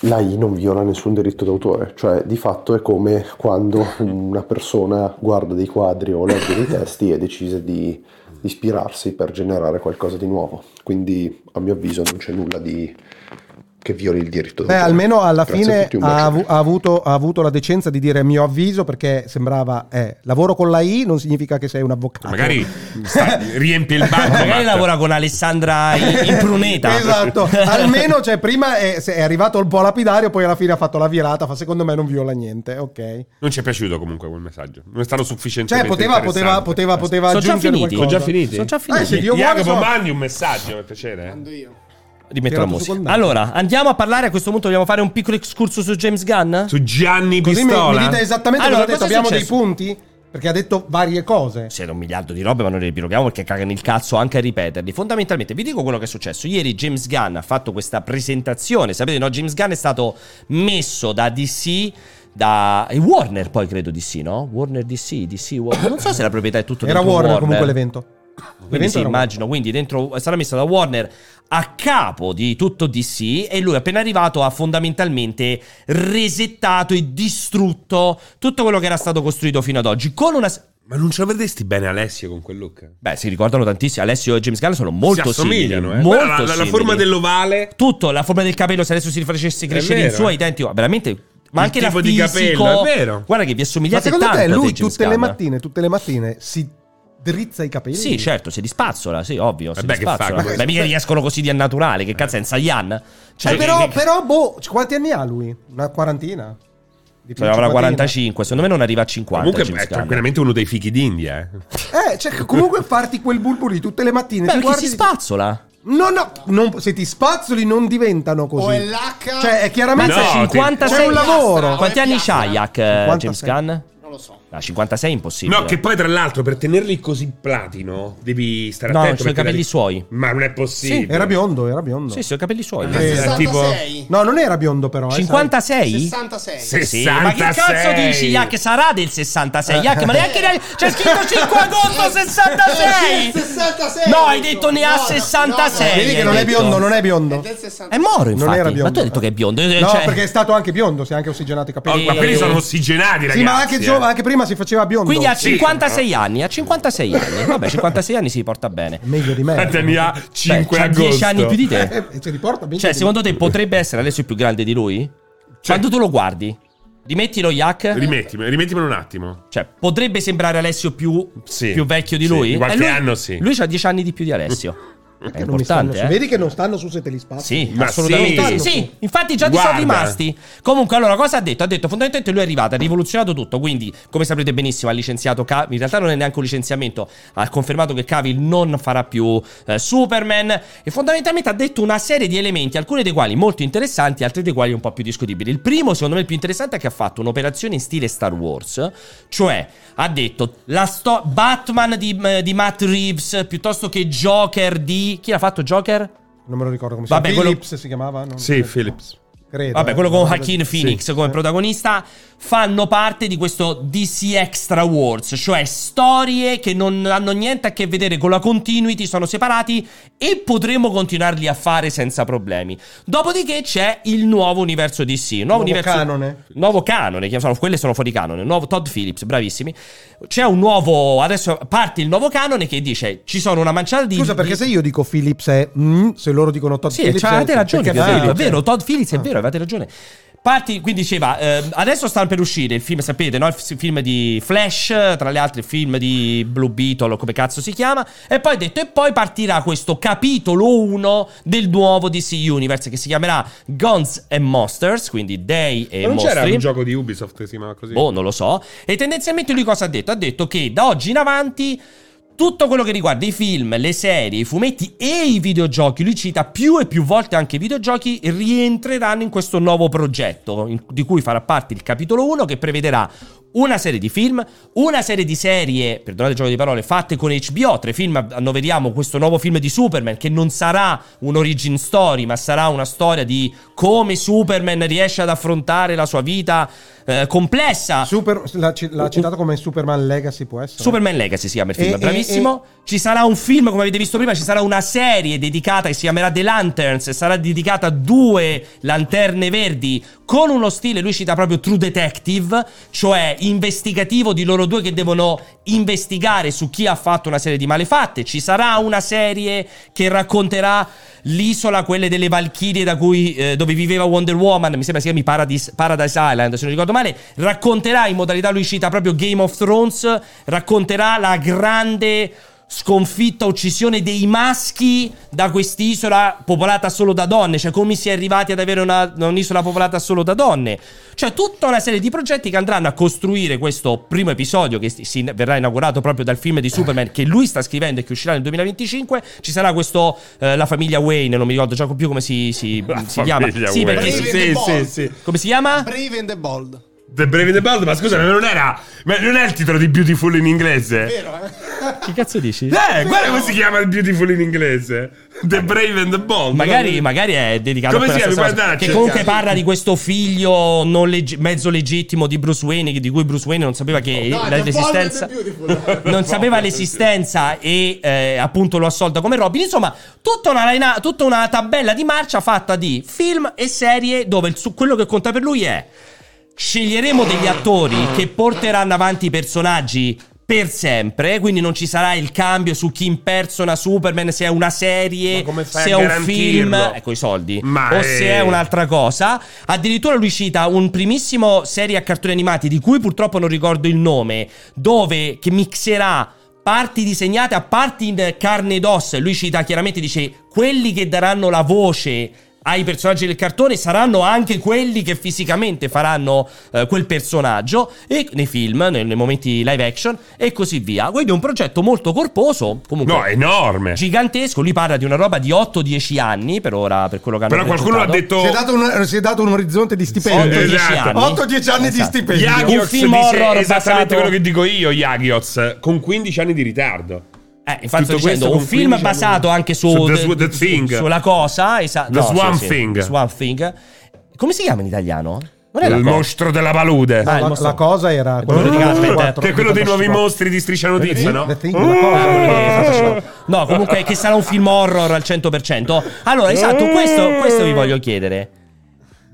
l'AI non viola nessun diritto d'autore, cioè di fatto è come quando una persona guarda dei quadri o legge dei testi e decide di ispirarsi per generare qualcosa di nuovo. Quindi a mio avviso non c'è nulla di che violi il diritto Beh, d'autore. almeno alla Grazie a fine tutti, un ha, bacione. avu- ha avuto, ha avuto la decenza di dire mio avviso perché sembrava eh, lavoro con la I non significa che sei un avvocato. Magari sta- riempie il banco. Magari Matt. lavora con Alessandra I- Impruneta. Esatto, almeno cioè, prima è, se è arrivato un po' lapidario, poi alla fine ha fatto la virata, fa secondo me non viola niente, ok. Non ci è piaciuto comunque quel messaggio. Non è stato Cioè sufficientemente poteva, poteva, interessante. poteva, poteva Sono già aggiungere finiti. qualcosa. Sono già finiti? Sono già finiti. Eh, se Dio vuole, Jacopo, so- mandi un messaggio per piacere. eh. Quando io. Rimetto la Tirato su musica. col naso. Allora, andiamo a parlare a questo punto. Vogliamo fare un piccolo escurso su James Gunn? Su Gianni Così mi, mi Pistola. dite esattamente Allora, cosa ha detto, cosa è abbiamo dei successo? punti? Perché ha detto varie cose. c'era un miliardo di robe, ma non le ripiloghiamo perché cagano il cazzo anche a ripeterli. Fondamentalmente, vi dico quello che è successo. Ieri James Gunn ha fatto questa presentazione. Sapete, no? James Gunn è stato messo da DC. Da e Warner, poi credo DC, no? Warner DC, DC Warner. Non so se la proprietà è tutto Era dentro Warner, comunque l'evento. quindi sì, era Warner. immagino, quindi dentro sarà messo da Warner a capo di tutto DC e lui appena arrivato ha fondamentalmente resettato e distrutto tutto quello che era stato costruito fino ad oggi con una Ma non ce la vedresti bene Alessio con quel look? Beh, si ricordano tantissimo. Alessio e James Gunn sono molto si assomigliano, simili. eh. Molto Guarda, la, la- la simili. forma dell'ovale. Tutto, la forma del capello, se adesso si facesse crescere vero, in sua eh. identico, veramente. Ma Il anche la tipo fisico, di capello, è vero. Guarda che vi Ma assomigliate secondo tanto te a lui James tutte le Gunn. mattine, tutte le mattine si drizza i capelli? Sì, certo, si dispazzola, sì, ovvio, si Vabbè, che dispazzola. fa, come- Beh, mica riescono così di al naturale, che cazzo è, in Saiyan? Cioè, Eh, però, che- però, boh, c- quanti anni ha lui? Una quarantina? Di più, cioè, avrà cinquantina? 45, secondo me non arriva a 50 Comunque James è Gunn. tranquillamente uno dei fichi d'India. Eh. Eh, cioè, che comunque farti quel bulbuli tutte le mattine. Beh, ti perché guardi- si spazzola? No, no, non- se ti spazzoli non diventano così. O è l'H. Cioè, è Ma chiaramente... No, ti- 56 c'è un lavoro. eh, Quanti anni c'ha Jack eh, 56. James Gunn? Non lo so. No, 56 è impossibile. No, che poi tra l'altro per tenerli così platino devi stare No, attento. sono i perché capelli la- suoi. Ma non è possibile. Era biondo, era biondo. Sì, sì, ho i capelli suoi. Eh, Eh, è tipo 66. No, non era biondo però. eh, 56? 66. Sì. Sì, ma che cazzo 66? dici, Jack? Sarà del 66, Jack? Ma neanche ne- c'è scritto 5 agosto 66! 66. No, hai detto ne ha No, no, 66. sai. no, no, Vedi che hai non è detto. biondo, non è È biondo. del 66. È moro, infatti. Non era biondo. Ma tu hai detto che è biondo. eh, No, cioè- perché è stato anche biondo, si è anche ossigenato i Oh, capelli. ma quelli sono ossigenati, ragazzi. Sì, ma anche, eh. giova- anche prima si faceva biondo. Quindi a Sì. 56 anni, a 56 anni. Vabbè, 56 anni si porta bene. Meglio di Quanti me. anni eh. ha? 5 Cioè, c'ha agosto. 10 anni più di te. Eh, ci riporta bene. Cioè Cioè, secondo te potrebbe essere Alessio più grande di lui? Quando tu lo guardi? Rimettilo, Yak. Rimettimi, rimettimelo un attimo. Cioè, potrebbe sembrare Alessio più, Sì. più vecchio di Sì, lui. di qualche Eh, lui, anno sì. Lui ha 10 anni di più di Alessio. È Che non mi stanno importante, su. eh. Vedi che non stanno su se te li spazi. Sì, Ma assolutamente. Sì, sì. sì, infatti già ti sono Guarda. rimasti. Comunque, allora, cosa ha detto? Ha detto fondamentalmente lui è arrivato, ha rivoluzionato tutto. Quindi, come saprete benissimo, ha licenziato Ca- In realtà non è neanche un licenziamento. Ha confermato che Cavill non farà più eh, Superman. E fondamentalmente ha detto una serie di elementi, alcuni dei quali molto interessanti, altri dei quali un po' più discutibili. Il primo, secondo me, il più interessante è che ha fatto un'operazione in stile Star Wars. Cioè, ha detto la sto- Batman di, di Matt Reeves piuttosto che Joker di. Chi l'ha fatto Joker? Non me lo ricordo come si Vabbè, chiama. quello- Phillips si chiamava? Non- Sì, Phillips. Credo. Vabbè, eh. quello con Sì. Joaquin Phoenix Sì. Eh. come protagonista fanno parte di questo DC Extra Wars, cioè storie che non hanno niente a che vedere con la continuity, sono separati e potremmo continuarli a fare senza problemi. Dopodiché c'è il nuovo universo DC, il nuovo, Nuovo universo canone. Nuovo canone, che sono- quelle sono fuori canone, nuovo Todd Phillips, bravissimi. C'è un nuovo adesso parte il nuovo canone che dice ci sono una manciata di Scusa, perché di- se io dico Philips è mm, se loro dicono Todd sì, Phillips cioè, avete è- ragione, perché è vero, Phillips è vero, è- Todd Phillips è Ah. vero, avete ragione. Parti, quindi diceva, ehm, adesso stanno per uscire il film, sapete, no? il f- film di Flash, tra le altre il film di Blue Beetle, o come cazzo si chiama, e poi ha detto, e poi partirà questo capitolo 1 del nuovo DC Universe che si chiamerà Guns and Monsters, quindi Day e Ma non Mostri. c'era un gioco di Ubisoft che si chiamava così? Boh, non lo so. E tendenzialmente lui cosa ha detto? Ha detto che da oggi in avanti tutto quello che riguarda i film, le serie, i fumetti e i videogiochi, lui cita più e più volte anche i videogiochi, rientreranno in questo nuovo progetto in- di cui farà parte il capitolo 1 che prevederà una serie di film, una serie di serie, perdonate il gioco di parole, fatte con HBO, tre film, annoveriamo questo nuovo film di Superman che non sarà un origin story, ma sarà una storia di come Superman riesce ad affrontare la sua vita eh, complessa. Super- l'ha, ci- l'ha citato come Superman Legacy può essere? Superman Legacy si chiama il film, E- e- bravissimo. Ci sarà un film, come avete visto prima, ci sarà una serie dedicata che si chiamerà The Lanterns. e Sarà dedicata a due lanterne verdi con uno stile, lui cita proprio True Detective, cioè investigativo di loro due che devono investigare su chi ha fatto una serie di malefatte. Ci sarà una serie che racconterà l'isola, quelle delle Valchirie da cui, eh, dove viveva Wonder Woman, mi sembra si chiami Paradise, Paradise Island, se non ricordo male, racconterà in modalità lui cita proprio Game of Thrones, racconterà la grande sconfitta, uccisione dei maschi da quest'isola popolata solo da donne, cioè come si è arrivati ad avere una- un'isola popolata solo da donne, cioè tutta una serie di progetti che andranno a costruire questo primo episodio che si- si verrà inaugurato proprio dal film di Superman che lui sta scrivendo e che uscirà nel 2025, ci sarà questo eh, la famiglia Wayne, non mi ricordo già più come si, si, La si chiama, famiglia Sì, Wayne. perché- Brave and sì, the sì, Bold. sì. come si chiama? Brave and the Bold. The Brave and the Bold, ma scusa, ma non era. Ma non è il titolo di Beautiful in inglese? Vero, eh? Che cazzo dici? Eh, guarda come si chiama il Beautiful in inglese. The Brave and the Bold. Magari, Guarda- magari è dedicato Come a quella si chiama? stessa cosa, Guardate, cioè, Che comunque cercate. parla di questo figlio non legge- mezzo legittimo di Bruce Wayne, che- di cui Bruce Wayne non sapeva che la- No, The Bold and l'esistenza. the Beautiful. non sapeva l'esistenza e eh, appunto lo assolta come Robin. Insomma, tutta una, linea- tutta una tabella di marcia fatta di film e serie dove il su- quello che conta per lui è sceglieremo degli attori che porteranno avanti i personaggi per sempre, quindi non ci sarà il cambio su chi impersona Superman, se è una serie, Ma come fai se è a un film, garantirlo? ecco i soldi, Ma o eh. se è un'altra cosa. Addirittura lui cita un primissimo serie a cartoni animati di cui purtroppo non ricordo il nome, dove che mixerà parti disegnate a parti in carne ed ossa. Lui cita chiaramente dice quelli che daranno la voce ai personaggi del cartone saranno anche quelli che fisicamente faranno eh, quel personaggio e nei film, nei, nei momenti live action e così via. Quindi è un progetto molto corposo, comunque No, è enorme. gigantesco. Lui parla di una roba di 8-10 anni per ora, per quello che hanno Però qualcuno l'ha presentato. Si è, detto. dato un, si è dato un orizzonte di stipendio. Sì, 8-10 Esatto. anni. 8-10 anni di Esatto. stipendio. Yagiox Un film dice horror esattamente basato- quello che dico io, Yagiox, con 15 anni di ritardo. Eh, infatti sto Tutto questo dicendo, un con film 15 basato anche su, Su The Sw- The su- Thing. sulla cosa, esatto. The Swamp Thing. Swamp Thing. Come si chiama in italiano? Non è la Il cosa. mostro della palude. Ah, il la, mostro. la cosa era quello di Gasper, eh, che è quello dei nuovi mostri di Striscia Notizia, no? Ah. The Thing, la cosa, quello che faceva. No, comunque che sarà un film horror al 100%. Allora, esatto, questo, questo vi voglio chiedere.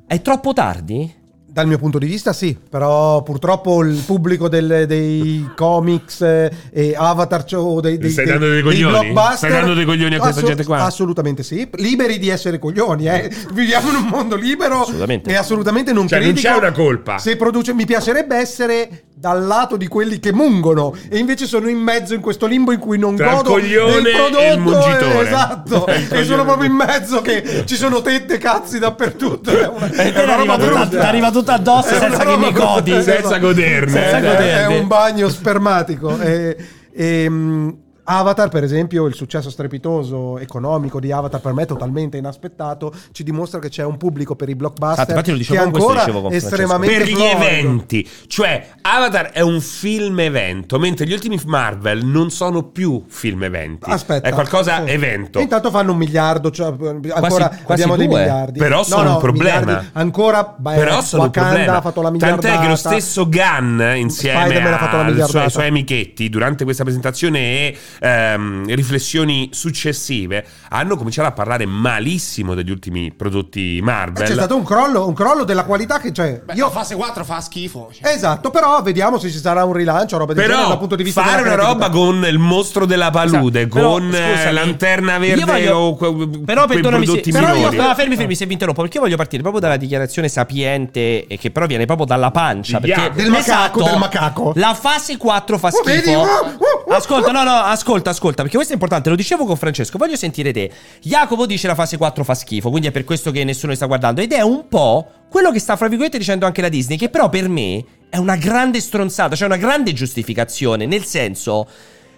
È troppo tardi? Dal mio punto di vista sì, però purtroppo il pubblico del- dei comics eh, e Avatar cioè, o dei, dei, Stai dando dei coglioni? blockbuster- Stai dando dei coglioni a questa gente qua? Assolutamente sì, liberi di essere coglioni, eh. viviamo in un mondo libero Assolutamente. e assolutamente non Cioè, non critico c'è una colpa. Se produce, mi piacerebbe essere dal lato di quelli che mungono e invece sono in mezzo in questo limbo in cui non Tra il godo coglione del e il prodotto mungitore. esatto È il e coglione. sono proprio in mezzo che ci sono tette e cazzi dappertutto è una, Eh, E te è una arriva roba tutta- brutta. arriva tutta addosso È una senza che roba ne godi. brutta. Senza goderne. Senza È- goderne. è un bagno spermatico e, e, mh, Avatar, per esempio, il successo strepitoso economico di Avatar per me totalmente inaspettato, ci dimostra che c'è un pubblico per i Esatto, blockbuster infatti lo che è dicevo con questo, ancora dicevo con Francesco. estremamente per gli florido. eventi. Cioè, Avatar è un film evento, mentre gli ultimi Marvel non sono più film eventi. Aspetta, È qualcosa Sì. evento. Intanto fanno un miliardo, cioè, ancora quasi abbiamo dei due. miliardi. Però sono un problema. miliardi. Ancora, beh, Però sono un Wakanda problema. ha fatto la miliardata. Tant'è che lo stesso Gunn insieme Spider-Man ha fatto la ai suoi, miliardata. ai suoi amichetti durante questa presentazione e ehm, riflessioni successive hanno cominciato a parlare malissimo degli ultimi prodotti Marvel. Eh, C'è stato un crollo, un crollo della qualità che c'è. Beh, Io la fase 4 fa schifo. Eh, cioè. Esatto, però vediamo se ci sarà un rilancio, roba del genere Però dal punto di vista fare della una roba creatività. con il mostro della palude, Esatto. Però, con eh, scusami, lanterna io verde voglio- o que- però quei perdonami se, prodotti però io- minori. no, fermi fermi se vi interrompo perché io voglio partire proprio dalla dichiarazione sapiente e che però viene proprio dalla pancia Di perché, esatto, Iago. Del macaco, del macaco. la fase 4 fa Oh, vedi? schifo Oh, oh, oh. ascolta no no ascolta ascolta perché questo è importante lo dicevo con Francesco voglio sentire te Jacopo dice la fase 4 fa schifo quindi è per questo che nessuno li sta guardando ed è un po' quello che sta fra virgolette dicendo anche la Disney che però per me è una grande stronzata cioè una grande giustificazione nel senso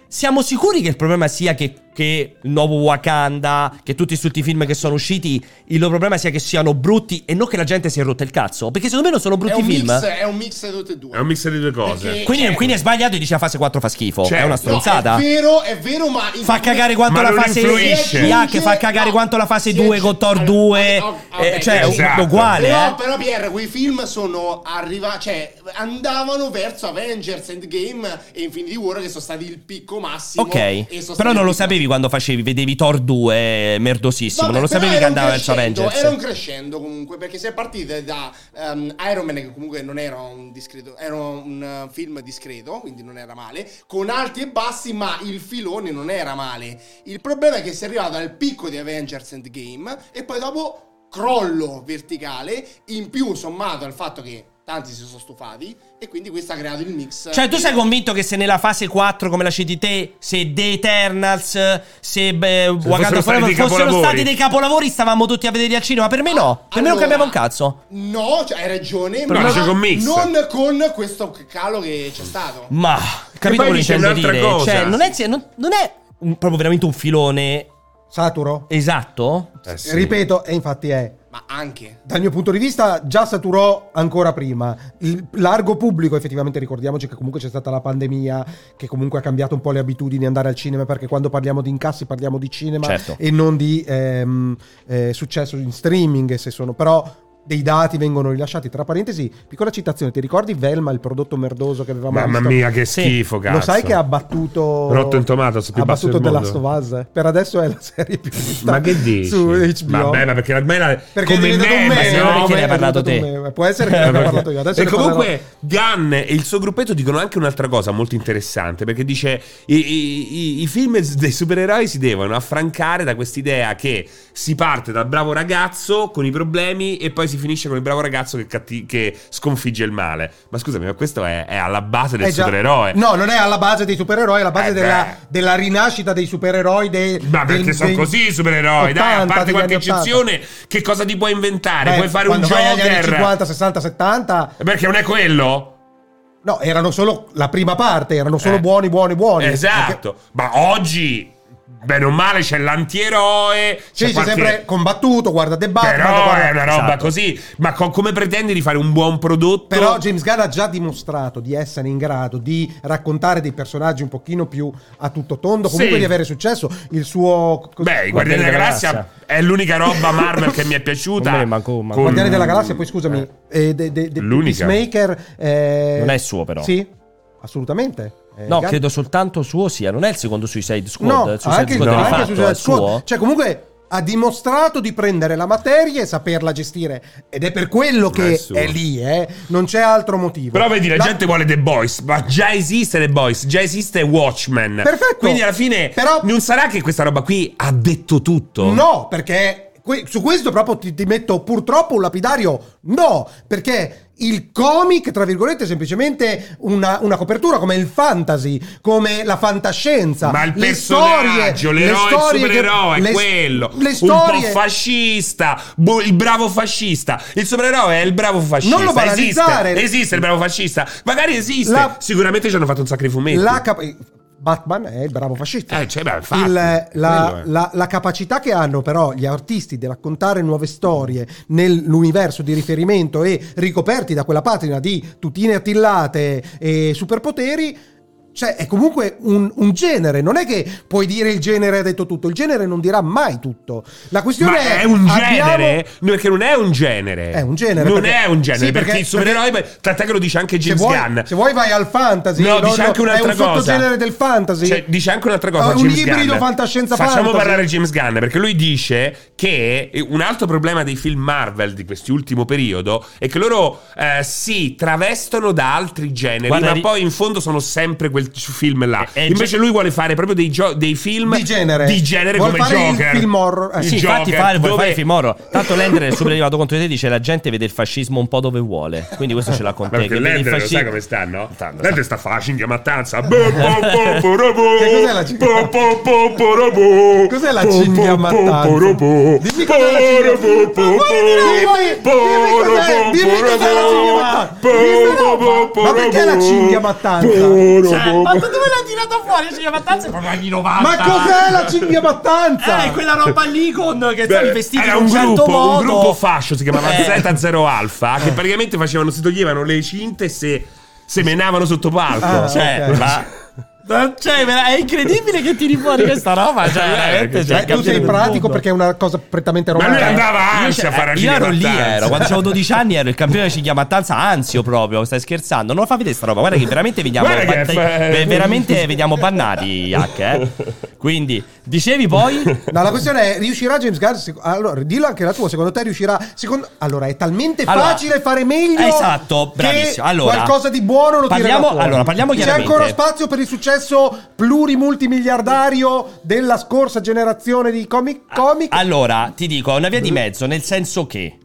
siamo sicuri che il problema sia che, che il nuovo Wakanda, che tutti questi ultimi film che sono usciti, il loro problema sia che siano brutti e non che la gente si è rotta il cazzo? Perché secondo me non sono È brutti un, film. mix, è un mix di tutte e due. È un mix di due cose. Perché- Quindi, cioè- quindi è sbagliato e dice la fase 4 fa schifo. Certo. È una No, stronzata. è vero, è vero, ma. Fa cagare quanto Ma la non fase influisce. Ya, che fa cagare No, quanto la fase si 2 aggi- con Thor allora, 2. ok, ok, eh, cioè, è un- esatto. uguale, Però, eh. però Pierre, quei film sono arrivati, cioè andavano verso Avengers Endgame e Infinity War che sono stati il picco massimo. e sono Ok, stati però non il lo picco- sapevi quando facevi, vedevi Thor 2 merdosissimo, Vabbè, non lo però sapevi era che un andava verso crescendo, Avengers. Era un crescendo comunque, perché si è partite da ehm, Iron Man, che comunque non era un discreto, era un eh, film discreto, quindi non era male, con alti e bassi, ma il filone non era male. Il problema è che si è arrivato al picco di Avengers Endgame e poi dopo crollo verticale, in più sommato al fatto che tanti si sono stufati e quindi questo ha creato il mix. Cioè, tu di- sei convinto che se nella fase 4, come la citi te, se The Eternals, se beh, Wakanda fossero stati Forever dei fossero capolavori? stati dei capolavori, stavamo tutti a vederli al cinema? Per me no. Per me non Allora, cambiava un cazzo. No, cioè, hai ragione, Però ma c'è con mix. non con questo calo che c'è stato. Ma capito quello poi che dice intendo un'altra dire? cosa. Cioè, non è, non- non è un- proprio veramente un filone Saturo? esatto? Eh sì. Ripeto, e infatti è Ma anche. dal mio punto di vista già saturò ancora prima il largo pubblico effettivamente ricordiamoci che comunque c'è stata la pandemia che comunque ha cambiato un po' le abitudini andare al cinema perché quando parliamo di incassi parliamo di cinema Certo. e non di ehm, eh, successo in streaming e se sono però dei dati vengono rilasciati tra parentesi piccola citazione ti ricordi Velma il prodotto merdoso che avevamo Mamma visto? mia, che Sì. schifo, cazzo. lo sai che ha battuto Rotto in Tomatoes, più ha basso battuto The del Last mondo. of Us per adesso è la serie più vista Ma che dici? su HBO Vabbè, ma perché ormai la... perché come è diventato un meme, meme, no? Perché ne hai È parlato diventato te? un meme. Può essere che ne abbia parlato io. Adesso e ne comunque Gunn e il suo gruppetto dicono anche un'altra cosa molto interessante perché dice i, i- i- i film dei supereroi si devono affrancare da quest'idea che si parte dal bravo ragazzo con i problemi e poi si finisce con il bravo ragazzo che, catti- che sconfigge il male ma scusami ma questo è, è alla base del Eh già. supereroe No, non è alla base dei supereroi, è alla base Eh della, beh. della rinascita dei supereroi. Dei, Ma perché del- sono dei così i supereroi? Dai, a 80, parte degli qualche anni 80. eccezione, che cosa ti puoi inventare? Beh, puoi fare un quando vai agli anni Joker? 50, 60, 70. Perché non è quello? No, erano solo la prima parte, erano solo Eh. buoni, buoni, buoni. Anche- Esatto, ma oggi, bene o male, c'è l'antieroe. Sì, si c'è è qualche- sempre combattuto, guarda The Batman. Però guarda- è una roba Esatto. così. Ma co- come pretendi di fare un buon prodotto? Però James Gunn ha già dimostrato di essere in grado di raccontare dei personaggi un pochino più a tutto tondo, comunque Sì. di avere successo. Il suo... Beh, i Guardiani della Galassia è l'unica roba Marvel che mi è piaciuta. Non me ne manco- manco- Con- Guardiani della Galassia, poi scusami, eh, de- de- de- L'unica. Peacemaker, eh, Non è suo, però. Sì, assolutamente. Eh, No, Gunn- credo soltanto suo eh, sia, non è il secondo Suicide Squad. No, Suicide anche, Squad no, rifatto, anche è Suicide Squad. suo? Cioè, comunque ha dimostrato di prendere la materia e saperla gestire. Ed è per quello che Eh, su. è lì, eh. Non c'è altro motivo. Però vedi, la, gente vuole The Boys, ma già esiste The Boys, già esiste Watchmen. Perfetto. Quindi alla fine Però- non sarà che questa roba qui ha detto tutto. No, perché que- su questo proprio ti, ti metto purtroppo un lapidario. No, perché il comic, tra virgolette, è semplicemente una, una copertura come il fantasy, come la fantascienza. Ma il Le personaggio, storie- le l'eroe, il storie che- supereroe, è le- quello. Le Un po' storie. fascista, bu- il bravo fascista. Il supereroe è il bravo fascista. Non lo banalizzare. Esiste, esiste il bravo fascista. Magari esiste. La- Sicuramente ci hanno fatto un sacco di fumetti. la cap- Batman è il bravo fascista. Eh, cioè, beh, infatti, Il- la, quello è. la- la capacità che hanno però gli artisti di raccontare nuove storie nell'universo di riferimento e ricoperti da quella patina di tutine attillate e superpoteri. Cioè, è comunque un, un genere. Non è che puoi dire il genere ha detto tutto. Il genere non dirà mai tutto. La questione Ma è. è un abbiamo- genere? No, perché non è un genere. È un genere, Non perché- è un genere. Sì, perché, perché- il supereroe. Tant'è che lo dice anche Se James vuoi, Gunn. se vuoi vai al fantasy. No, dice anche un'altra È un cosa. sottogenere del fantasy. Cioè, dice anche un'altra cosa. È un James ibrido Gunn. fantascienza Facciamo fantasy. parlare James Gunn perché lui dice che un altro problema dei film Marvel di quest'ultimo periodo è che loro eh, si travestono da altri generi, Guarda, ma ri- Eh, poi in fondo sono sempre quel c- film là. È- è Invece lui vuole fare proprio dei, gio- dei film Di genere. di genere Vuol come fare il Joker. film horror. Eh. Il Sì, infatti Joker, fare, vuole dove- fare il film horror. Tanto Lender nel super arrivato contro di te dice la gente vede il fascismo un po' dove vuole. Quindi questo ce l'ha con te. Ma perché che vedi il Lender lo fascismo- sai come sta, no? Sta- lo Lender sta facendo Boh, mattanza. Che cos'è cos'è la cinghia- Cos'è Cos'è la cinghia mattanza? Dimmi cos'è la cinghia- Ma guardi, dimmi- dimmi cos'è- dimmi cos'è la cinghia mattanza. Dimmi no. Ma perché la cinghia mattanza? boh, Ma da dove l'ha tirata fuori? La cinghia mattanza è proprio anni 90. Ma cos'è la cinghia mattanza? Eh, quella roba lì con che sono Beh, vestiti in era un, un certo gruppo, modo. un gruppo fascio si chiamava Eh. Z0 Alfa che praticamente facevano si toglievano le cinte e se se menavano sotto palco Ah, cioè ok. ma- Ma- Cioè, vera- è incredibile che tiri fuori questa roba. Cioè, Eh, veramente. che- Cioè, Eh, tu sei campione del pratico mondo. perché è una cosa prettamente ma romana. lui andava Eh, Io, ansia c'è- a fare eh, la io ero lì, cinemattanza. ero. Quando avevo 12 anni ero il campione della cinghia mattanza, ansio proprio. Stai scherzando? Non lo fa vedere sta roba. Guarda che veramente veniamo, Guarda che batta- fa- ve- veramente veniamo bannati, Hack. Eh? Quindi, dicevi poi. No, la questione è, riuscirà James Gunn? sec- Allora, dillo anche la tua, secondo te riuscirà? Secondo... Allora, è talmente Allora, facile fare meglio. Esatto, che bravissimo. Allora, qualcosa di buono lo parliamo- tirerà fuori. allora, parliamo C'è chiaramente. ancora spazio per il successo plurimultimiliardario della scorsa generazione di comic Ah, comic. Allora, ti dico, è una via di mezzo, nel senso che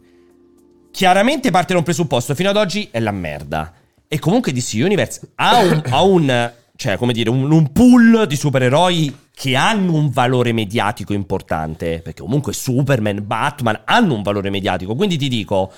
chiaramente parte da un presupposto, fino ad oggi è la merda. E comunque DC Universe ha un, ha un, cioè, come dire, un, un pool di supereroi che hanno un valore mediatico importante, perché comunque Superman, Batman hanno un valore mediatico, quindi ti dico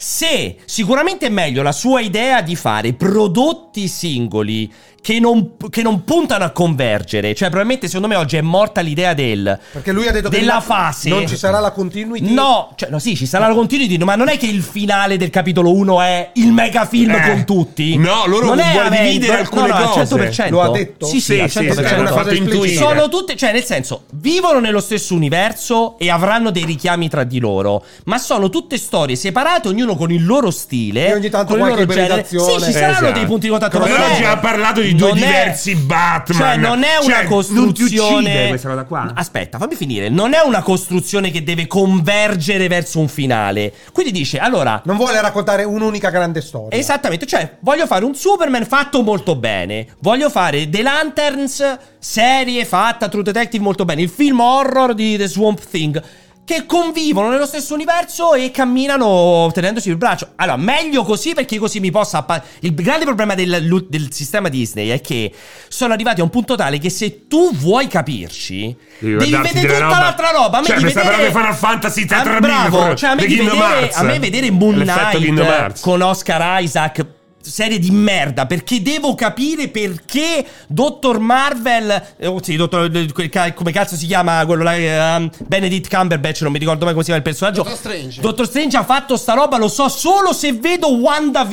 se sicuramente è meglio la sua idea di fare prodotti singoli che non, che non puntano a convergere, cioè probabilmente secondo me oggi è morta l'idea del perché lui ha detto che della non- fase. non ci sarà la continuity. No, cioè, no, sì, ci sarà la continuity, ma non è che il finale del capitolo 1 è il mega film Eh, con tutti. no, loro non è vuole Avengers, dividere no, alcune no, al cose. 100%. Lo ha detto? Sì, sì, Sì, al sì, 100%. sì, l'hanno fatto esplicita. intuire. Sono tutte, cioè, nel senso, vivono nello stesso universo e avranno dei richiami tra di loro, ma sono tutte storie separate, ognuno con il loro stile. E ogni tanto con il qualche loro genere. ibridazione. Sì, ci saranno Esatto. dei punti di contatto. ma Però non è- oggi ha parlato di due non è- diversi Batman. Cioè, non è Cioè, una non ti costruzione. uccide questa roba qua. Aspetta, fammi finire. Non è una costruzione che deve convergere verso un finale. Quindi dice, allora, Non vuole raccontare un'unica grande storia. Esattamente, cioè voglio fare un Superman fatto molto bene, voglio fare The Lanterns, serie fatta True Detective molto bene, il film horror di The Swamp Thing, che convivono nello stesso universo e camminano tenendosi il braccio. Allora, meglio così perché così mi possa... appa- il grande problema del, lu- del sistema Disney è che sono arrivati a un punto tale che se tu vuoi capirci, Devi devi guardarti vedere tutta della roba- l'altra roba. A me Cioè, di mi sta vedere... parlando di Final Fantasy Ah, Tetra bravo, Mille, cioè, a me, The di Kingdom vedere, Hearts. a me vedere Moon L'effetto Kingdom Knight Hearts. con Oscar Isaac serie di merda perché devo capire perché Dottor Marvel eh, oh, sì, Dottor- eh, quel ca- come cazzo si chiama quello là eh, um, Benedict Cumberbatch non mi ricordo mai come si chiama il personaggio Dottor Strange. Dottor Strange ha fatto sta roba lo so solo se vedo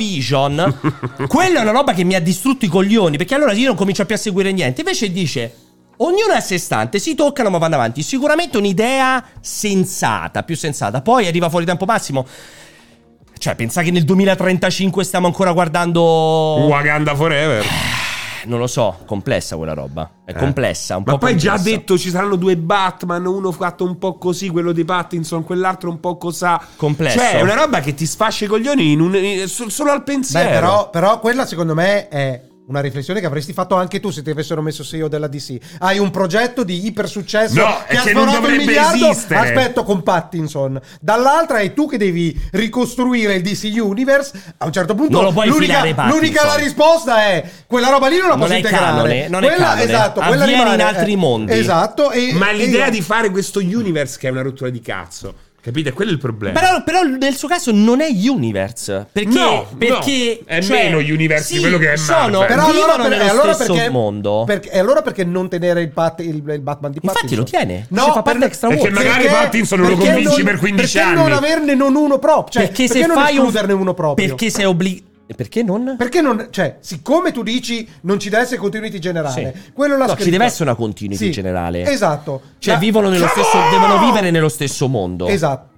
WandaVision quella è una roba che mi ha distrutto i coglioni perché allora io non comincio più a seguire niente invece dice Ognuno è a sé stante, si toccano ma vanno avanti. Sicuramente un'idea sensata, più sensata. Poi arriva fuori tempo massimo. Cioè, pensa che nel 2035 stiamo ancora guardando. Eh, Wakanda Forever. non lo so, complessa quella roba. È Eh. complessa, un Ma po' poi già ha complessa. detto ci saranno due Batman, uno fatto un po' così, quello di Pattinson, quell'altro un po' cosà. Complesso. Cioè, è una roba che ti sfascia i coglioni in un- in- so- solo al Beh, pensiero. però, però quella secondo me è una riflessione che avresti fatto anche tu se ti avessero messo CEO della DC. Hai un progetto di ipersuccesso No, che è ha che non sforato il dovrebbe miliardo esistere. aspetto con Pattinson. Dall'altra è tu che devi ricostruire il DC Universe. A un certo punto Non lo puoi l'unica, infilare Pattinson. l'unica la risposta è quella roba lì non la Non posso è integrare. canone, non è quella, canone. Esatto, quella Avviene rimane, in altri eh, mondi. Esatto. e- Ma e- l'idea di fare questo universe che è una rottura di cazzo. Capite? Quello è il problema. Però, però nel suo caso non è universe. Perché, No, no, perché è cioè, meno universe di sì, quello che è sono, Marvel. Però allora, Eh, vivono per- nello e allora stesso perché, mondo. perché- e allora perché non tenere il, Pat- il- il Batman di Infatti Pattinson? lo tiene, No, ci fa parte per- extra perché world. magari- Pattinson non lo perché convinci per 15 perché anni. non averne non uno proprio? Cioè, perché, se non fai escluderne un... uno proprio? Perché sei obbligato. Perché non? Perché non, cioè, siccome tu dici non ci deve essere continuity generale, Sì. quello l'ha No, ci scritto. deve essere una continuity Sì, generale. Esatto. Cioè, La- vivono nello stesso. Devono vivere nello stesso mondo. Esatto.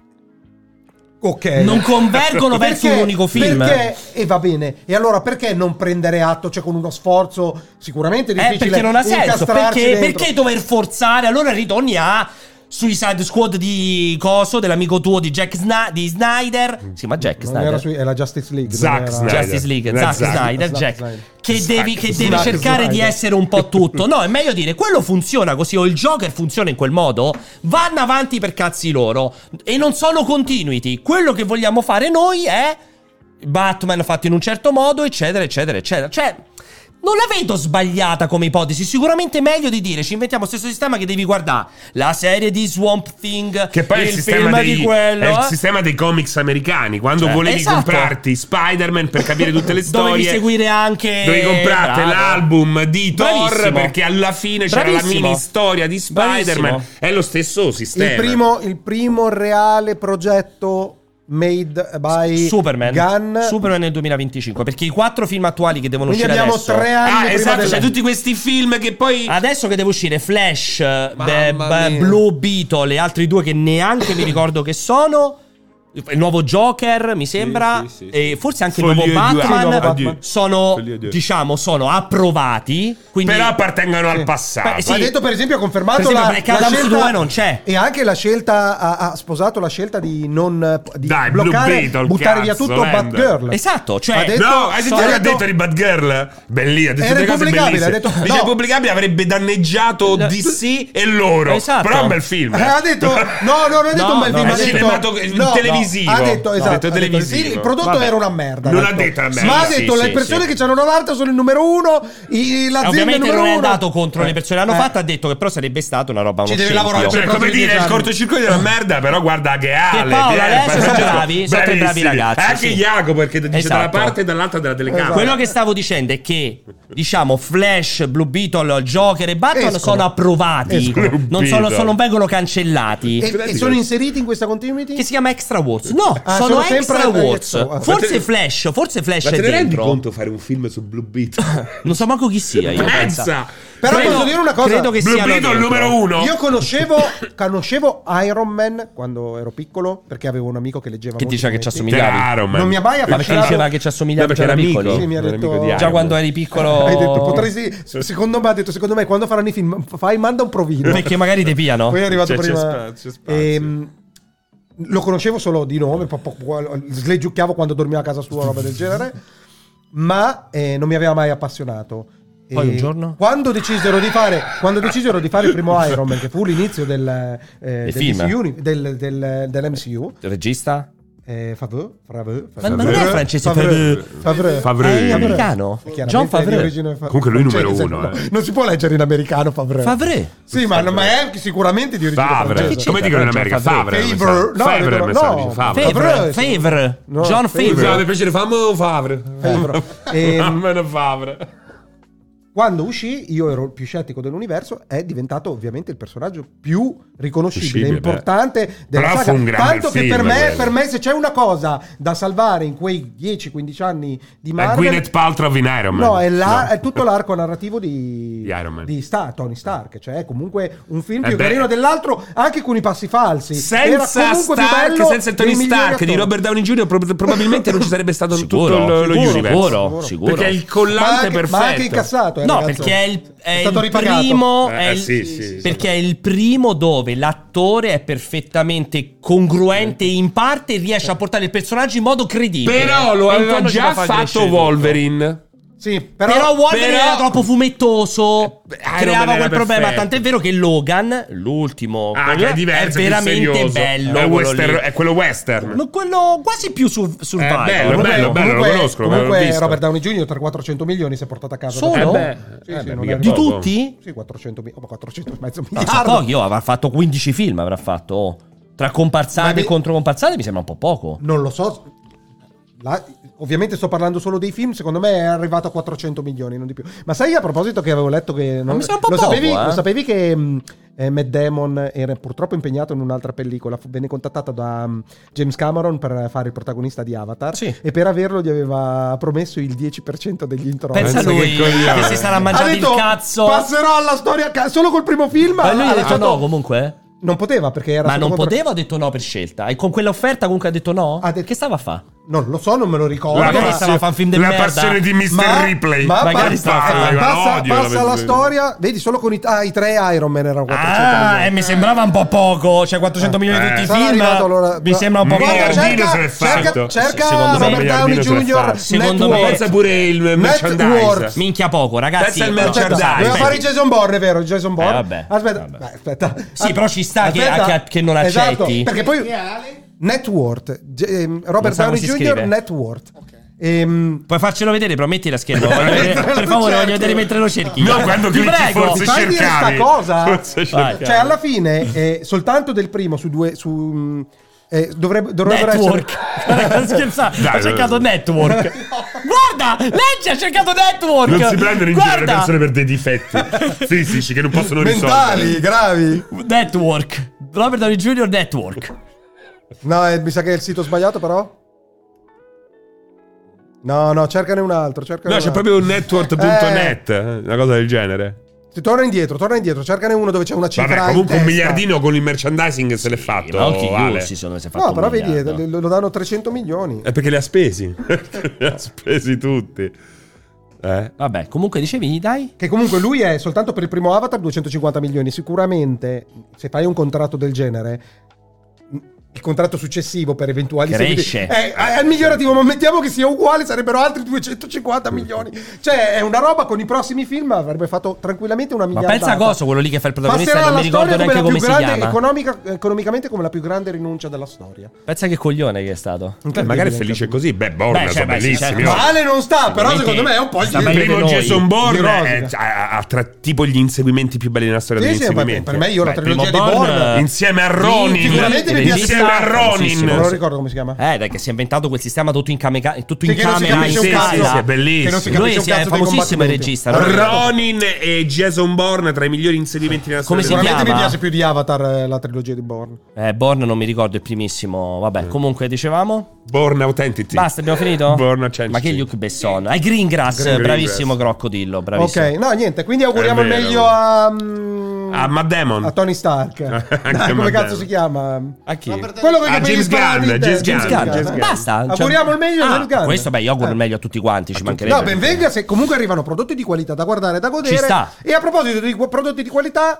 Ok. Non convergono verso Perché- un unico film. Perché, e va bene, e allora perché non prendere atto, cioè con uno sforzo sicuramente Eh, difficile? perché non ha senso. incastrarci Perché, dentro. perché dover forzare? Allora ritorni a Suicide Squad di Coso, dell'amico tuo di Jack Sna- di Snyder. Sì, ma Jack Mm. Non era Snyder. sui- è la Justice League. Zack non era- Snyder. Justice League, Zack Zack Snyder. Snyder, Zack Jack, Snyder. che devi, che devi Zack cercare di Snyder. essere un po' tutto. No, è meglio dire quello funziona così o il Joker funziona in quel modo. Vanno avanti per cazzi loro e non sono continuity. Quello che vogliamo fare noi è Batman fatto in un certo modo, eccetera, eccetera, eccetera. Cioè. Non la vedo sbagliata come ipotesi, sicuramente meglio di dire ci inventiamo lo stesso sistema che devi guardare la serie di Swamp Thing, Che poi è il, sistema film dei, di quello, è il eh. sistema dei comics americani. Quando Cioè, volevi esatto. comprarti Spider-Man per capire tutte le storie, Dovevi seguire anche. dovevi comprarti Bravo. l'album di Thor Bravissimo. perché alla fine c'era Bravissimo. la mini storia di Spider-Man. Bravissimo. È lo stesso sistema. Il primo, il primo reale progetto made by Superman. Gunn. Superman nel 2025. Perché i quattro film attuali che devono Quindi uscire abbiamo adesso. tre anni Ah, prima esatto, della- c'è tutti questi film che poi Adesso che devo uscire Flash, eh, beh, Mamma beh, mia. Blue Beetle e altri due che neanche mi ricordo che sono. Il nuovo Joker, mi sembra. sì, sì, E forse anche Folio il nuovo due. Batman. Sì, il nuovo Batman. Sono, Folio due. diciamo, sono approvati. Quindi Eh. però appartengono al passato. Beh, sì. Ha detto per esempio, ha confermato Per esempio, la, Black la Adam su scelta due non c'è. E anche la scelta, ha, ha sposato la scelta di non di Dai, Blue bloccare, Beetle, buttare via cazzo, tutto Lander. Batgirl. Esatto, cioè. Ha detto- no, hai sentito so- che ha detto di Batgirl? Bellina, ha detto Era delle cose impubblicabile, bellissime. ha detto- Dice no. pubblicabile avrebbe danneggiato La- DC e loro. Esatto. Però è un bel film. Eh, ha detto no, no, non ha detto No, un bel no, film, è ha detto cinemato- il no, televisivo. Ha detto esatto, No, ha detto ha detto, televisivo. il- il prodotto Vabbè. era una merda. Non ha detto una merda, Ma ha sì, detto sì, le persone sì. che c'hanno la l'alta sono il numero uno, i, l'azienda Ovviamente numero non è uno. andato contro le persone che l'hanno Eh. fatta, ha detto che però sarebbe stata una roba uno Ci deve scempio. lavorare Cioè, per come proprio dire, dieci il anni. cortocircuito è una merda, però guarda che Ale, Paolo, Pier, adesso sono Francesco, bravi, sono tre bravi bravissimi. ragazzi, Anche sì. Jacopo, perché dice da una Esatto. parte e dall'altra della telecamera. Quello che stavo dicendo è che, diciamo, Flash, Blue Beetle, Joker e Batman Escono. sono approvati. Escono. Non, sono, Beetle. sono- non vengono cancellati. E, e sono inseriti in questa continuity? Che si chiama Extra Wars. No, Ah, sono, sono sempre Extra extra Wars. Wars. Ma te- Forse Flash, forse Flash Ma è te ne rendi dentro. conto fare un film su Blue Beetle? Non so manco chi sia. Io penso. Pensa! Però Credo- posso dire una cosa? Credo che Blue sia Beetle numero uno. Io conoscevo, conoscevo Iron Man quando ero piccolo perché avevo un amico che leggeva Che molti diceva che ci fumetti. assomigliava. Chiaro, man. Non mi ha mai Ma perché affascinato. diceva che ci No, assomigliava perché già da era amico. piccolo? Sì, mi ha Era detto- amico di Già Già Iron quando Man. eri piccolo. Hai detto, potresti. Secondo me ha detto, secondo me, quando faranno i film, fai, manda un provino. Perché magari ti piano. Poi è arrivato Cioè, c'è prima. spazio, spazio. Ehm, lo conoscevo solo di nome, po- po- po- sleggiucchiavo quando dormiva a casa sua, roba del genere. Ma eh, non mi aveva mai appassionato. Poi E un giorno? Quando decisero di fare, quando decisero di fare il primo Iron Man, che fu l'inizio del, eh, del film. DCU, del- del- dell'MCU, Regista? eh, Favreau, Favreau, Ma, ma non è francese. Favreau, Favreau. Favreau. È americano. Chiaramente John di Favreau. origine fa- Comunque lui è numero francese, uno, no. eh. Non si può leggere in americano Favreau. Favreau. Sì, ma, ma è sicuramente di origine Favre. francese. c'entra? Come dicono in Cioè, America? Favre. Favre. mi sa. Favre. No, Favre, dicono- mi sa, no. dice Favre. Favre. Favre. Favre. No, John Favre. Favre. Fa- Per piacere, fammi Favre. Favreau. Ehm, Fammelo Favre. quando uscì, io ero il più scettico dell'universo, è diventato ovviamente il personaggio più riconoscibile, Riconoscibile, importante della Però fu saga. un gran Tanto bel che per film, me, quello. per me, se c'è una cosa da salvare in quei 10-15 anni di È Marvel... Gwyneth Paltrow in Iron Man. No, è, la- No. è tutto l'arco narrativo di, Di Iron Man. di Star- Tony Stark. Cioè, è comunque un film Eh più beh. carino dell'altro, anche con i passi falsi. Era senza comunque più Stark, bello senza il Tony dei migliori Stark di attori. Robert Downey Jr. prob- probabilmente non ci sarebbe stato tutto Sicuro, lo, lo sicuro, universo. sicuro, sicuro. Perché è il Ma collante anche, perfetto. ma anche incassato. Era No, ragazzo. perché è il, è stato il ripagato. primo. è Eh, il- sì, sì, sì. Perché è il primo dove l'attore è perfettamente congruente in parte e riesce a portare il personaggio in modo credibile. Però lo E aveva intorno ci già fa far fatto crescere Wolverine. Sì, tutto. però, Però Wolverine però- era troppo fumettoso, Beh, Iron Man creava era quel problema. perfetto. Tant'è vero che Logan, l'ultimo, Ah, che è diverso. più veramente serioso. bello. È, quello western- lì. è quello western. No, quello quasi più sul survival. Eh, bello, Proprio- bello, bello. lo conosco, lo comunque avevo visto. Robert Downey Jr. tra 400 milioni si è portato a casa. Solo? da- Eh beh, sì, eh sì, beh, non mica è- Di poco. tutti? Ah, Sì, 400 milioni, 400 e mezzo No, miliardi. sa poco, io oh, avrà fatto 15 film, avrà fatto oh. tra comparsate Ma mi- e contro comparsate mi sembra un po' poco. Non lo so. La- ovviamente sto parlando solo dei film, secondo me è arrivato a 400 milioni, non di più. Ma sai a proposito che avevo letto che... Non, mi sa un po' lo, poco, sapevi, eh. lo sapevi che mh, eh, Matt Damon era purtroppo impegnato in un'altra pellicola, fu- venne contattato da mh, James Cameron per fare il protagonista di Avatar Sì. e per averlo gli aveva promesso il 10% degli introiti. Pensa a penso lui che coglione. che si sarà Ha mangiato detto, il cazzo. passerò alla storia ca- solo col primo film. Ma lui ha ha detto lasciato- no comunque. Non poteva perché era Ma stato non contro- poteva, ha detto no per scelta. E con quell'offerta comunque ha detto no? Ha detto- Che stava a fare? Non lo so, non me lo ricordo. La, Magari ma- passi- stava a fare un film di la merda. passione di Mr. Ripley. ma Magari pa- stava eh, facendo- passa, Odio la passa Mr. la Ripley. storia, vedi solo con i, ah, i tre Iron Man erano Cioè, 400 Ah, milioni. e mi sembrava un po' poco. Cioè 400 Eh. milioni di tutti i Sarà film. arrivato allora- Mi sembra un po' Guarda, poco. c'è- cerca, Miliardino se l'è fatto. cerca, cerca Sì, secondo me Robert Downey Miliardino se l'è Jr. fatto. Secondo me- Network. Pensa pure il merchandise. Network. Minchia poco, ragazzi. Pensa al no, merchandise. certo, Aspetta, Dai, doveva dai. fare Jason Bourne, è vero? Jason Bourne. Eh, vabbè, aspetta, vabbè. beh, aspetta. Sì, però ci sta che- Aspetta. che- che non Esatto, accetti. perché poi eh. Reale? Network, J- ehm, Non Robert so come Downey si Jr. scrive. Network. Ok. Ehm, Puoi farcelo vedere, però metti la scherma. Voglio Mentre vedere- lo per favore, cerchi. voglio vedere mentre lo cerchi. certo. No, quando Ti clicchi prego. forse fai dire sta cercavi. cosa? Forse Vai. cercavi. Cioè, alla fine, eh, soltanto del primo su due. Su, mm, eh, dovrebbe, dovrebbero Network. essere. Scherzate. Dai, ha cercato dai. network. Guarda, leggi, ha cercato network. Non si prendono in giro le Guarda, persone per dei difetti fisici che non possono risolvere. Mentali, gravi. Network. Robert Downey Jr. Network. No, eh, mi sa che è il sito sbagliato, però. No, no, cercane un altro. Cercane No, un c'è altro. proprio un Eh. network.net, eh, una cosa del genere. Ti Torna indietro, torna indietro. Cercane uno dove c'è una cifra. Vabbè, in comunque un testa. miliardino con il merchandising se l'è fatto. Ma occhi Ale. chiusi sono si è fatto No, però un vedi, miliardo. eh, lo, lo danno 300 milioni. È perché li ha spesi. li ha spesi tutti. Eh? Vabbè, comunque dicevi, dai. Che comunque lui è soltanto per il primo Avatar 250 milioni. Sicuramente, se fai un contratto del genere, il contratto successivo per eventuali Cresce. seguiti- è, è al migliorativo, ma mettiamo che sia uguale, sarebbero altri 250 milioni. Cioè, è una roba con i prossimi film avrebbe fatto tranquillamente una Ma miliarda. pensa a Coso, quello lì che fa il protagonista, Passerà non mi alla ricordo storia come neanche la come si più grande, chiama. economica- economicamente come la più grande rinuncia della storia. Pensa che coglione che è stato. Beh, magari è felice così. Beh, Borna Beh, cioè, sono beh, sì, bellissimi. certo. oh. Male non sta, però Sicuramente secondo me è un po' il sta meglio Il primo di noi. Jason Di Bourne è- cioè, rosica. ha, ha tra tipo gli inseguimenti più belli nella storia Sì, degli sì, ma per inseguimenti. per me io la Beh, il primo trilogia di Bourne Bourne- Insieme a Sì, Ronin. sicuramente mi piace Insieme a tanto, Ronin. famosissimo. non lo ricordo come si chiama. Eh, dai, che si è inventato quel sistema tutto in, camera, tutto in Sì, che non si camera. in capisce un sì, sala. cazzo. sì, sì, è bellissimo. Che non si Lui capisce un si è cazzo dei famosissimo il combattimenti. regista, no? Ronin e Jason Bourne tra i migliori inseguimenti nella Come storia. si degli- Sicuramente mi chiama? piace più di Avatar eh, la trilogia di Bourne. Eh, Born non mi ricordo il primissimo. Vabbè, comunque dicevamo. Bourne Authenticity. Basta, abbiamo finito? Bourne Authenticity. Ma che Luke Besson. Hai Greengrass, Green- bravissimo Greengrass. Crocodillo, bravissimo. Ok, no, niente, quindi auguriamo È il vero. meglio a mm, A Matt Damon. a Tony Stark. Anche Dai, a come Matt cazzo Damon. si chiama? A chi? Ma per te- Quello con i Ah, capelli James sparati, Gunn, eh, James Gunn, Gunn, James eh, Gunn. Basta. cioè- Auguriamo il meglio a Ah, James Gunn. Eh. Questo, beh, io auguro il meglio a tutti quanti. Ci mancherebbe. No, benvenga se comunque arrivano prodotti di qualità da guardare, da godere. Ci sta. E a proposito di qu- prodotti di qualità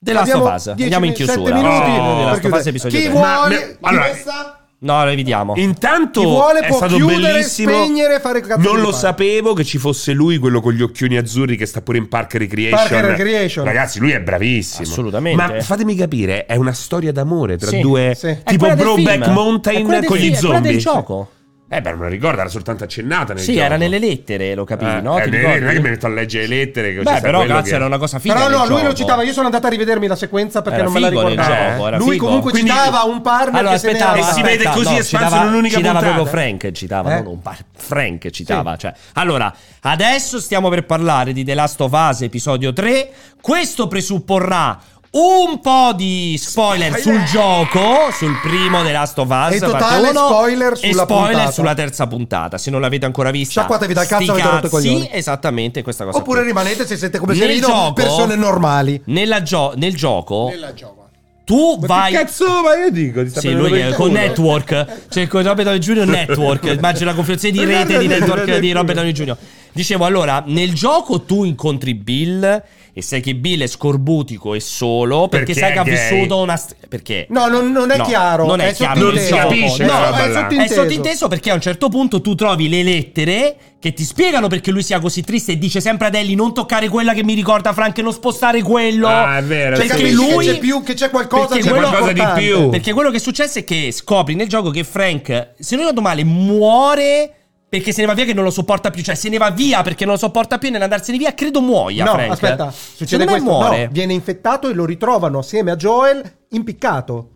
The Last abbiamo of Us. 10 Andiamo in minuti, chiusura. sette minuti Oh, per The Last of Us chiudere. episodio Chi tre. Ma- vuole, ne- allora, Questa? No, lo evitiamo. Intanto Chi vuole è può stato chiudere, bellissimo. spegnere, fare il cazzo non che lo pare. sapevo che ci fosse lui, quello con gli occhioni azzurri che sta pure in Park Recreation. Park Recreation. Ragazzi, lui è bravissimo. Assolutamente. Ma fatemi capire, è una storia d'amore tra Sì, due sì. È tipo quella del Brokeback film. È quella Mountain del film, con gli è quella zombie. del gioco. Eh, beh, non la ricordo, era soltanto accennata nel Sì, gioco. era nelle lettere, lo capì, Eh, no? eh, Ti beh, ricordi? non è che mi metto a leggere le lettere. Che c'è Beh, sta però quello cazzo che- era una cosa figa. Però nel no, lui gioco. lo citava, io sono andato a rivedermi la sequenza perché Era non me la figo nel ricordavo. gioco, era lui figo. comunque Quindi- citava un partner Allora, che se ne aspettava, andava. E si vede aspetta, così no, espanso citava- in un'unica Citava puntata. proprio Frank, citava Eh? non un par- Frank citava, cioè. Allora, adesso stiamo per parlare di The Last of Us episodio 3. Questo presupporrà un po' di spoiler, sul gioco, sul primo The Last of Us parte E totale uno, spoiler e sulla spoiler puntata. sulla terza puntata. Se non l'avete ancora vista, Sciacquatevi dal cazzo, sti avete rotto i cazzi, coglioni. Esattamente questa cosa. Oppure qui. rimanete se siete come Nel Serino gioco- persone normali. Nella gio- nel gioco Nella gioca. tu vai Che cazzo, ma io dico, ti sta sì, prendendo lui per che- il con culo. Network, cioè con Robert Downey Jr. Network, immagino la confezione di rete di Network di Robert Downey Jr. Dicevo allora, nel gioco tu incontri Bill e sai che Bill è scorbutico e solo perché, Perché sai che ha è gay. vissuto una... st- perché? No, non, non è No, chiaro. non è chiaro, non si sottinteso. capisce No, quella roba è là. È sottinteso. sottinteso perché a un certo punto tu trovi le lettere che ti spiegano perché lui sia così triste e dice sempre ad Ellie non toccare quella che mi ricorda Frank e non spostare quello. Ah, è vero, Cioè, sì. perché capisci lui- che c'è più, che c'è qualcosa, perché di quello- qualcosa di importante. più. Perché quello che è successo è che scopri nel gioco che Frank, se non ricordo male, muore perché se ne va via che non lo sopporta più. Cioè, se ne va via perché non lo sopporta più e nell'andarsene via credo muoia, No, Frank. aspetta, succede Secondo me questo. muore. No, viene infettato e lo ritrovano assieme a Joel impiccato.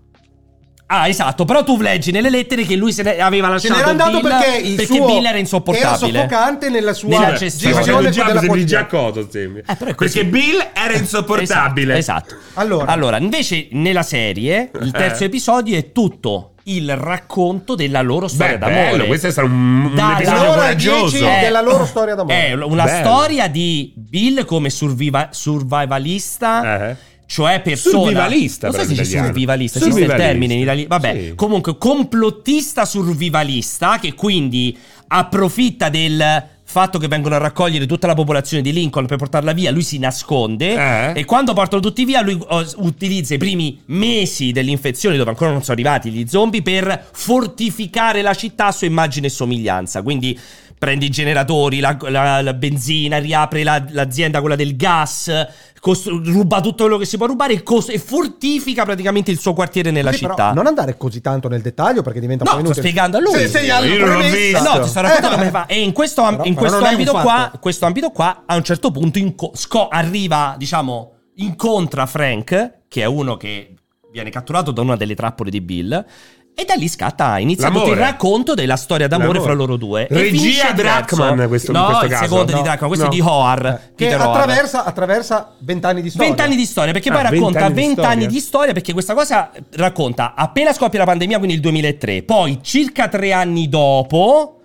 Ah, esatto, però tu leggi nelle lettere che lui se ne aveva Se lasciato n'era andato Bill perché il suo Bill era Era insopportabile. soffocante nella sua Nella Stai gestione. facendo gestione un giallo, della sembri già quotidiana. coto. sembri. Eh, però è così. Perché Bill era insopportabile. Eh. Esatto. esatto. Allora. invece nella serie, il terzo episodio è tutto il racconto della loro storia Beh, d'amore. bello, questo è stato un, un Dalla- Eh. episodio Allora, coraggioso. dieci- della loro storia d'amore. È Eh, una Bello. storia di Bill come surviva- survivalista. Eh. Cioè persona Survivalista, Non so se però in dice italiano. survivalista, esiste il Survivalista. termine in italiano. Vabbè, Sì. comunque complottista survivalista che quindi approfitta del fatto che vengono a raccogliere tutta la popolazione di Lincoln per portarla via, lui si nasconde Eh. e quando portano tutti via lui oh, s- utilizza i primi mesi dell'infezione dove ancora non sono arrivati gli zombie per fortificare la città a sua immagine e somiglianza. Quindi prendi i generatori, la, la- la benzina, riapre la- l'azienda quella del gas, costru- ruba tutto quello che si può rubare e, cos- e fortifica praticamente il suo quartiere nella Sì, però Eh, città. non andare così tanto nel dettaglio perché diventa No, poi inutile. sto eh, spiegando a lui. Eh, Se sei alla Io non l'ho premessa. visto. No, ti sto raccontando Eh, come fa. E in questo, am- però- in questo però non è un ambito fatto. qua, questo ambito qua, a un certo punto inco- sco- arriva, diciamo, incontra Frank, che è uno che viene catturato da una delle trappole di Bill. E da lì scatta, inizia tutto il L'amore. racconto della storia d'amore L'amore. fra loro due. E Regia finisce il terzo. Drachman, questo- in no, questo il caso. secondo No, di Drachman, questo no. Eh. è di Hoar. Che Peter Hoar. attraversa, attraversa vent'anni di storia. Vent'anni di storia, perché Ah, poi racconta 20 anni di vent'anni storia. di storia, perché questa cosa racconta appena scoppia la pandemia, quindi il 2003, poi circa tre anni dopo,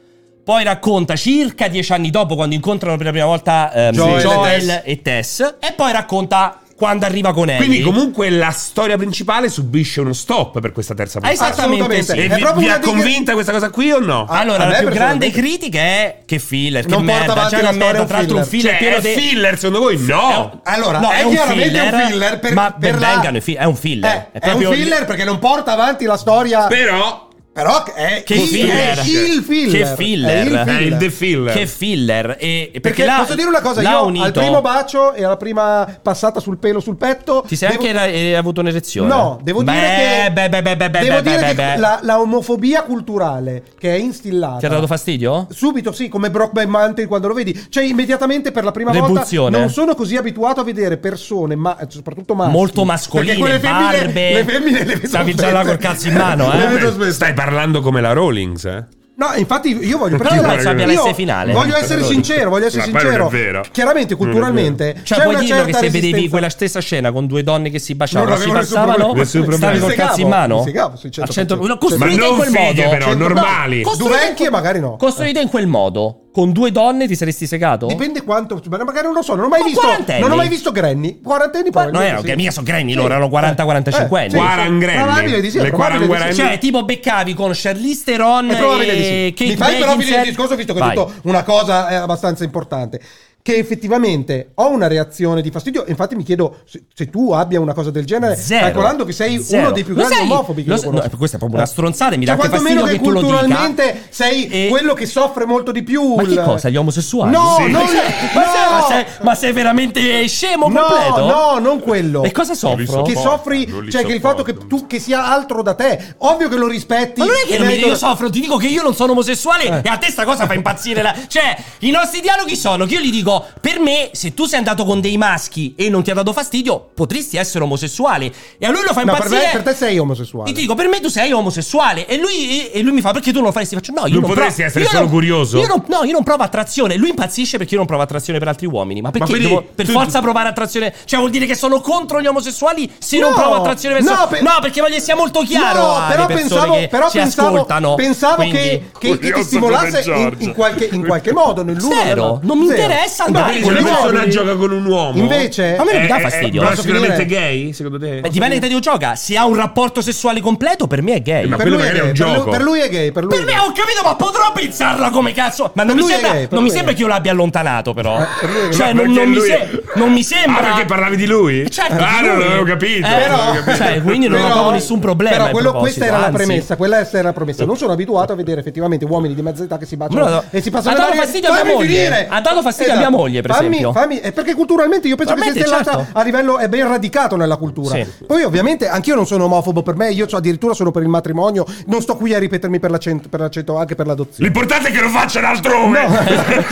poi racconta circa dieci anni dopo quando incontrano per la prima volta ehm, Joel Joel, e e Tess. Tess, e poi racconta quando arriva con Ellie. Quindi comunque la storia principale subisce uno stop per questa terza puntata. Esattamente sì. Assolutamente. E esatto. È vi, proprio vi una ha di che- convinta questa cosa qui o no? Ah, a Allora, me la più grande personalmente- critica è che filler, che Non porta merda, avanti c'è la una storia, merda, è un tra l'altro un filler. filler cioè, pieno è di... filler secondo voi? È No! un- Allora, No, è, è un chiaramente filler, un filler per, ma per ben la- vengano i fi- è un filler. Eh, È È, proprio- un filler perché non porta avanti la storia. Però Però è, Che il, filler. è il filler. Che filler. Eh, È il è il The Filler. Che filler. E, e Perché, l'ha- posso dire una cosa, l'ha io unito. al primo bacio e alla prima passata sul pelo sul petto... Ti sei devo- anche la- eh, avuto un'erezione? No, devo Beh, dire che... Beh, beh, beh, beh, beh, devo beh, dire beh, che beh. La, la omofobia culturale che è instillata... Ti ha dato fastidio? Subito, sì, come Brock Mantle quando lo vedi. Cioè, immediatamente per la prima Repulsione. volta non sono così abituato a vedere persone, ma eh, soprattutto maschi. Molto Perché mascoline, quelle femmine- barbe. Le femmine le vedo Stavi già là spesso. col cazzo in mano, eh? Le vedo spesso. stai parlando come la Rawlings, eh? No, infatti io voglio Io però- penso abbia io l'esse finale. Voglio essere sincero, voglio essere Ma poi non è sincero. vero. Chiaramente Non è culturalmente Cioè, c'è puoi una dirlo che certa se vedevi resistenza. quella stessa scena con due donne che si baciavano, Non si avevo nessun passavano, problema. Nessun stavi problema. col Mi cazzo in segavo, mano? mi segavo sui cento A cento- per cento. Ma Costruita in non quel fighe, modo. però, Cioè, normali. Costruita in Durecchi quel- e magari no. Eh, Costruita in quel modo, con due donne ti saresti segato? Dipende quanto, ma magari non lo so, non ho mai Ma visto, quarantenni. non ho mai visto Granny. Quarantenni poi. No, erano, sì. Eh, che mica sono granny loro, erano 40-45 anni. sì, sì. Quarangrenni. Probabile di sì, probabile Le di sì. quarangurenni. Cioè, tipo beccavi con Charlize Theron È probabile di sì. e Kate Mi fai però finire il Beckinsale. discorso, visto che Vai. ho detto una cosa eh, abbastanza importante. Che effettivamente ho una reazione di fastidio. Infatti, mi chiedo se, se tu abbia una cosa del genere, Zero. calcolando che sei Zero. uno dei più Lo grandi sai- omofobi. Che lo io sai- conosco. Eh. Cioè, no, questa è proprio una stronzata, mi dà anche quantomeno fastidio che che tu lo dica. culturalmente sei E- quello che soffre molto di più. Ma che il- cosa, gli omosessuali? No, Sì. non- ma, sei, ma sei- ma sei- ma sei veramente scemo no, completo? no, non quello. E cosa soffro? che sopporto, soffri, non li cioè che il sopporto. fatto che tu che sia altro da te, ovvio che lo rispetti. Ma non è che e non mi merito- Eh. io soffro, ti dico che io non sono omosessuale e a te sta cosa fa impazzire la... Cioè, i nostri dialoghi sono che io gli dico, per me, se tu sei andato con dei maschi e non ti ha dato fastidio, potresti essere omosessuale. E a lui lo fa No, per, impazzire... me- per te sei E omosessuale. ti dico, per me tu sei omosessuale. E lui, e lui mi fa, perché tu non lo faresti? Faccio, no, io Non non, provo- potresti essere io solo non- curioso? Io non, no, io non provo attrazione. Lui impazzisce perché io non provo attrazione per altri uomini. Ma perché quindi devo per tu- forza provare attrazione? Cioè, vuol dire che sono contro gli omosessuali se non No, provo attrazione verso. no, per- No, perché voglio che sia molto chiaro. No, alle però persone pensavo, che però ci pensavo, ascoltano. pensavo Quindi- che, che- che Curioso ti stimolasse come in, Giorgio. in qualche, in qualche modo. Nell'uno, Zero, non mi Zero. interessa No, domanda. Quindi se quello una no, persona quindi- gioca con un Ah, uomo. Invece- A me non mi dà è- è- fastidio. Ma Posso sicuramente finire? gay, secondo te? Eh, dipende che Dio gioca. Se ha un rapporto sessuale completo, per me è gay. Eh, Ma per, per quello lui è magari gay, è un per lui- gioco. per lui è gay, per lui. è me gay. ho capito, ma potrò pizzarla come cazzo. Ma non, Per mi lui è sembra, gay, per non mi lui è sembra che io l'abbia allontanato, però. Eh, per lui è cioè, gay. non, Perché non mi lui- se- non mi sembra. Ah, perché parlavi di lui? Certo, ah, di non lui. l'avevo capito. Eh, non però- l'avevo capito. Cioè, quindi non Però- avevo nessun problema. Però in quello- proposito, questa era la anzi. premessa. Quella era la premessa. Non sono abituato a vedere effettivamente uomini di mezza età che si baciano Ma no, no. e si passano Ha dato le mani- fastidio a mia Fammi moglie. finire. Esatto. Ha dato fastidio a mia moglie, per Fammi- esempio. fammi- eh, perché culturalmente io penso che sia Veramente, stellata certo. a livello è ben radicato nella cultura. Sì. Poi ovviamente anch'io non sono omofobo, per me io so, addirittura sono per il matrimonio, non sto qui a ripetermi per la cento, per la cento- anche per l'adozione. L'importante è che lo facciano altrove.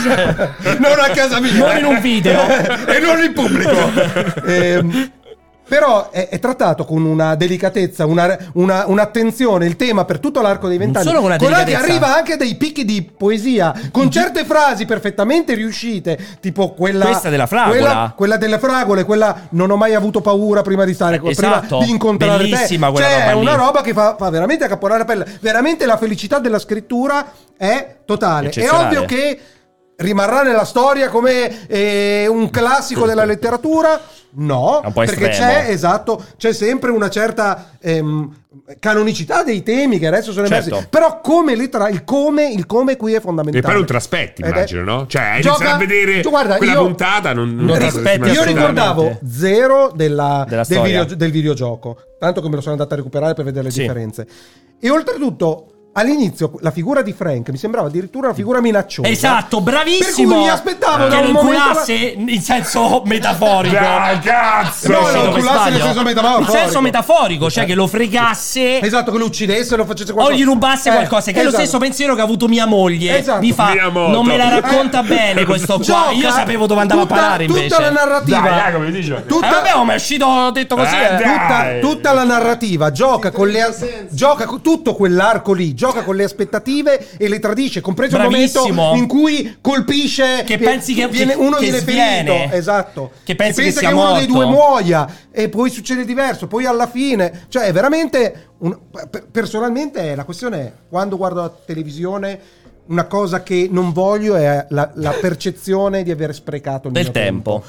non a casa mia. Non in un video. e non in pubblico. Ehm, però è, è trattato con una delicatezza, una- una- un'attenzione, il tema per tutto l'arco dei vent'anni. solo con una Colati delicatezza. arriva anche dei picchi di poesia, con certe frasi perfettamente riuscite, tipo quella... Questa della fragola. Quella, quella delle fragole, quella non ho mai avuto paura prima di stare, con Esatto, prima di incontrare bellissima te. quella Cioè, roba è una lì. roba che fa, fa veramente accapponare la pelle. Veramente la felicità della scrittura è totale. È Eccezionale. ovvio che rimarrà nella storia come eh, un classico della letteratura? No, È un po' perché estremo. c'è, esatto, c'è sempre una certa ehm, canonicità dei temi che adesso sono Certo. emersi. Però come lettera- il, come, il come qui è fondamentale. E poi non te l'aspetti, Ed è- immagino, no? Cioè, hai Gioca- iniziato a vedere Cioè, guarda, quella io- puntata, non, Non so se aspetti settimana io scorsa- assolutamente. ricordavo zero della- Della del, storia. video- del videogioco, tanto che me lo sono andato a recuperare per vedere le Sì. differenze. E oltretutto, all'inizio la figura di Frank mi sembrava addirittura una figura minacciosa. Esatto, Per bravissimo. cui mi aspettavo da che un lo momento- inculasse in senso metaforico. Ah, cazzo! No, Sì, no, dove inculasse sbaglio. nel senso metaforico. In senso metaforico, cioè che lo fregasse. Esatto, che lo uccidesse o lo facesse O qualcosa. gli rubasse Eh, qualcosa, che è esatto. lo stesso pensiero che ha avuto mia moglie. Esatto. Eh. Mi fa, Miyamoto. non me la racconta bene questo qua. Gioca Io sapevo dove andava tutta- a parare invece. Tutta la narrativa. Dai, Jacopo, mi dici? Eh, Tutta, vabbè, oh, ma è uscito detto così. Eh, eh. dai. tutta, tutta la narrativa gioca con le senso. gioca con tutto quell'arco lì, gioca con le aspettative e le tradisce, compreso il Bravissimo. momento in cui colpisce Che pensi che- viene, che- uno che viene sviene. ferito, esatto. Che pensi che E pensa che, sia uno dei morto. due muoia e poi succede diverso, poi alla fine, cioè è veramente un- per- personalmente la questione è quando guardo la televisione una cosa che non voglio è la, la percezione di aver sprecato il Del mio tempo.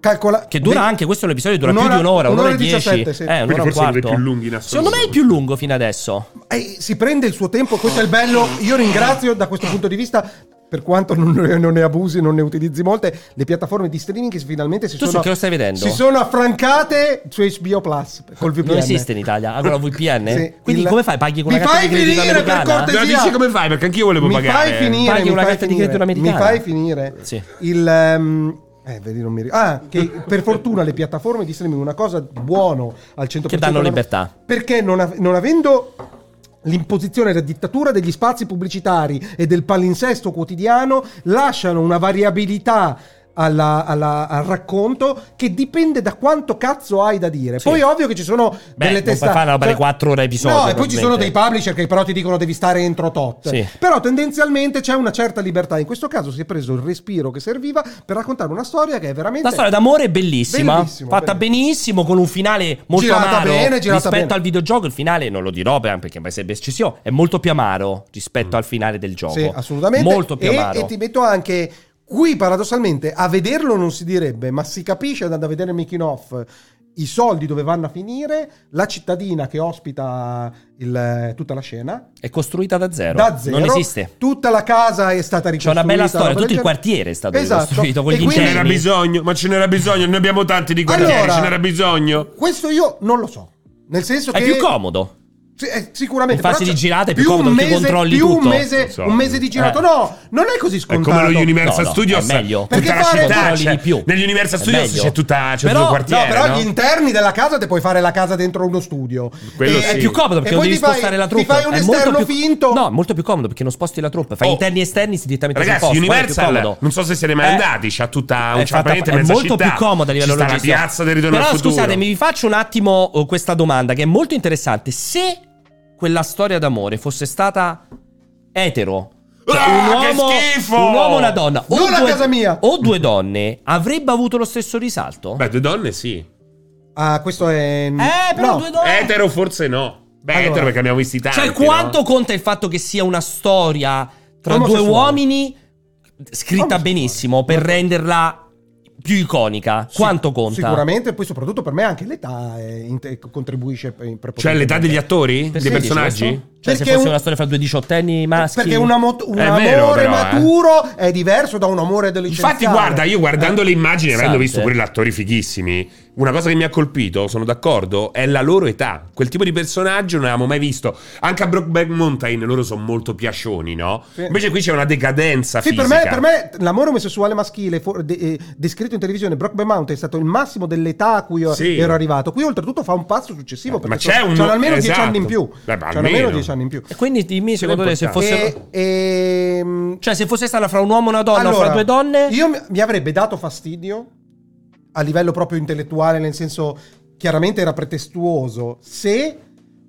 Calcola- Che dura de- anche, questo è un episodio, dura più un'ora- di un'ora, un'ora, e dieci. 17, sì. Eh, un'ora Quindi e forse uno dei quarto. più lunghi in assoluto. Secondo me è il più lungo fino adesso. Eh, si prende il suo tempo, questo è il bello. Io ringrazio da questo punto di vista. Per quanto non ne, non ne abusi, non ne utilizzi molte, le piattaforme di streaming che finalmente si Tu su sono. che lo stai vedendo? Si sono affrancate su HBO Plus col VPN. Non esiste in Italia. Allora VPN? Sì, Quindi il- come fai? Paghi con Mi una carta di fai credito finire, per americana? cortesia! No, dici come fai, perché anch'io volevo Mi pagare. fai finire, Paghi mi una fai carta di finire, credito Mi americana. fai finire. Sì. Il ehm, eh, vedi, non mi ricordo. Ah, che per fortuna le piattaforme di streaming una cosa buono al 100% Che danno la- libertà. Perché non, av- non avendo l'imposizione e la dittatura degli spazi pubblicitari e del palinsesto quotidiano lasciano una variabilità alla- alla- al racconto che dipende da quanto cazzo hai da dire. Sì. Poi è ovvio che ci sono Beh, delle non puoi testate. fare una roba di quattro ore a episodio, No, e poi ci sono dei probabilmente. publisher che però ti dicono devi stare entro tot. Sì. Però tendenzialmente c'è una certa libertà. In questo caso si è preso il respiro che serviva per raccontare una storia che è veramente. La storia d'amore è bellissima, Bellissimo, fatta bellissimo. benissimo, con un finale molto Girata amaro. bene, rispetto girata bene. al videogioco, il finale, non lo dirò per- perché mai sarebbe eccessivo, è molto più amaro Mm. rispetto al finale del gioco. Sì, assolutamente. Molto più e, amaro. e ti metto anche. Qui paradossalmente a vederlo non si direbbe, ma si capisce andando a vedere il making off i soldi dove vanno a finire, la cittadina che ospita il- tutta la scena, È costruita da zero. da zero, Non esiste. tutta la casa è stata C'è ricostruita. una bella storia, roba tutto del il genere. quartiere è stato Esatto. ricostruito con E gli quindi- Ce n'era interni. bisogno, ma ce n'era bisogno, ne abbiamo tanti di quartieri, Allora- ce n'era bisogno. Questo io non lo so. Nel senso È che più comodo. Sì, eh, sicuramente In fase però di c'è- girata è più comodo un perché controlli più tutto. Un mese, Non so. un mese di girato, Eh. no, non è così È scontato. come lo Universal No, no, Studios. è meglio. Tutta Perché la fare- città. Controlli c'è- di più. Negli Universal È Studios meglio. c'è tutta Però- c'è tutto il No, quartiere. però no? gli interni della casa te puoi fare la casa dentro uno studio. Quello E- sì. È più comodo perché e non poi devi ti fai- spostare la Ti truppa. fai un È molto esterno più- finto. No, è molto più comodo perché non sposti la truppa. Fai Oh. interni e esterni si direttamente sul Ragazzi, posto. Quello è più Universal, comodo. non so se siete mai Eh, andati, c'ha tutta un è, fatta- ciappamento in è mezzo molto città. più comodo a livello Ci sta la logistico. piazza del ritorno Però al futuro. scusatemi, vi faccio un attimo eh, questa domanda che è molto interessante. Se quella storia d'amore fosse stata etero, cioè Ah, che schifo! un uomo e una donna, o Non a due, casa mia! o due donne, avrebbe avuto lo stesso risalto? Beh, due donne sì. Ah, questo è eh, però no. due donne. Etero forse no. Beh, Allora. etero perché abbiamo visti tanti. Cioè, quanto no? conta il fatto che sia una storia tra due Omosessuale. uomini scritta Oh, mi benissimo scusi. per renderla più iconica. Sì, Quanto conta? Sicuramente, e poi soprattutto per me anche l'età eh, in- contribuisce. in- Cioè l'età degli attori? Per dei sé dici personaggi? questo? Cioè, se fosse Perché un- Eh, una storia fra due diciottenni maschi. Perché una mot- un È amore vero, però, eh. maturo è diverso da un amore adolescenziale. Infatti, guarda, io Eh? guardando le immagini, avendo Sante. visto pure gli attori fighissimi, una cosa che mi ha colpito, sono d'accordo, è la loro età. Quel tipo di personaggio non avevamo mai visto. Anche a Brokeback Mountain loro sono molto piascioni, no? Sì. Invece qui c'è una decadenza Sì, per fisica. me, per me l'amore omosessuale maschile for- de- eh, descritto in televisione, Brockback Mountain, è stato il massimo dell'età a cui io Sì. ero arrivato. Qui oltretutto fa un passo successivo, Eh, perché ma c'è so- un- c'hanno almeno dieci esatto. anni in più. Beh, ma C'hanno almeno. almeno dieci anni in più. E quindi dimmi, secondo te, se importante. fosse. E, ehm, Cioè, se fosse stata fra un uomo e una donna o Allora, fra due donne. Io mi- mi avrebbe dato fastidio a livello proprio intellettuale, nel senso chiaramente era pretestuoso, se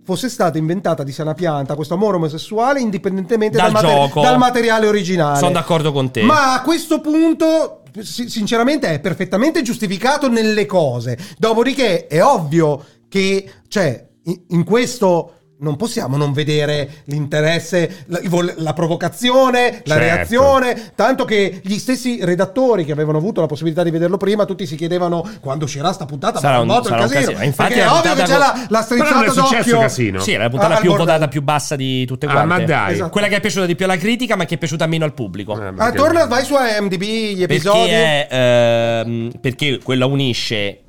fosse stata inventata di sana pianta questo amore omosessuale indipendentemente dal, Dal mater- gioco. dal materiale originale. Sono d'accordo con te. Ma a questo punto si- sinceramente è perfettamente giustificato nelle cose. Dopodiché è ovvio che cioè in, in questo non possiamo non vedere l'interesse, la, il vol- la provocazione, la Certo. reazione, tanto che gli stessi redattori che avevano avuto la possibilità di vederlo prima, tutti si chiedevano quando uscirà sta puntata, Sarà ma un- un, moto il sarà un casino. casino. Eh, infatti perché è è una ovvio che c'è puntata la, la Però non è strizzata successo d'occhio. casino. Sì, era la puntata Ah, al più bordello. votata, più bassa di tutte Ah, quante. ma dai. Esatto. Quella che è piaciuta di più alla critica, ma che è piaciuta meno al pubblico. Eh, Ah, perché- torna, vai su MDB gli episodi. Perché, è, ehm, perché quella unisce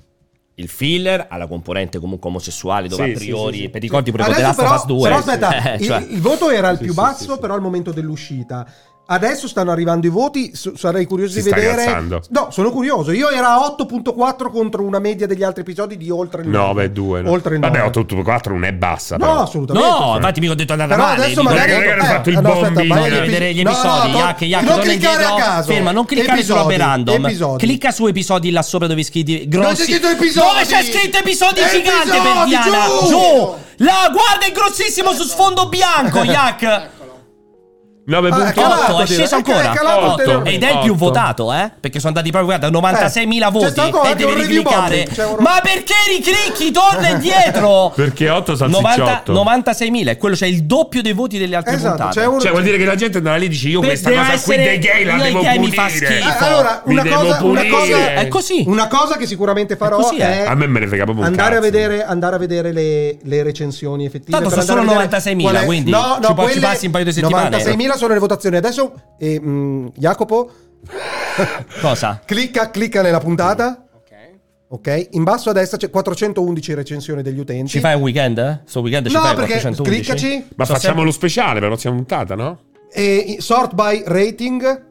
il filler alla componente comunque omosessuale, dove Sì, a sì, priori. sì, sì. per ricordi pure Adesso The Last però- of Us 2. però aspetta, Eh, il, cioè, il voto era il Sì, più sì, basso, sì, sì. però al momento dell'uscita. Adesso stanno arrivando i voti, s- sarei curioso Si di sta vedere. rialzando. No, sono curioso. Io era a 8.4 contro una media degli altri episodi di oltre il 9. 9, 2. Oltre il Vabbè, 9. 884 non è bassa. No, però. assolutamente. no, infatti, mica ho detto andare cioè. Però male. adesso dico- eh, magari Magari hanno fatto il ah, no, aspetta, bombing. vai Voglio agli epi- vedere gli no, no, episodi. no, Yak, yak, non torna cliccare indietro. a caso. Ferma, non cliccare episodi, sulla random. Episodi. Clicca su episodi là sopra dove scrivi grossi. Dove c'è scritto episodi? Dove c'è scritto episodi Episodi, gigante per Diana? giù! Giù! La guarda è grossissimo su sfondo bianco, Yak. Ah, 9.8. 8 calato, è direi. sceso È ancora calato Otto. ulteriormente. ed è il più Otto. votato eh perché sono andati proprio guarda 96.000 Eh, c'è voti stato e anche devi un review ricliccare bombing, c'è un- ma perché riclicchi torna indietro Perché 8 90 salsicciotto. 96.000 e quello c'è il doppio dei voti delle altre Esatto, puntate c'è un Cioè, vuol dire che la gente andava lì e dice: Io Per- questa deve cosa qui essere- dei gay la dei devo gay mi punire. fa schifo. Eh, Eh, allora, Mi una devo cosa- una punire. cosa- è così Una cosa che sicuramente farò È così, eh. è A me me ne frega proprio un andare, a cazzo. vedere, andare a vedere le, le recensioni effettive. Tanto per sono andare a solo vedere 96.000, qual è- quindi no, no, ci può- ci quelle- passi un paio di settimane. 96.000 sono le votazioni. Adesso, eh, mh, Jacopo, cosa clicca, clicca nella puntata. Ok. Ok, in basso a destra c'è 411 recensioni degli utenti. ci fai un weekend eh? sto weekend ci No, fai perché 411 cliccaci. Ma So facciamo sempre- lo speciale per la prossima puntata, no? E sort by rating.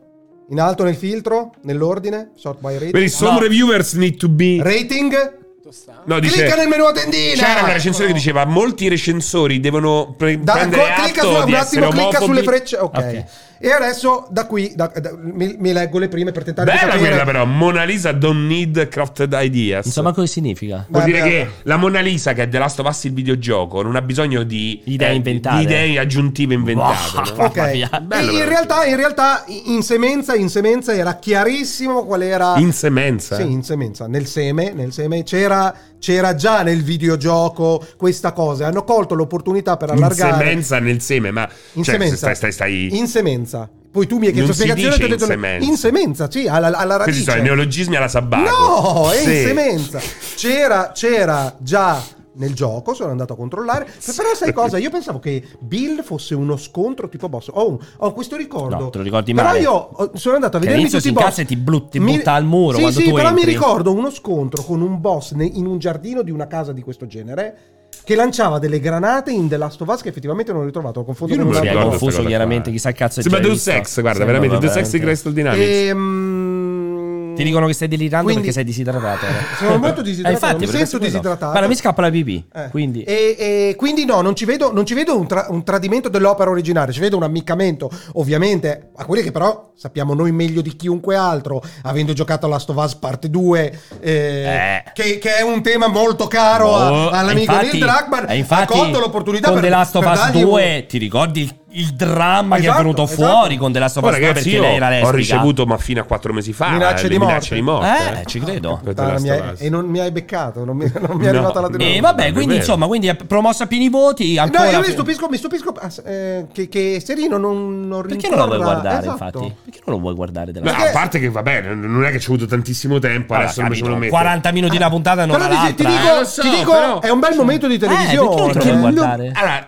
In alto nel filtro, nell'ordine. Sort by rating. Vedi, some No. reviewers need to be. Rating. Dove sta? No, dice- Clicca nel menu a tendina. C'era una recensione che diceva: Molti recensori devono pre- Da- prendere co- clicca atto su- di un essere attimo, clicca omofobi." sulle frecce. Ok. Ok. E adesso da qui da- da- mi, mi leggo le prime per tentare di Bella capire. quella, però. Mona Lisa don't need crafted ideas. insomma cosa significa Vuol dire Guarda- che la Mona Lisa, che è The Last of Us il videogioco, non ha bisogno di Idee eh, inventate. di idee aggiuntive inventate. Wow. no? Ok, Mamma mia. E Bello, in, però. realtà, in realtà in semenza, in semenza era chiarissimo qual era In semenza. Sì, in semenza, nel seme, nel seme c'era, c'era già nel videogioco questa cosa. Hanno colto l'opportunità per In allargare. semenza nel seme, ma In cioè, semenza. stai, stai, stai... In semenza. Poi tu mi hai chiesto Non si spiegazione e ti ho dice detto in semenza. in semenza, sì, alla, alla radice. questi sono i neologismi alla sabbato. No, è Sì. in semenza. C'era, c'era già nel gioco, sono andato a controllare. Però sai cosa? Io pensavo che Bill fosse uno scontro tipo boss. Ho, ho questo ricordo. No, te lo ricordi Però male. io ho- sono andato a Che vedermi all'inizio tutti i si boss. incazza e ti blu- ti butta al muro Sì, quando sì, tu però mi entri. ricordo uno scontro con un boss ne- in un giardino di una casa di questo genere che lanciava delle granate in The Last of Us che effettivamente non ho ritrovato, lo confondo Io con non me un lo si è altro. ricordo questa confuso cosa chiaramente qua. chissà che cazzo è Sembra già Deus visto. Ex, guarda, Sembra veramente Deus Ex veramente. di Eh, Crystal Dynamics. Ehm, Ti dicono che stai delirando Quindi- perché sei disidratato. Sono molto disidratato, Eh, infatti, mi perché sento sono quello. disidratato. Guarda, mi scappa la pipì. Eh. Quindi. E, e quindi no, non ci vedo, non ci vedo un, tra- un tradimento dell'opera originale, ci vedo un ammiccamento ovviamente a quelli che però sappiamo noi meglio di chiunque altro, avendo giocato a Last of Us parte 2, eh, Eh. Che, che è un tema molto caro a- Oh, all'amico infatti- Neil Druckmann, eh, infatti, ha colto l'opportunità con per, The Last of per Us dargli un- 2 ti ricordi il- il dramma che è Esatto, venuto esatto. fuori con della sua Poi, persona ragazzi, perché io lei era lesbica. ho ricevuto, ma fino a quattro mesi fa, Minacce le di minacce morte. di morte. Eh, ci credo. Aspetta, Puttana, mi hai- basta, basta. e non mi hai beccato, non mi, non mi è No, arrivata la no. denuncia. E Eh, vabbè, è quindi vero. insomma, quindi è promossa a pieni voti. No, Ancora io mi più- stupisco, mi stupisco ah, eh, che, che Serino non, non Perché non lo vuoi rincorra- guardare, Esatto. infatti? Perché non lo vuoi guardare della Beh, Perché- a parte che, vabbè, non- non è che ci ho avuto tantissimo tempo, Allora, adesso non mi ce capito, lo metto. 40 minuti una puntata e non Però ti, ti l'altra. dico, eh, lo so, ti dico però- è un bel momento di perché televisione. non te lo eh. guardi? No, guardare. allora,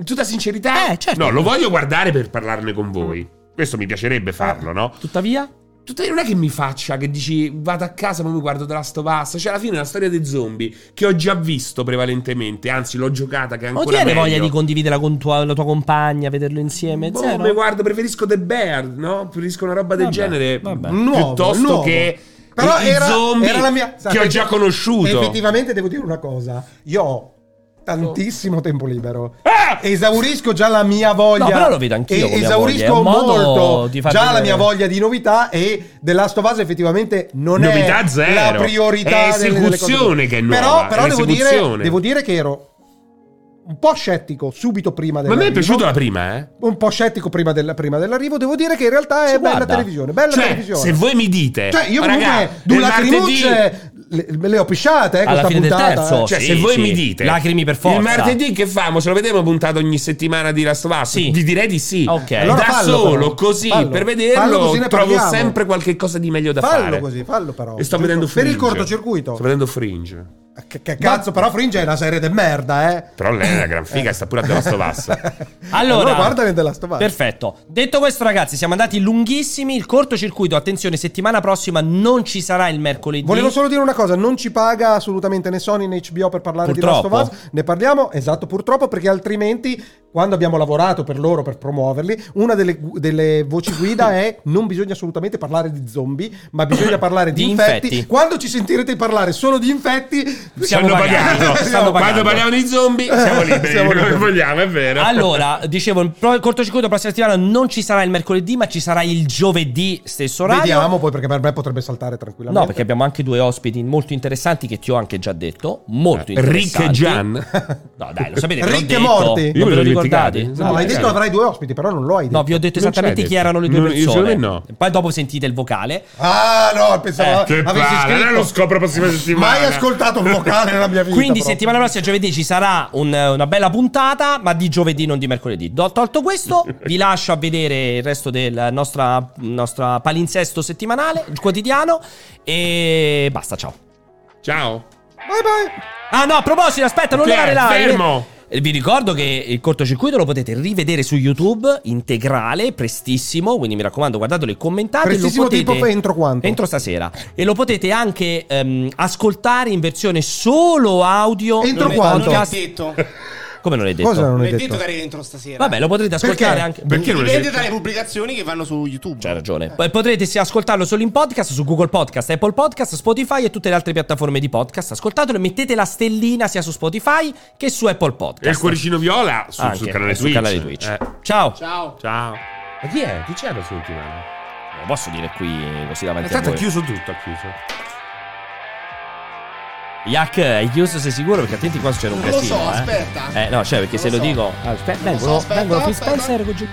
in tutta sincerità, Eh, certo. no, lo voglio guardare per parlarne con voi. Questo mi piacerebbe farlo, no? Tuttavia, Tutta- non è che mi faccia che dici vado a casa ma mi guardo The Last of Us. Cioè, alla fine è una storia dei zombie che ho già visto prevalentemente. Anzi, l'ho giocata Oh, che è non ti ancora hai meglio. voglia di condividerla con tua- la tua compagna, vederlo insieme? Boh, Zero. mi guardo, preferisco The Bear, no? Preferisco una roba del Vabbè, genere. vabbè. Nuovo, piuttosto nuovo. che Però i- i era, zombie era la mia, che ho già conosciuto. Effettivamente devo dire una cosa, io ho tantissimo tempo libero. Ah! Esaurisco già la mia voglia. No, però lo vedo anch'io con mia voglia, esaurisco è un modo molto di già far la vedere. mia voglia di novità e The Last of Us effettivamente non Novità è zero. la priorità È delle- delle cose. esecuzione che è nuova, Però, è però devo, dire, un'esecuzione. devo dire che ero un po' scettico subito prima del Ma a me è piaciuta la prima, eh. un po' scettico prima, del- prima dell'arrivo, devo dire che in realtà è Si bella guarda. televisione, bella Cioè, televisione. se voi mi dite, Cioè, io comunque raga, due del martedì- lacrimucce le, me le ho pisciate eh, Alla questa fine del puntata. terzo. eh. Cioè, Oh, Sì, se voi sì. mi dite Lacrimi per forza. Il martedì che famo? Ce lo vediamo puntato ogni settimana di Last of Us? Sì. Ti direi di sì. Ok. Allora da fallo solo, però. così Fallo. per Fallo vederlo, così ne trovo parliamo. sempre qualche cosa di meglio da fallo fare. così, fallo però. E sto Giusto? vedendo Per Fringe. il cortocircuito. Sto vedendo Fringe. Cioè, Che, che cazzo, però Fringe è una serie de merda, eh. Però lei è una gran figa, sta pure a The Last of Us. Allora, guarda che della stovata. Perfetto. Detto questo, ragazzi, siamo andati lunghissimi. Il cortocircuito, attenzione, settimana prossima non ci sarà il mercoledì. Volevo solo dire una cosa, non ci paga assolutamente né Sony né HBO per parlare di Purtroppo. Last of Us, ne parliamo, esatto, purtroppo perché altrimenti quando abbiamo lavorato per loro per promuoverli, una delle, gu- delle voci guida è non bisogna assolutamente parlare di zombie, ma bisogna parlare di, Di infetti. infetti. Quando ci sentirete parlare solo di infetti, Ci hanno pagando. pagato. Stanno Quando pagando. parliamo di zombie, siamo liberi. Siamo liberi. Come vogliamo, è vero. Allora, dicevo, il pro- il cortocircuito la prossima settimana non ci sarà il mercoledì, ma ci sarà il giovedì stesso orario. vediamo poi perché per me potrebbe saltare tranquillamente. No, perché abbiamo anche due ospiti molto interessanti che ti ho anche già detto. Molto Eh, Rick interessanti. e Gian. No, dai, lo sapete. che l'ho Ricchi e detto. morti. Non ve Io me lo lo ricordate? dimenticate. No, No, hai magari. detto avrai due ospiti, però non lo hai detto. No, vi ho detto Non esattamente c'è chi detto. erano le due Non- io secondo persone. me no. Poi dopo sentite il vocale. Ah, no, Eh. pensavo Che avessi palle, scritto. non lo scopro la prossima settimana. Mai ascoltato un vocale nella mia vita. Quindi proprio. settimana prossima giovedì ci sarà un- una bella puntata, ma di giovedì non di mercoledì. Do- tolto questo, vi lascio a vedere il resto del nostra, nostra palinsesto settimanale, il quotidiano e basta, ciao. Ciao. Bye bye. Ah no, a proposito, aspetta, non Che levare è? la... Fermo. Eh, Vi ricordo che il cortocircuito lo potete rivedere su YouTube integrale, prestissimo, quindi mi raccomando guardatelo e commentate. Lo Prestissimo potete- tipo entro quanto? Entro stasera. E lo potete anche ehm, ascoltare in versione solo audio. Entro Non è- quanto? Non l'ho podcast- detto. Come non è detto? Cosa non Non hai è detto detto? che arrivi dentro stasera. Vabbè, lo potrete ascoltare Perché? anche. Perché non Dipende esiste? dalle pubblicazioni che vanno su YouTube. C'hai ragione. Poi Potrete sì, ascoltarlo solo in podcast su Google Podcast, Apple Podcast, Spotify e tutte le altre piattaforme di podcast. Ascoltatelo e mettete la stellina sia su Spotify che su Apple E il Podcast. cuoricino viola su- Anche, sul canale e sul Twitch. canale Twitch. Eh, Ciao. Ciao. Ciao. Ma chi è? Chi c'è la sua settimana? Non posso dire qui così davanti a Intanto ha voi. chiuso tutto, ha chiuso. Yak, hai chiuso sei sicuro? Perché attenti qua c'era un Non lo casino. so, eh. aspetta. Eh no, cioè, perché Non se lo lo, so. dico. Aspetta, Non lo so, vengono, aspetta, vengono Phil aspetta. Spencer con G-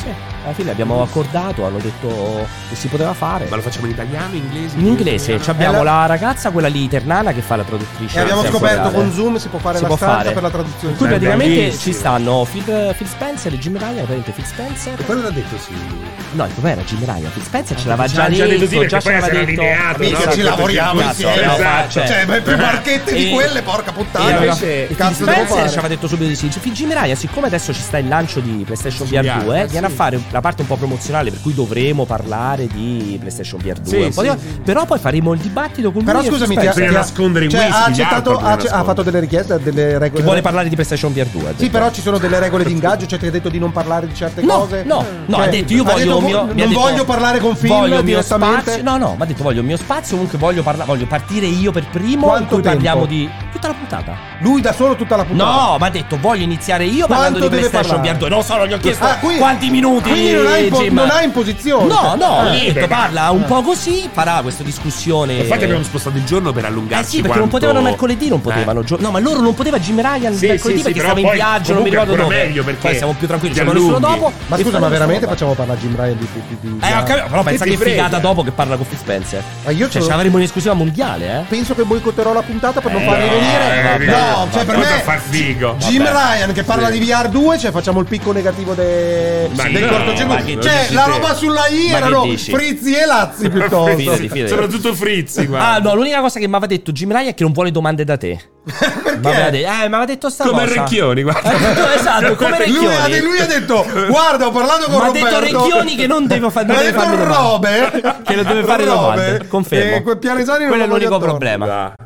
Sì, alla fine abbiamo accordato, hanno detto che si poteva fare. Ma lo facciamo in italiano, in Cioè, inglese? In inglese ci Eh, abbiamo la- la ragazza, quella lì ternana che fa la traduttrice. E abbiamo in tempo scoperto reale. con Zoom si può fare Si la può stanza fare. per la traduzione. In cui Beh, praticamente bellissimo. ci stanno Phil, Phil Spencer e Jim Ryan, praticamente Phil Spencer. Quello l'ha detto sì. lui. No, il problema era Jim Ryan, Phil Spencer ce l'aveva Ci già ha Ah, già detto sì, detto, perché già ce poi l'aveva sarà detto. lineato, Minchia, no? Cioè, ci lavoriamo Cazzo, insieme. esatto. no, Cioè, cioè, ma più barchette di e- quelle, porca E puttana. aveva- Che Phil cazzo devo Spencer ci fare? aveva detto subito di sì. Cioè, Jim Ryan, siccome adesso ci sta il lancio di PlayStation VR 2, Sì. viene a fare la parte un po' promozionale, per cui dovremo parlare di PlayStation VR 2. Sì, un po' sì, di- Però poi faremo il dibattito con Però lui. e Phil scusami, ti ha, Spencer. Bisogna ti ha- nascondere i cioè, whisky, ha gli accettato, alcol ha, bisogna ha fatto delle richieste, delle regole. Che vuole parlare di PlayStation VR 2. ha Sì, detto. però ci sono delle regole di ingaggio, cioè ti ha detto di non parlare di certe No, cose. no, no, Cioè, ha detto io ha voglio detto, mio, non mi ha detto, voglio parlare con Phil voglio il mio direttamente. spazio- no, no, mi ha detto voglio il mio spazio, comunque voglio, parla- voglio partire io per primo. Quanto in cui tempo? parliamo di tutta la puntata. Lui da solo tutta la puntata. No, mi ha detto voglio iniziare io Quanto parlando di deve PlayStation parlare? VR 2. Non solo, gli ho chiesto Ah, qui- quanti minuti. Quindi quindi non ha in, po- Jim. non Ah. ha in posizione. No, no, Eh, ho detto, libera. parla un po' così, farà questa discussione. Infatti abbiamo spostato il giorno per Eh allungarci sì, perché non quanto- potevano mercoledì, non Eh. potevano. gio- no, ma loro non poteva Jim Ryan Sì, mercoledì sì, perché sì, però stava in poi viaggio, non mi comunque ricordo dove. ancora meglio perché Poi siamo più tranquilli, ci siamo Gianlunghi. nessuno dopo. Ma e scusa, ma faremo veramente sta roba. facciamo parlare a Jim Ryan di. di, di- di- Eh, ho capito, però Che pensa ti che frega? figata dopo che parla con Phil Spencer. Ma io cioè, ce ce l'ho- l'avremo in esclusiva mondiale, eh. Penso che boicotterò la puntata per non Eh, farmi no, eh, venire. vabbè, no, cioè vabbè, per vabbè, me. far figo. Jim Vabbè. Ryan che parla Sì. di VR2, cioè facciamo il picco negativo de- Ma del no, cortocircuito. ma che Cioè, dici la te? roba sulla I Ma che erano dici? Frizzi e Lazzi piuttosto. Fidati, fidati. Soprattutto Frizzi, guarda. Ah, no, l'unica cosa che mi aveva detto Jim Ryan è che non vuole domande da te. Perché? Mi aveva detto, eh, mi aveva detto sta Come cosa. Recchioni, Eh, guarda. esatto, come Lui ha, Recchioni. lui ha detto: Guarda, ho parlato con Ma ha Roberto. detto Recchioni che non deve fare Mi ha detto Robe Che non deve fare le domande. Confermo. E quel Pianesani non Quello è lo voglio l'unico attorno. problema. Ah,